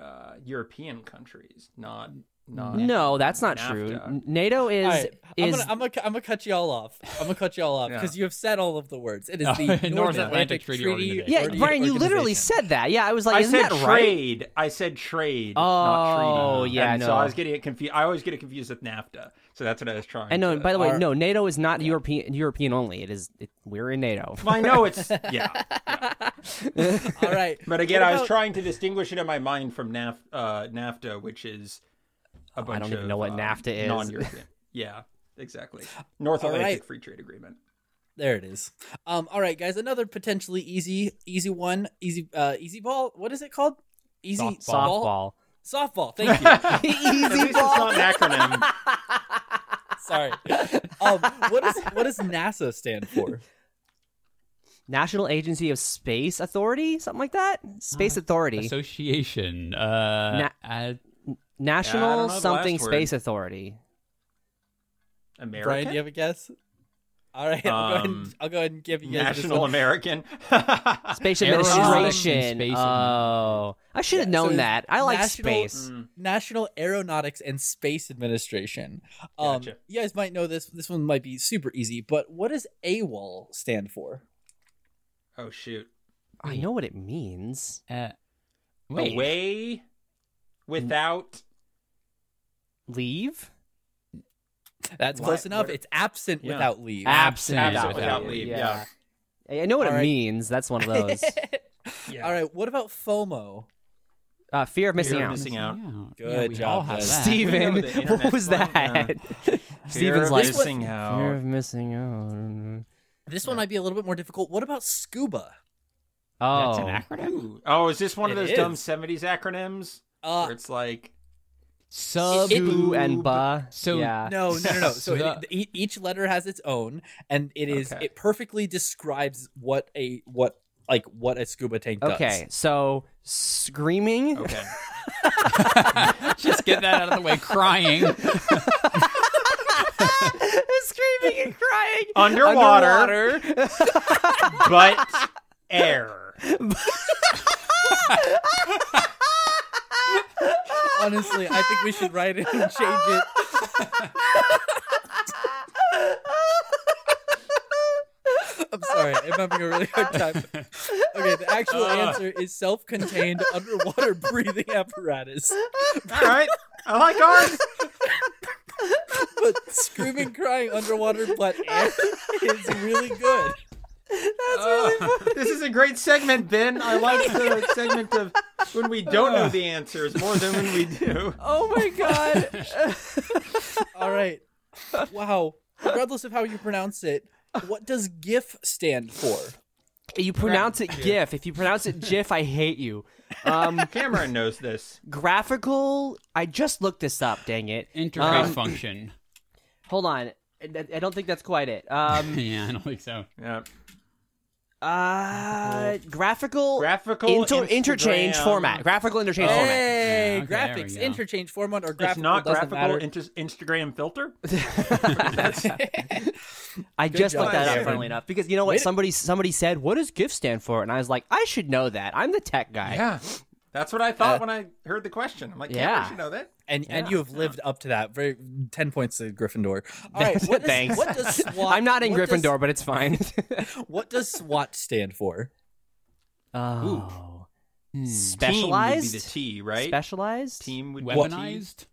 Speaker 4: uh, European countries, not not.
Speaker 2: No, that's not
Speaker 4: NAFTA.
Speaker 2: true. N- NATO is
Speaker 5: All right,
Speaker 2: is
Speaker 5: I'm, gonna, I'm, gonna, I'm gonna cut you all off. I'm gonna cut you all off
Speaker 4: Yeah.
Speaker 5: because you have said all of the words. It is
Speaker 1: Oh,
Speaker 5: the
Speaker 1: North
Speaker 5: North,
Speaker 1: Atlantic
Speaker 5: Atlantic
Speaker 1: Treaty
Speaker 5: Treaty.
Speaker 1: Organization.
Speaker 2: Yeah,
Speaker 5: Ordi-
Speaker 2: Brian, you literally
Speaker 5: Organization.
Speaker 2: said that. Yeah, I was like,
Speaker 4: I
Speaker 2: isn't
Speaker 4: said
Speaker 2: that right?
Speaker 4: trade. I said trade.
Speaker 2: Oh,
Speaker 4: not treaty.
Speaker 2: yeah,
Speaker 4: And
Speaker 2: no.
Speaker 4: So I was getting it confused. I always get it confused with NAFTA. So that's what I was trying.
Speaker 2: And no,
Speaker 4: to-
Speaker 2: by the way,
Speaker 5: Our-
Speaker 2: no, NATO is not European European only. It is it, we're in NATO.
Speaker 4: Well, I know it's yeah.
Speaker 5: All right,
Speaker 4: But again,
Speaker 5: What
Speaker 4: I was
Speaker 5: about-
Speaker 4: trying to distinguish it in my mind from NAF, uh, NAFTA, which is a bunch
Speaker 2: don't even
Speaker 4: of,
Speaker 2: know what
Speaker 4: um,
Speaker 2: NAFTA is.
Speaker 4: Non-European. yeah, exactly. North
Speaker 5: All
Speaker 4: Atlantic
Speaker 5: right.
Speaker 4: Free Trade Agreement.
Speaker 5: there it is. Um, all right, guys, another potentially easy, easy one, easy, uh, easy ball. What is it called? Easy ball?
Speaker 2: Softball.
Speaker 5: Softball. Thank you.
Speaker 4: At least it's not an acronym.
Speaker 5: Sorry. Um, what does what does NASA stand for?
Speaker 2: National Agency of Space Authority, something like that. Space Authority,
Speaker 1: Association. Uh, uh,
Speaker 4: I don't know
Speaker 2: National
Speaker 4: the last
Speaker 2: something
Speaker 4: word.
Speaker 2: Space Authority.
Speaker 4: American.
Speaker 5: Brian, do you have a guess? All right, I'll, go ahead and,
Speaker 4: Um,
Speaker 5: I'll go ahead and give you guys this
Speaker 4: National
Speaker 5: one.
Speaker 4: American.
Speaker 2: Space
Speaker 1: Aeronautics and
Speaker 2: Administration.
Speaker 1: Space
Speaker 2: oh, I should have
Speaker 5: Yeah,
Speaker 2: known
Speaker 5: so
Speaker 2: that. I like
Speaker 5: national- mm,
Speaker 2: space.
Speaker 5: National Aeronautics and Space Administration. Um,
Speaker 4: Gotcha.
Speaker 5: You guys might know this. This one might be super easy, but what does AWOL stand for?
Speaker 4: oh shoot.
Speaker 2: I know what it means.
Speaker 1: uh, wait.
Speaker 4: Away without
Speaker 2: Leave.
Speaker 5: That's
Speaker 4: Why-
Speaker 5: close enough.
Speaker 4: where-
Speaker 5: it's absent
Speaker 4: Yeah.
Speaker 5: without leave.
Speaker 1: Absent
Speaker 4: Absent
Speaker 1: without
Speaker 4: without
Speaker 1: leave.
Speaker 4: leave. Yeah.
Speaker 2: I I know what
Speaker 5: All
Speaker 2: it
Speaker 5: right.
Speaker 2: means. That's one of those.
Speaker 4: Yeah.
Speaker 5: All right, what about FOMO?
Speaker 2: Uh, fear of missing
Speaker 4: Fear of
Speaker 2: out.
Speaker 4: missing out.
Speaker 5: Good
Speaker 1: Yeah, we
Speaker 5: job,
Speaker 1: all have
Speaker 5: guys.
Speaker 1: that.
Speaker 4: Steve- We know
Speaker 2: Steven,
Speaker 4: the internet's
Speaker 2: what was
Speaker 4: going
Speaker 2: that?
Speaker 4: Fear
Speaker 2: Steven's
Speaker 4: of
Speaker 2: like
Speaker 4: missing
Speaker 2: fear
Speaker 4: out.
Speaker 2: of missing out.
Speaker 5: This one might be a little bit more difficult. What about scuba?
Speaker 2: Oh,
Speaker 1: That's an acronym.
Speaker 4: Ooh. Oh, is this one of
Speaker 5: It
Speaker 4: those dumb
Speaker 5: is.
Speaker 4: '70s acronyms
Speaker 5: Uh,
Speaker 4: where it's like
Speaker 1: Sub.
Speaker 5: It-
Speaker 2: Boo and ba.
Speaker 1: So-
Speaker 2: yeah.
Speaker 5: no, no, no, no. So
Speaker 1: Sub.
Speaker 5: it, e- each letter has its own, and it is
Speaker 4: Okay.
Speaker 5: it perfectly describes what a what like what a scuba tank does.
Speaker 2: Okay, so screaming,
Speaker 4: okay,
Speaker 1: Just get that out of the way. Crying.
Speaker 2: screaming and crying
Speaker 4: Underwater.
Speaker 2: Underwater.
Speaker 4: but air.
Speaker 5: Honestly, I think we should write it and change it. I'm sorry, I'm having a really hard time. Okay, the actual answer is self-contained underwater breathing apparatus.
Speaker 4: All right, I like ours.
Speaker 5: But screaming, crying underwater, but air is really good.
Speaker 4: Uh, this is a great segment, Ben. I like the segment of when we don't know the answers more than when we do.
Speaker 2: oh my god.
Speaker 5: All right. Wow. Regardless of how you pronounce it, what does GIF stand for?
Speaker 2: You pronounce it GIF. If you pronounce it GIF, I hate you. Um,
Speaker 4: Cameron knows this.
Speaker 2: graphical. I just looked this up. Dang it.
Speaker 1: Interface
Speaker 2: Um,
Speaker 1: function.
Speaker 2: Hold on. I I don't think that's quite it. Um,
Speaker 1: Yeah, I don't think so.
Speaker 4: Yeah.
Speaker 2: uh, graphical,
Speaker 4: Graphical
Speaker 2: inter- interchange
Speaker 4: Instagram.
Speaker 2: format. Graphical
Speaker 5: Oh,
Speaker 2: interchange format.
Speaker 5: Hey,
Speaker 1: Oh, Yeah, okay, there we
Speaker 5: graphics
Speaker 1: go.
Speaker 5: interchange format or graphical
Speaker 4: It's not
Speaker 5: doesn't
Speaker 4: graphical
Speaker 5: matter.
Speaker 4: inter- Instagram filter.
Speaker 2: I just
Speaker 5: job,
Speaker 2: looked that up,
Speaker 5: Cameron.
Speaker 2: funnily enough, because you know what?
Speaker 5: Wait a-
Speaker 2: somebody somebody said, "What does GIF stand for?" And I was like, "I should know that. I'm the tech guy."
Speaker 4: Yeah. That's what I thought when I heard the question. I'm like, yeah,
Speaker 2: Uh, Yeah.
Speaker 4: you should know that.
Speaker 5: and and you have lived up to that. Very ten points to Gryffindor. All right, what does,
Speaker 2: Thanks.
Speaker 5: What does SWAT,
Speaker 2: I'm not in
Speaker 5: what
Speaker 2: Gryffindor, but it's fine.
Speaker 5: Does, what does SWAT stand for?
Speaker 2: oh,
Speaker 4: Team would be the
Speaker 2: specialized,
Speaker 4: T, right?
Speaker 2: specialized,
Speaker 4: Team would Be
Speaker 1: Weaponized.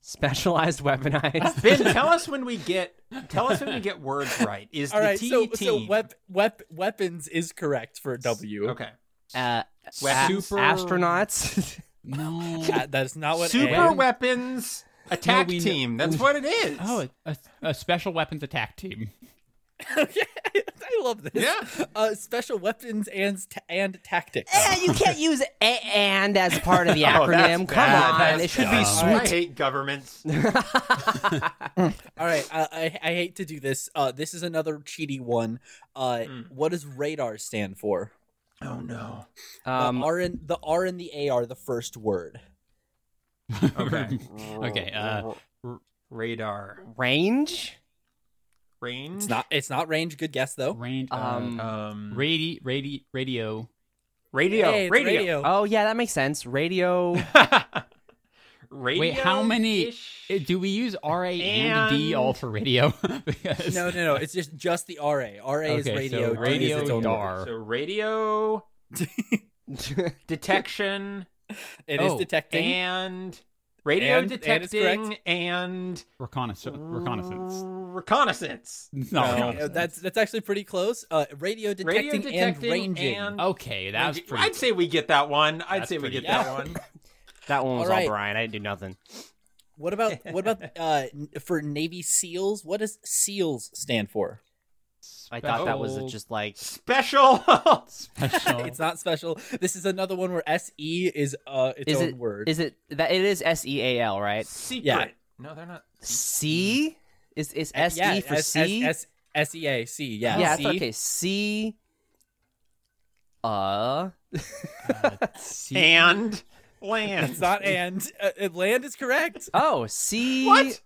Speaker 2: specialized, weaponized.
Speaker 4: the T. Ben, tell us when we get tell us when we get words right. Is
Speaker 5: All
Speaker 4: the
Speaker 5: right,
Speaker 4: T
Speaker 5: so so
Speaker 4: team?
Speaker 5: wep, wep, weapons is correct for W.
Speaker 4: okay.
Speaker 2: uh,
Speaker 4: Weapons.
Speaker 1: Super
Speaker 2: astronauts.
Speaker 1: No.
Speaker 5: Uh, that is not what
Speaker 4: Super
Speaker 5: A.
Speaker 4: weapons attack
Speaker 1: we know-
Speaker 4: team. That's what it is.
Speaker 1: Oh, a, a special weapons attack team.
Speaker 5: Okay, I love this.
Speaker 4: Yeah.
Speaker 5: Uh, special weapons and t- and tactics.
Speaker 2: Eh, you can't use a- and as part of the
Speaker 4: Oh, that's
Speaker 2: acronym. Come
Speaker 4: bad.
Speaker 2: on,
Speaker 4: That's
Speaker 2: it should
Speaker 4: dumb.
Speaker 2: be
Speaker 4: I
Speaker 2: sweet.
Speaker 4: hate governments.
Speaker 5: All right, I, I I hate to do this. Uh, this is another cheaty one. Uh,
Speaker 4: Hmm.
Speaker 5: what does radar stand for?
Speaker 4: Oh no.
Speaker 2: Um,
Speaker 5: the R and the R and the A are the first word.
Speaker 4: Okay.
Speaker 1: okay. Uh,
Speaker 2: Oh.
Speaker 4: Radar
Speaker 2: range.
Speaker 4: range.
Speaker 5: It's not it's not range. Good guess though.
Speaker 1: range. uh,
Speaker 2: Um,
Speaker 4: um
Speaker 1: radi- radi- radio.
Speaker 4: radio.
Speaker 5: Hey, it's
Speaker 4: radio.
Speaker 2: oh yeah, that makes sense. Radio.
Speaker 4: radio.
Speaker 1: Wait, how many eh, do we use? R A and D
Speaker 4: And-
Speaker 1: all for radio? Because-
Speaker 5: No, no, no. It's just just the RA. RA is
Speaker 1: Okay,
Speaker 5: radio.
Speaker 1: So
Speaker 5: D is its
Speaker 1: radio
Speaker 5: own word.
Speaker 1: dar.
Speaker 4: So radio detection
Speaker 5: It is
Speaker 1: Oh,
Speaker 5: detecting.
Speaker 4: and radio
Speaker 5: And- and it's
Speaker 4: detecting and,
Speaker 1: reconnaissance. Reconnaissance.
Speaker 4: reconnaissance.
Speaker 1: No.
Speaker 5: Uh,
Speaker 1: reconnaissance.
Speaker 5: that's that's actually pretty close. Uh, radio detecting,
Speaker 4: Radio detecting Oh,
Speaker 5: and ranging.
Speaker 4: and-
Speaker 1: Okay, that was pretty.
Speaker 4: I'd say we get that one. I'd
Speaker 1: That's
Speaker 4: say we
Speaker 1: pretty
Speaker 4: get
Speaker 1: good.
Speaker 4: that one.
Speaker 2: that one was
Speaker 5: All right.
Speaker 2: all Brian. I didn't do nothing.
Speaker 5: What about what about uh, n- for Navy SEAls? What does SEALs stand for?
Speaker 2: I thought that was
Speaker 1: Special-
Speaker 2: just like
Speaker 4: Special.
Speaker 1: special.
Speaker 5: It's not special. This is another one where SE is uh its
Speaker 2: is
Speaker 5: own
Speaker 2: it
Speaker 5: word.
Speaker 2: is it that it is S E A L right?
Speaker 4: Secret.
Speaker 5: Yeah.
Speaker 4: No, they're not.
Speaker 2: C is is S E
Speaker 5: yeah,
Speaker 2: for
Speaker 5: S-
Speaker 2: C.
Speaker 5: S- S- SEAC, yeah.
Speaker 2: yeah,
Speaker 5: C.
Speaker 2: it's okay. C. Uh.
Speaker 1: Uh, C-
Speaker 4: And land.
Speaker 5: It's not and. Uh, uh, land is correct.
Speaker 2: Oh, C.
Speaker 4: What?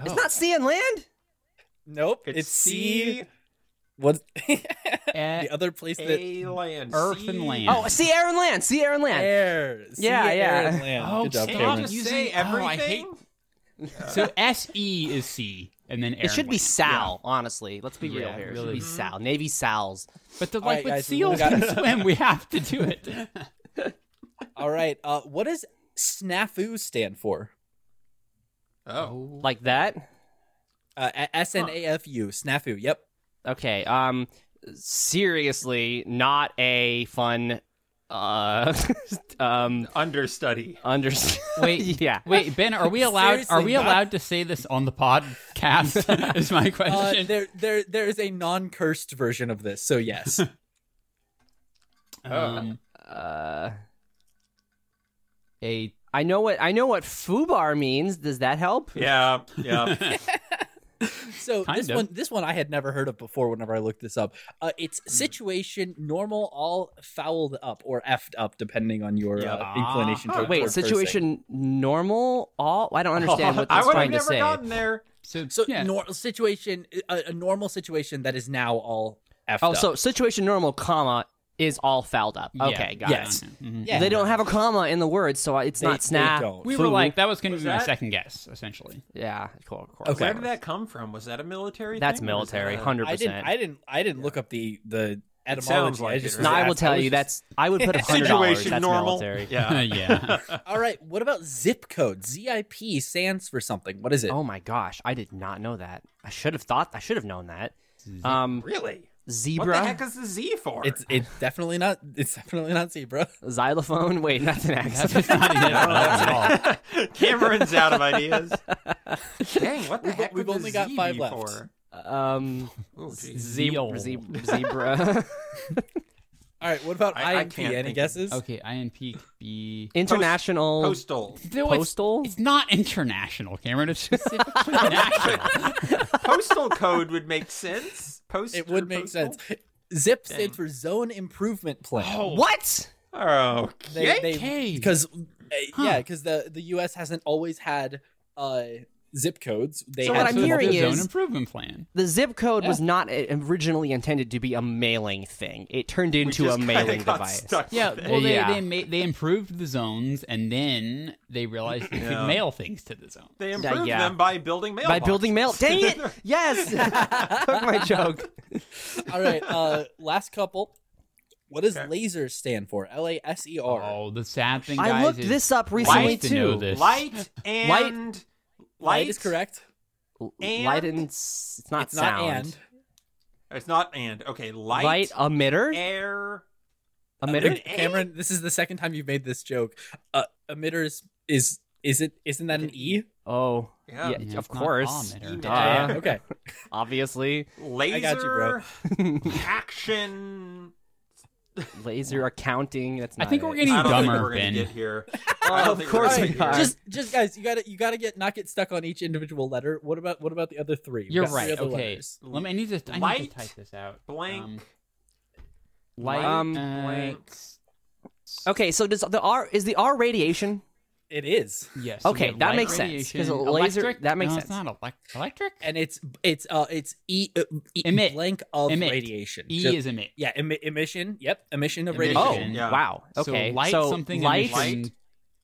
Speaker 1: Oh,
Speaker 2: It's not sea and land.
Speaker 5: Nope. It's, C. What?
Speaker 1: eh,
Speaker 5: the other place that.
Speaker 4: A land.
Speaker 1: Earth
Speaker 4: C-
Speaker 1: and land.
Speaker 2: Oh, sea air and land. Sea air and land.
Speaker 5: Air. C,
Speaker 2: Yeah,
Speaker 5: air,
Speaker 2: yeah.
Speaker 5: and land.
Speaker 1: Oh,
Speaker 5: Good job,
Speaker 1: stop
Speaker 5: Cameron.
Speaker 4: Can't you say
Speaker 1: using- oh, I
Speaker 4: everything?
Speaker 1: so S E is C, and then air
Speaker 2: It should
Speaker 1: and
Speaker 2: be
Speaker 1: land.
Speaker 2: Sal, honestly. Let's be real
Speaker 1: Yeah,
Speaker 2: here. It
Speaker 1: really. Mm-hmm.
Speaker 2: should be Sal. Navy Sal's.
Speaker 1: But the
Speaker 5: All
Speaker 1: like
Speaker 5: right,
Speaker 1: with
Speaker 5: guys, we
Speaker 1: seals
Speaker 5: gotta-
Speaker 1: can swim, we have to do it.
Speaker 5: All right. Uh, what does snafu stand for?
Speaker 4: Oh.
Speaker 2: Like that?
Speaker 5: Uh, a- S N A F U. Snafu. Yep.
Speaker 2: Okay. Um seriously, not a fun uh um
Speaker 4: Understudy.
Speaker 2: under
Speaker 1: Wait,
Speaker 2: yeah.
Speaker 1: Wait, Ben, are we allowed? Are
Speaker 5: Seriously,
Speaker 1: we
Speaker 5: not-
Speaker 1: allowed to say this on the podcast? is my
Speaker 5: Uh,
Speaker 1: question.
Speaker 5: there, there, there is a non-cursed version of this. So yes.
Speaker 1: um,
Speaker 2: Uh
Speaker 1: a
Speaker 2: I know what I know what fubar means. Does that help?
Speaker 4: Yeah, yeah.
Speaker 5: So
Speaker 1: Kind
Speaker 5: this
Speaker 1: of. Hmm.
Speaker 5: one, this one I had never heard of before. Whenever I looked this up, uh, it's situation normal, all fouled up or effed up, depending on your uh,
Speaker 4: Yeah.
Speaker 5: inclination.
Speaker 4: Ah.
Speaker 5: toward-
Speaker 2: Oh, Wait,
Speaker 5: toward cursing.
Speaker 2: situation normal all I don't understand what
Speaker 4: Oh, I
Speaker 2: that's
Speaker 4: would have
Speaker 2: trying to
Speaker 4: never
Speaker 2: say.
Speaker 4: gotten there.
Speaker 1: so,
Speaker 5: So
Speaker 1: yeah.
Speaker 5: nor- situation, uh, a, a normal situation that is now all effed
Speaker 2: Oh,
Speaker 5: up.
Speaker 2: so situation normal, comma, is all fouled up.
Speaker 1: Yeah.
Speaker 2: Okay, got
Speaker 5: Yes.
Speaker 2: it.
Speaker 1: Mhm.
Speaker 5: yeah,
Speaker 2: They don't have a comma in the word, so it's
Speaker 5: They-
Speaker 2: not
Speaker 5: they
Speaker 2: snap.
Speaker 5: don't.
Speaker 1: We were like that was going to
Speaker 4: Was
Speaker 1: be my
Speaker 4: that-
Speaker 1: second guess, essentially.
Speaker 2: Yeah, cool, cool.
Speaker 5: Okay. Uh,
Speaker 4: Where did that come from? Was that a military?
Speaker 2: That's
Speaker 4: thing, or was
Speaker 2: military,
Speaker 4: that-
Speaker 2: hundred
Speaker 5: I didn't,
Speaker 2: percent.
Speaker 5: I didn't, I didn't look up the the
Speaker 4: sounds
Speaker 5: etymology.
Speaker 4: like
Speaker 5: I
Speaker 4: it,
Speaker 5: just
Speaker 4: right?
Speaker 2: No, I
Speaker 5: asked-
Speaker 2: will tell
Speaker 5: was
Speaker 2: you,
Speaker 5: just-
Speaker 2: that's I would put a hundred dollars.
Speaker 4: Situation
Speaker 2: That's
Speaker 4: normal.
Speaker 2: military.
Speaker 1: Oh.
Speaker 4: Yeah.
Speaker 1: yeah.
Speaker 5: all right. What about zip code? ZIP stands for something. What is it?
Speaker 2: Oh my gosh, I did not know that. I should have thought. I should have known that. Um,
Speaker 4: really? What the
Speaker 2: zebra,
Speaker 4: heck is the Z for?
Speaker 5: It's it's definitely not. It's definitely not zebra.
Speaker 2: xylophone. Wait, that's an
Speaker 1: That's
Speaker 2: accent.
Speaker 1: just not even at all.
Speaker 4: Cameron's out of ideas. Dang, what the
Speaker 5: We've-
Speaker 4: heck?
Speaker 5: we've
Speaker 4: would the
Speaker 5: only got
Speaker 4: Z
Speaker 5: five
Speaker 4: be
Speaker 5: left.
Speaker 4: for?
Speaker 2: um,
Speaker 4: Oh, geez.
Speaker 2: zebra,
Speaker 1: Zeal.
Speaker 2: zebra, zebra.
Speaker 5: All right. What about
Speaker 4: I- I can't
Speaker 5: IMP?
Speaker 4: think
Speaker 5: Any
Speaker 4: of-
Speaker 5: guesses?
Speaker 1: Okay, INP could be.
Speaker 2: international.
Speaker 4: Postal.
Speaker 1: No, it's-
Speaker 2: Postal?
Speaker 1: It's, not international, Cameron. It's specifically national.
Speaker 4: Postal code would make sense. Post.
Speaker 5: It would
Speaker 4: or
Speaker 5: make
Speaker 4: postal?
Speaker 5: sense. Zip stands for Zone Improvement Plan.
Speaker 2: What?
Speaker 4: Oh,
Speaker 5: They,
Speaker 4: okay.
Speaker 5: they,
Speaker 1: Okay.
Speaker 5: because uh,
Speaker 1: Huh.
Speaker 5: yeah, because the the U.S. hasn't always had uh, zip codes. They
Speaker 2: So
Speaker 5: had
Speaker 2: what I'm
Speaker 1: it's
Speaker 2: hearing
Speaker 1: the zone
Speaker 2: is-
Speaker 1: improvement plan.
Speaker 2: The zip code was not uh, originally intended to be a mailing thing. It turned into a mailing device.
Speaker 1: Yeah, Uh, well, they
Speaker 2: Yeah.
Speaker 1: they, ma- they improved the zones, and then they realized you could
Speaker 4: Yeah.
Speaker 1: mail things to the zone.
Speaker 4: They improved
Speaker 2: yeah.
Speaker 4: them by building mail.
Speaker 2: By building mail. Dang it! Yes! Took my joke.
Speaker 5: all right. Uh, last couple. What does laser stand for? L A S E R.
Speaker 1: Oh, the sad thing,
Speaker 2: I
Speaker 1: guys,
Speaker 2: looked
Speaker 1: is
Speaker 2: this up
Speaker 1: we
Speaker 2: recently
Speaker 1: have to know
Speaker 2: too.
Speaker 1: this.
Speaker 4: Light and
Speaker 2: Light-
Speaker 4: light,
Speaker 5: Light is correct.
Speaker 2: L-
Speaker 4: And-
Speaker 2: light and s- it's not
Speaker 5: It's not
Speaker 2: sound.
Speaker 5: and.
Speaker 4: It's not and. Okay, light,
Speaker 2: light emitter.
Speaker 4: air.
Speaker 2: emitter.
Speaker 4: and-
Speaker 5: Cameron, this is the second time you've made this joke. Uh, emitter is is is it isn't that an E?
Speaker 2: Oh,
Speaker 4: Yeah.
Speaker 2: yeah,
Speaker 4: Yeah,
Speaker 1: it's
Speaker 2: of
Speaker 1: not
Speaker 2: course.
Speaker 1: emitter.
Speaker 2: Duh.
Speaker 4: Yeah,
Speaker 1: Uh,
Speaker 5: Yeah, okay.
Speaker 2: Obviously,
Speaker 4: Laser.
Speaker 5: got you, bro.
Speaker 4: Action.
Speaker 2: laser accounting. That's
Speaker 1: I
Speaker 2: not.
Speaker 1: think
Speaker 2: it.
Speaker 1: we're getting
Speaker 4: I don't
Speaker 1: dumber,
Speaker 4: think we're
Speaker 1: Ben.
Speaker 4: gonna get here. I don't
Speaker 2: Of
Speaker 4: think we're
Speaker 2: course
Speaker 4: gonna
Speaker 2: we
Speaker 4: get here.
Speaker 2: are.
Speaker 5: just just guys, you gotta you gotta get not get stuck on each individual letter. What about what about the other three? We've
Speaker 1: You're
Speaker 5: got three
Speaker 1: right.
Speaker 5: other
Speaker 1: Okay,
Speaker 5: letters.
Speaker 1: let me. I need to. I need
Speaker 4: Light,
Speaker 1: to type this out.
Speaker 4: blank.
Speaker 1: Um, light.
Speaker 2: Um,
Speaker 1: uh,
Speaker 4: blank.
Speaker 2: Okay, so does the R is the R radiation?
Speaker 5: It is,
Speaker 1: Yes. so we
Speaker 2: Okay,
Speaker 1: have
Speaker 2: that
Speaker 1: light
Speaker 2: makes sense, 'cause a
Speaker 1: radiation.
Speaker 2: laser-
Speaker 1: Electric?
Speaker 2: that makes
Speaker 1: No,
Speaker 2: sense.
Speaker 1: It's not elec- electric.
Speaker 5: and it's it's uh it's e, uh, e
Speaker 1: Emit.
Speaker 5: blank of
Speaker 1: Emit.
Speaker 5: radiation.
Speaker 1: E
Speaker 5: Just-
Speaker 1: is emit.
Speaker 5: yeah, emi- emission. Yep, emission of
Speaker 1: Emission.
Speaker 2: Oh,
Speaker 5: radiation.
Speaker 4: Yeah.
Speaker 2: wow.
Speaker 1: So
Speaker 2: Okay,
Speaker 1: light something
Speaker 2: light,
Speaker 1: emission-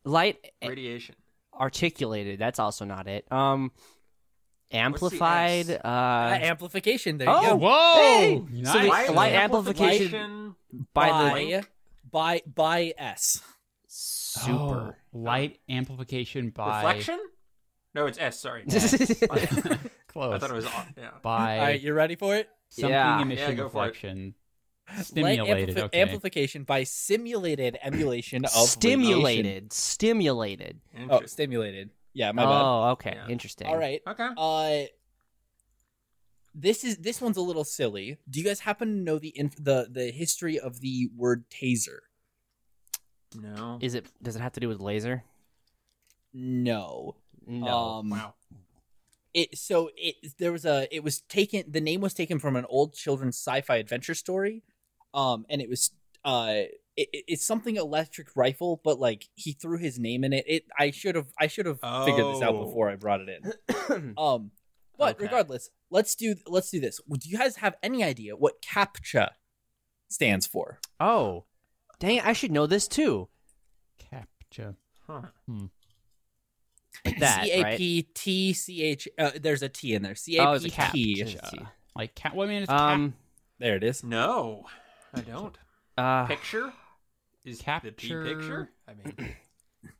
Speaker 2: light
Speaker 4: Radiation.
Speaker 2: articulated. That's also not it. Um,
Speaker 4: S?
Speaker 2: amplified.
Speaker 1: Oh.
Speaker 5: Uh,
Speaker 2: Uh,
Speaker 5: amplification. There
Speaker 2: Oh,
Speaker 5: you go.
Speaker 1: Whoa!
Speaker 2: Hey!
Speaker 1: Nice.
Speaker 2: So we-
Speaker 1: Light-
Speaker 2: light amplification by the
Speaker 5: by by by s.
Speaker 1: Oh,
Speaker 2: super.
Speaker 1: light amplification by
Speaker 4: reflection. No, it's S. Sorry.
Speaker 1: oh. Close.
Speaker 4: I thought it was. off, Yeah.
Speaker 1: by
Speaker 5: All right, you ready for it?
Speaker 1: something
Speaker 2: Yeah.
Speaker 1: emission
Speaker 4: Yeah, go for it.
Speaker 1: reflection.
Speaker 5: Light
Speaker 1: Stimulated.
Speaker 5: ampli-
Speaker 1: okay.
Speaker 5: Amplification by simulated emulation of radiation.
Speaker 2: stimulated. Stimulated.
Speaker 5: Oh,
Speaker 4: Interesting.
Speaker 5: stimulated. Yeah, my bad.
Speaker 2: oh, okay.
Speaker 4: Yeah.
Speaker 2: Interesting.
Speaker 5: All right.
Speaker 4: Okay.
Speaker 5: Uh, this is this one's a little silly. Do you guys happen to know the inf- the the history of the word taser?
Speaker 4: No.
Speaker 2: Is it? Does it have to do with laser?
Speaker 5: No.
Speaker 2: No.
Speaker 5: Um,
Speaker 4: Wow.
Speaker 5: It so it there was a it was taken the name was taken from an old children's sci-fi adventure story, um, and it was uh it, it- it's something electric rifle, but like he threw his name in it. It I should have I should have figured this out
Speaker 4: Oh.
Speaker 5: before I brought it in. Um, but
Speaker 4: Okay.
Speaker 5: regardless, let's do let's do this. Do you guys have any idea what CAPTCHA stands for?
Speaker 2: oh, dang! it, I should know this too.
Speaker 1: Captcha.
Speaker 4: Huh.
Speaker 2: Like that
Speaker 5: C A
Speaker 2: right?
Speaker 5: P T C H. uh, There's a T in there. C
Speaker 2: Oh,
Speaker 5: A
Speaker 2: it's a
Speaker 5: P
Speaker 2: cap.
Speaker 5: T.
Speaker 2: Just see.
Speaker 1: Like cat. Well, I mean, it's
Speaker 2: Um.
Speaker 5: There it is.
Speaker 4: No, I don't.
Speaker 2: Uh,
Speaker 4: Picture is the P
Speaker 1: Capture-
Speaker 4: picture. I mean,
Speaker 2: I should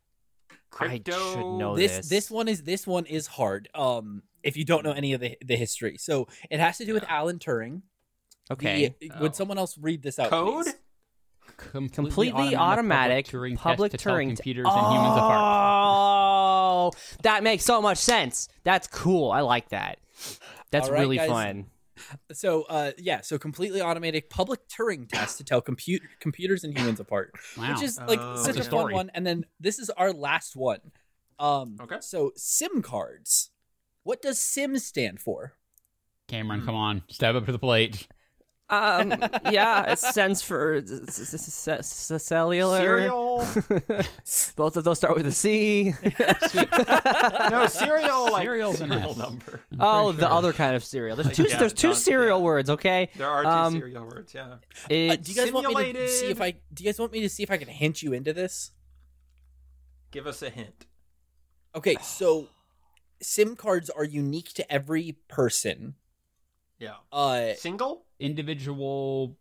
Speaker 4: crypto.
Speaker 2: know
Speaker 5: This,
Speaker 2: Oh, this.
Speaker 5: this one is this one is hard. Um, if you don't know any of the the history, so it has to do with Alan Turing.
Speaker 2: okay.
Speaker 5: The- uh,
Speaker 4: Oh.
Speaker 5: Would someone else read this out?
Speaker 4: Code?
Speaker 5: please?
Speaker 1: ca- completely,
Speaker 2: Completely
Speaker 1: automatic,
Speaker 2: automatic
Speaker 1: Turing test
Speaker 2: public
Speaker 1: to tell
Speaker 2: Turing t-
Speaker 1: computers and humans apart.
Speaker 2: Oh, that makes so much sense. That's cool. I like that. That's
Speaker 5: All right,
Speaker 2: really
Speaker 5: guys.
Speaker 2: fun.
Speaker 5: So, uh, yeah, so completely automated public Turing test to tell compute computers and humans apart.
Speaker 1: Wow.
Speaker 5: which is like
Speaker 4: Oh,
Speaker 5: such a
Speaker 1: yeah.
Speaker 5: fun
Speaker 1: Story.
Speaker 5: one. And then this is our last one. Um,
Speaker 4: Okay.
Speaker 5: So SIM cards. What does SIM stand for?
Speaker 1: Cameron,
Speaker 2: Hmm.
Speaker 1: come on, step up to the plate.
Speaker 2: Um, yeah, it stands for c- c- c- c- cellular.
Speaker 4: Serial.
Speaker 2: Both of those start with a C.
Speaker 4: no, serial. Like,
Speaker 1: Serial's an
Speaker 4: serial
Speaker 1: S.
Speaker 4: number.
Speaker 1: I'm
Speaker 2: oh,
Speaker 1: pretty
Speaker 2: the
Speaker 1: sure.
Speaker 2: other kind of cereal. There's
Speaker 4: Like,
Speaker 2: two.
Speaker 4: yeah,
Speaker 2: there's two
Speaker 4: not-
Speaker 2: cereal
Speaker 4: yeah.
Speaker 2: words. Okay.
Speaker 4: There are two
Speaker 2: Um,
Speaker 4: serial words. Yeah.
Speaker 5: Uh,
Speaker 2: It,
Speaker 5: do you guys want me to
Speaker 4: Simulated.
Speaker 5: see if I? Do you guys want me to see if I can hint you into this?
Speaker 4: Give us a hint.
Speaker 5: Okay, so SIM cards are unique to every person.
Speaker 4: Yeah.
Speaker 5: Uh,
Speaker 4: Single.
Speaker 1: individual.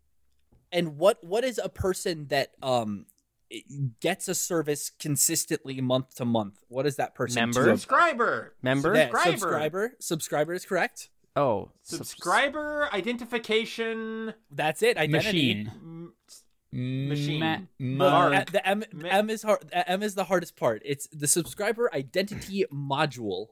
Speaker 5: and what what is a person that um gets a service consistently month to month? What is that person?
Speaker 2: Member?
Speaker 5: to a-
Speaker 4: Subscriber.
Speaker 2: Member?
Speaker 5: Yeah,
Speaker 4: Subscriber.
Speaker 5: subscriber. Subscriber is correct.
Speaker 2: oh, subs-
Speaker 4: Subscriber identification
Speaker 5: That's it. Identity.
Speaker 1: Machine.
Speaker 4: m-
Speaker 1: Machine.
Speaker 5: Well,
Speaker 4: Mark.
Speaker 5: uh, the M,
Speaker 4: Ma-
Speaker 5: M is hard. uh, M is the hardest part. It's the subscriber identity module,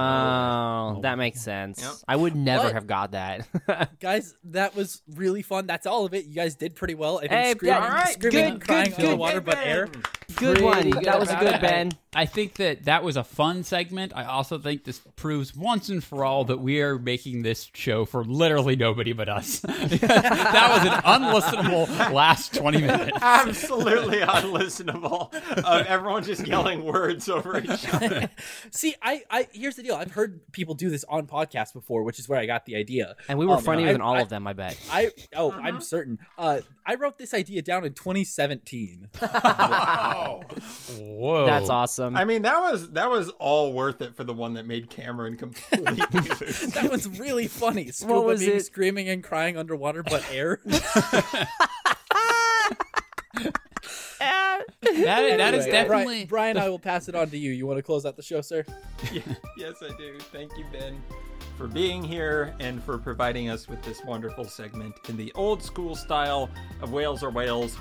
Speaker 2: Oh, that makes sense.
Speaker 4: Yep.
Speaker 2: I would never
Speaker 5: What?
Speaker 2: have got that.
Speaker 5: guys. That was really fun. That's all of it. You guys did pretty well. I think
Speaker 2: Hey,
Speaker 5: screaming,
Speaker 2: all
Speaker 4: right,
Speaker 5: screaming
Speaker 2: good,
Speaker 5: and crying
Speaker 2: good,
Speaker 5: on the
Speaker 2: good.
Speaker 5: water, but air.
Speaker 2: good one.
Speaker 5: Pretty good
Speaker 2: That was a
Speaker 5: about
Speaker 2: good
Speaker 5: it.
Speaker 2: Ben.
Speaker 1: I think that that was a fun segment. I also think this proves once and for all that we are making this show for literally nobody but us. that was an unlistenable last 20 minutes.
Speaker 4: Absolutely unlistenable. Of everyone just yelling words over each other.
Speaker 5: See, I, I here's the deal. I've heard people do this on podcasts before, which is where I got the idea.
Speaker 2: And we were
Speaker 5: Um,
Speaker 2: funnier
Speaker 5: I-
Speaker 2: than all
Speaker 5: I-
Speaker 2: of them, I bet.
Speaker 5: I oh,
Speaker 2: Uh-huh.
Speaker 5: I'm certain. Uh, I wrote this idea down in 2017.
Speaker 4: Wow.
Speaker 1: Whoa.
Speaker 2: That's awesome.
Speaker 4: I mean, that was that was all worth it for the one that made Cameron completely lose.
Speaker 5: That was really funny. Scuba
Speaker 2: was
Speaker 5: being
Speaker 2: it?
Speaker 5: screaming and crying underwater, but air.
Speaker 1: That, that is
Speaker 5: Anyway,
Speaker 1: definitely.
Speaker 5: Brian, Brian, I will pass it on to you. You want to close out the show, sir?
Speaker 4: Yeah, yes, I do. Thank you, Ben, for being here and for providing us with this wonderful segment in the old school style of Whales or Whales.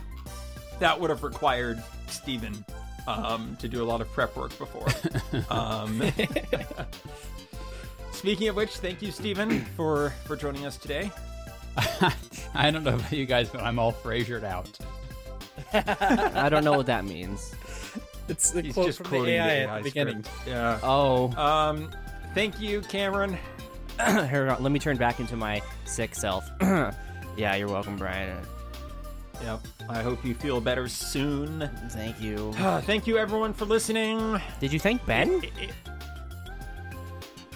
Speaker 4: That would have required Stephen um, to do a lot of prep work before. um, speaking of which, thank you, Stephen, for for joining us today.
Speaker 1: I don't know about you guys, but I'm all Frasiered out.
Speaker 2: I don't know what that means.
Speaker 5: It's the
Speaker 4: He's
Speaker 5: quote
Speaker 4: just
Speaker 5: from the
Speaker 4: quoting
Speaker 5: AI,
Speaker 4: the
Speaker 5: at the
Speaker 4: script.
Speaker 5: beginning.
Speaker 4: Yeah.
Speaker 2: Oh,
Speaker 4: Um, thank you, Cameron.
Speaker 2: Here, let me turn back into my sick self. yeah, you're welcome, Brian.
Speaker 4: Yep. I hope you feel better soon.
Speaker 2: Thank you.
Speaker 4: thank you, everyone, for listening.
Speaker 2: Did you thank Ben?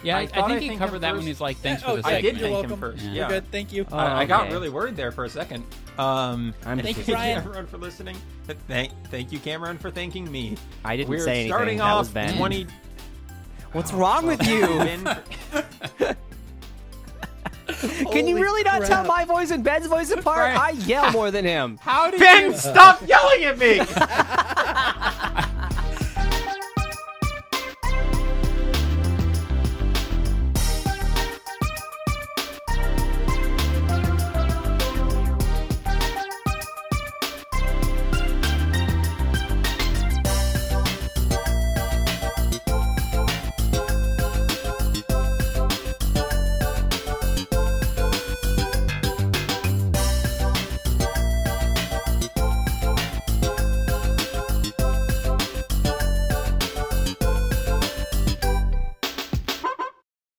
Speaker 1: Yeah,
Speaker 4: I
Speaker 1: I, I
Speaker 4: thought I
Speaker 1: think he
Speaker 4: thanked him
Speaker 1: covered that when
Speaker 4: first.
Speaker 1: he's like, thanks
Speaker 5: oh,
Speaker 1: for the
Speaker 5: I
Speaker 1: segment.
Speaker 4: I did
Speaker 5: You're
Speaker 4: thank him
Speaker 5: welcome.
Speaker 4: first.
Speaker 5: You're
Speaker 4: Yeah.
Speaker 5: good. Thank you.
Speaker 2: Oh,
Speaker 4: I, I got
Speaker 2: okay.
Speaker 4: really worried there for a second. Um,
Speaker 2: I'm
Speaker 5: Thank you,
Speaker 2: just-
Speaker 5: Brian.
Speaker 4: everyone for listening. Thank, thank you, Cameron, for thanking me.
Speaker 2: I didn't
Speaker 4: We're
Speaker 2: say anything.
Speaker 4: starting
Speaker 2: that
Speaker 4: off
Speaker 2: was Ben.
Speaker 4: 20.
Speaker 2: What's wrong with you?
Speaker 4: Ben,
Speaker 2: Can you
Speaker 5: Holy
Speaker 2: really not tell
Speaker 5: crap.
Speaker 2: my voice and Ben's voice apart?
Speaker 4: Brian.
Speaker 2: I yell more than him.
Speaker 4: Ben, stop yelling at me!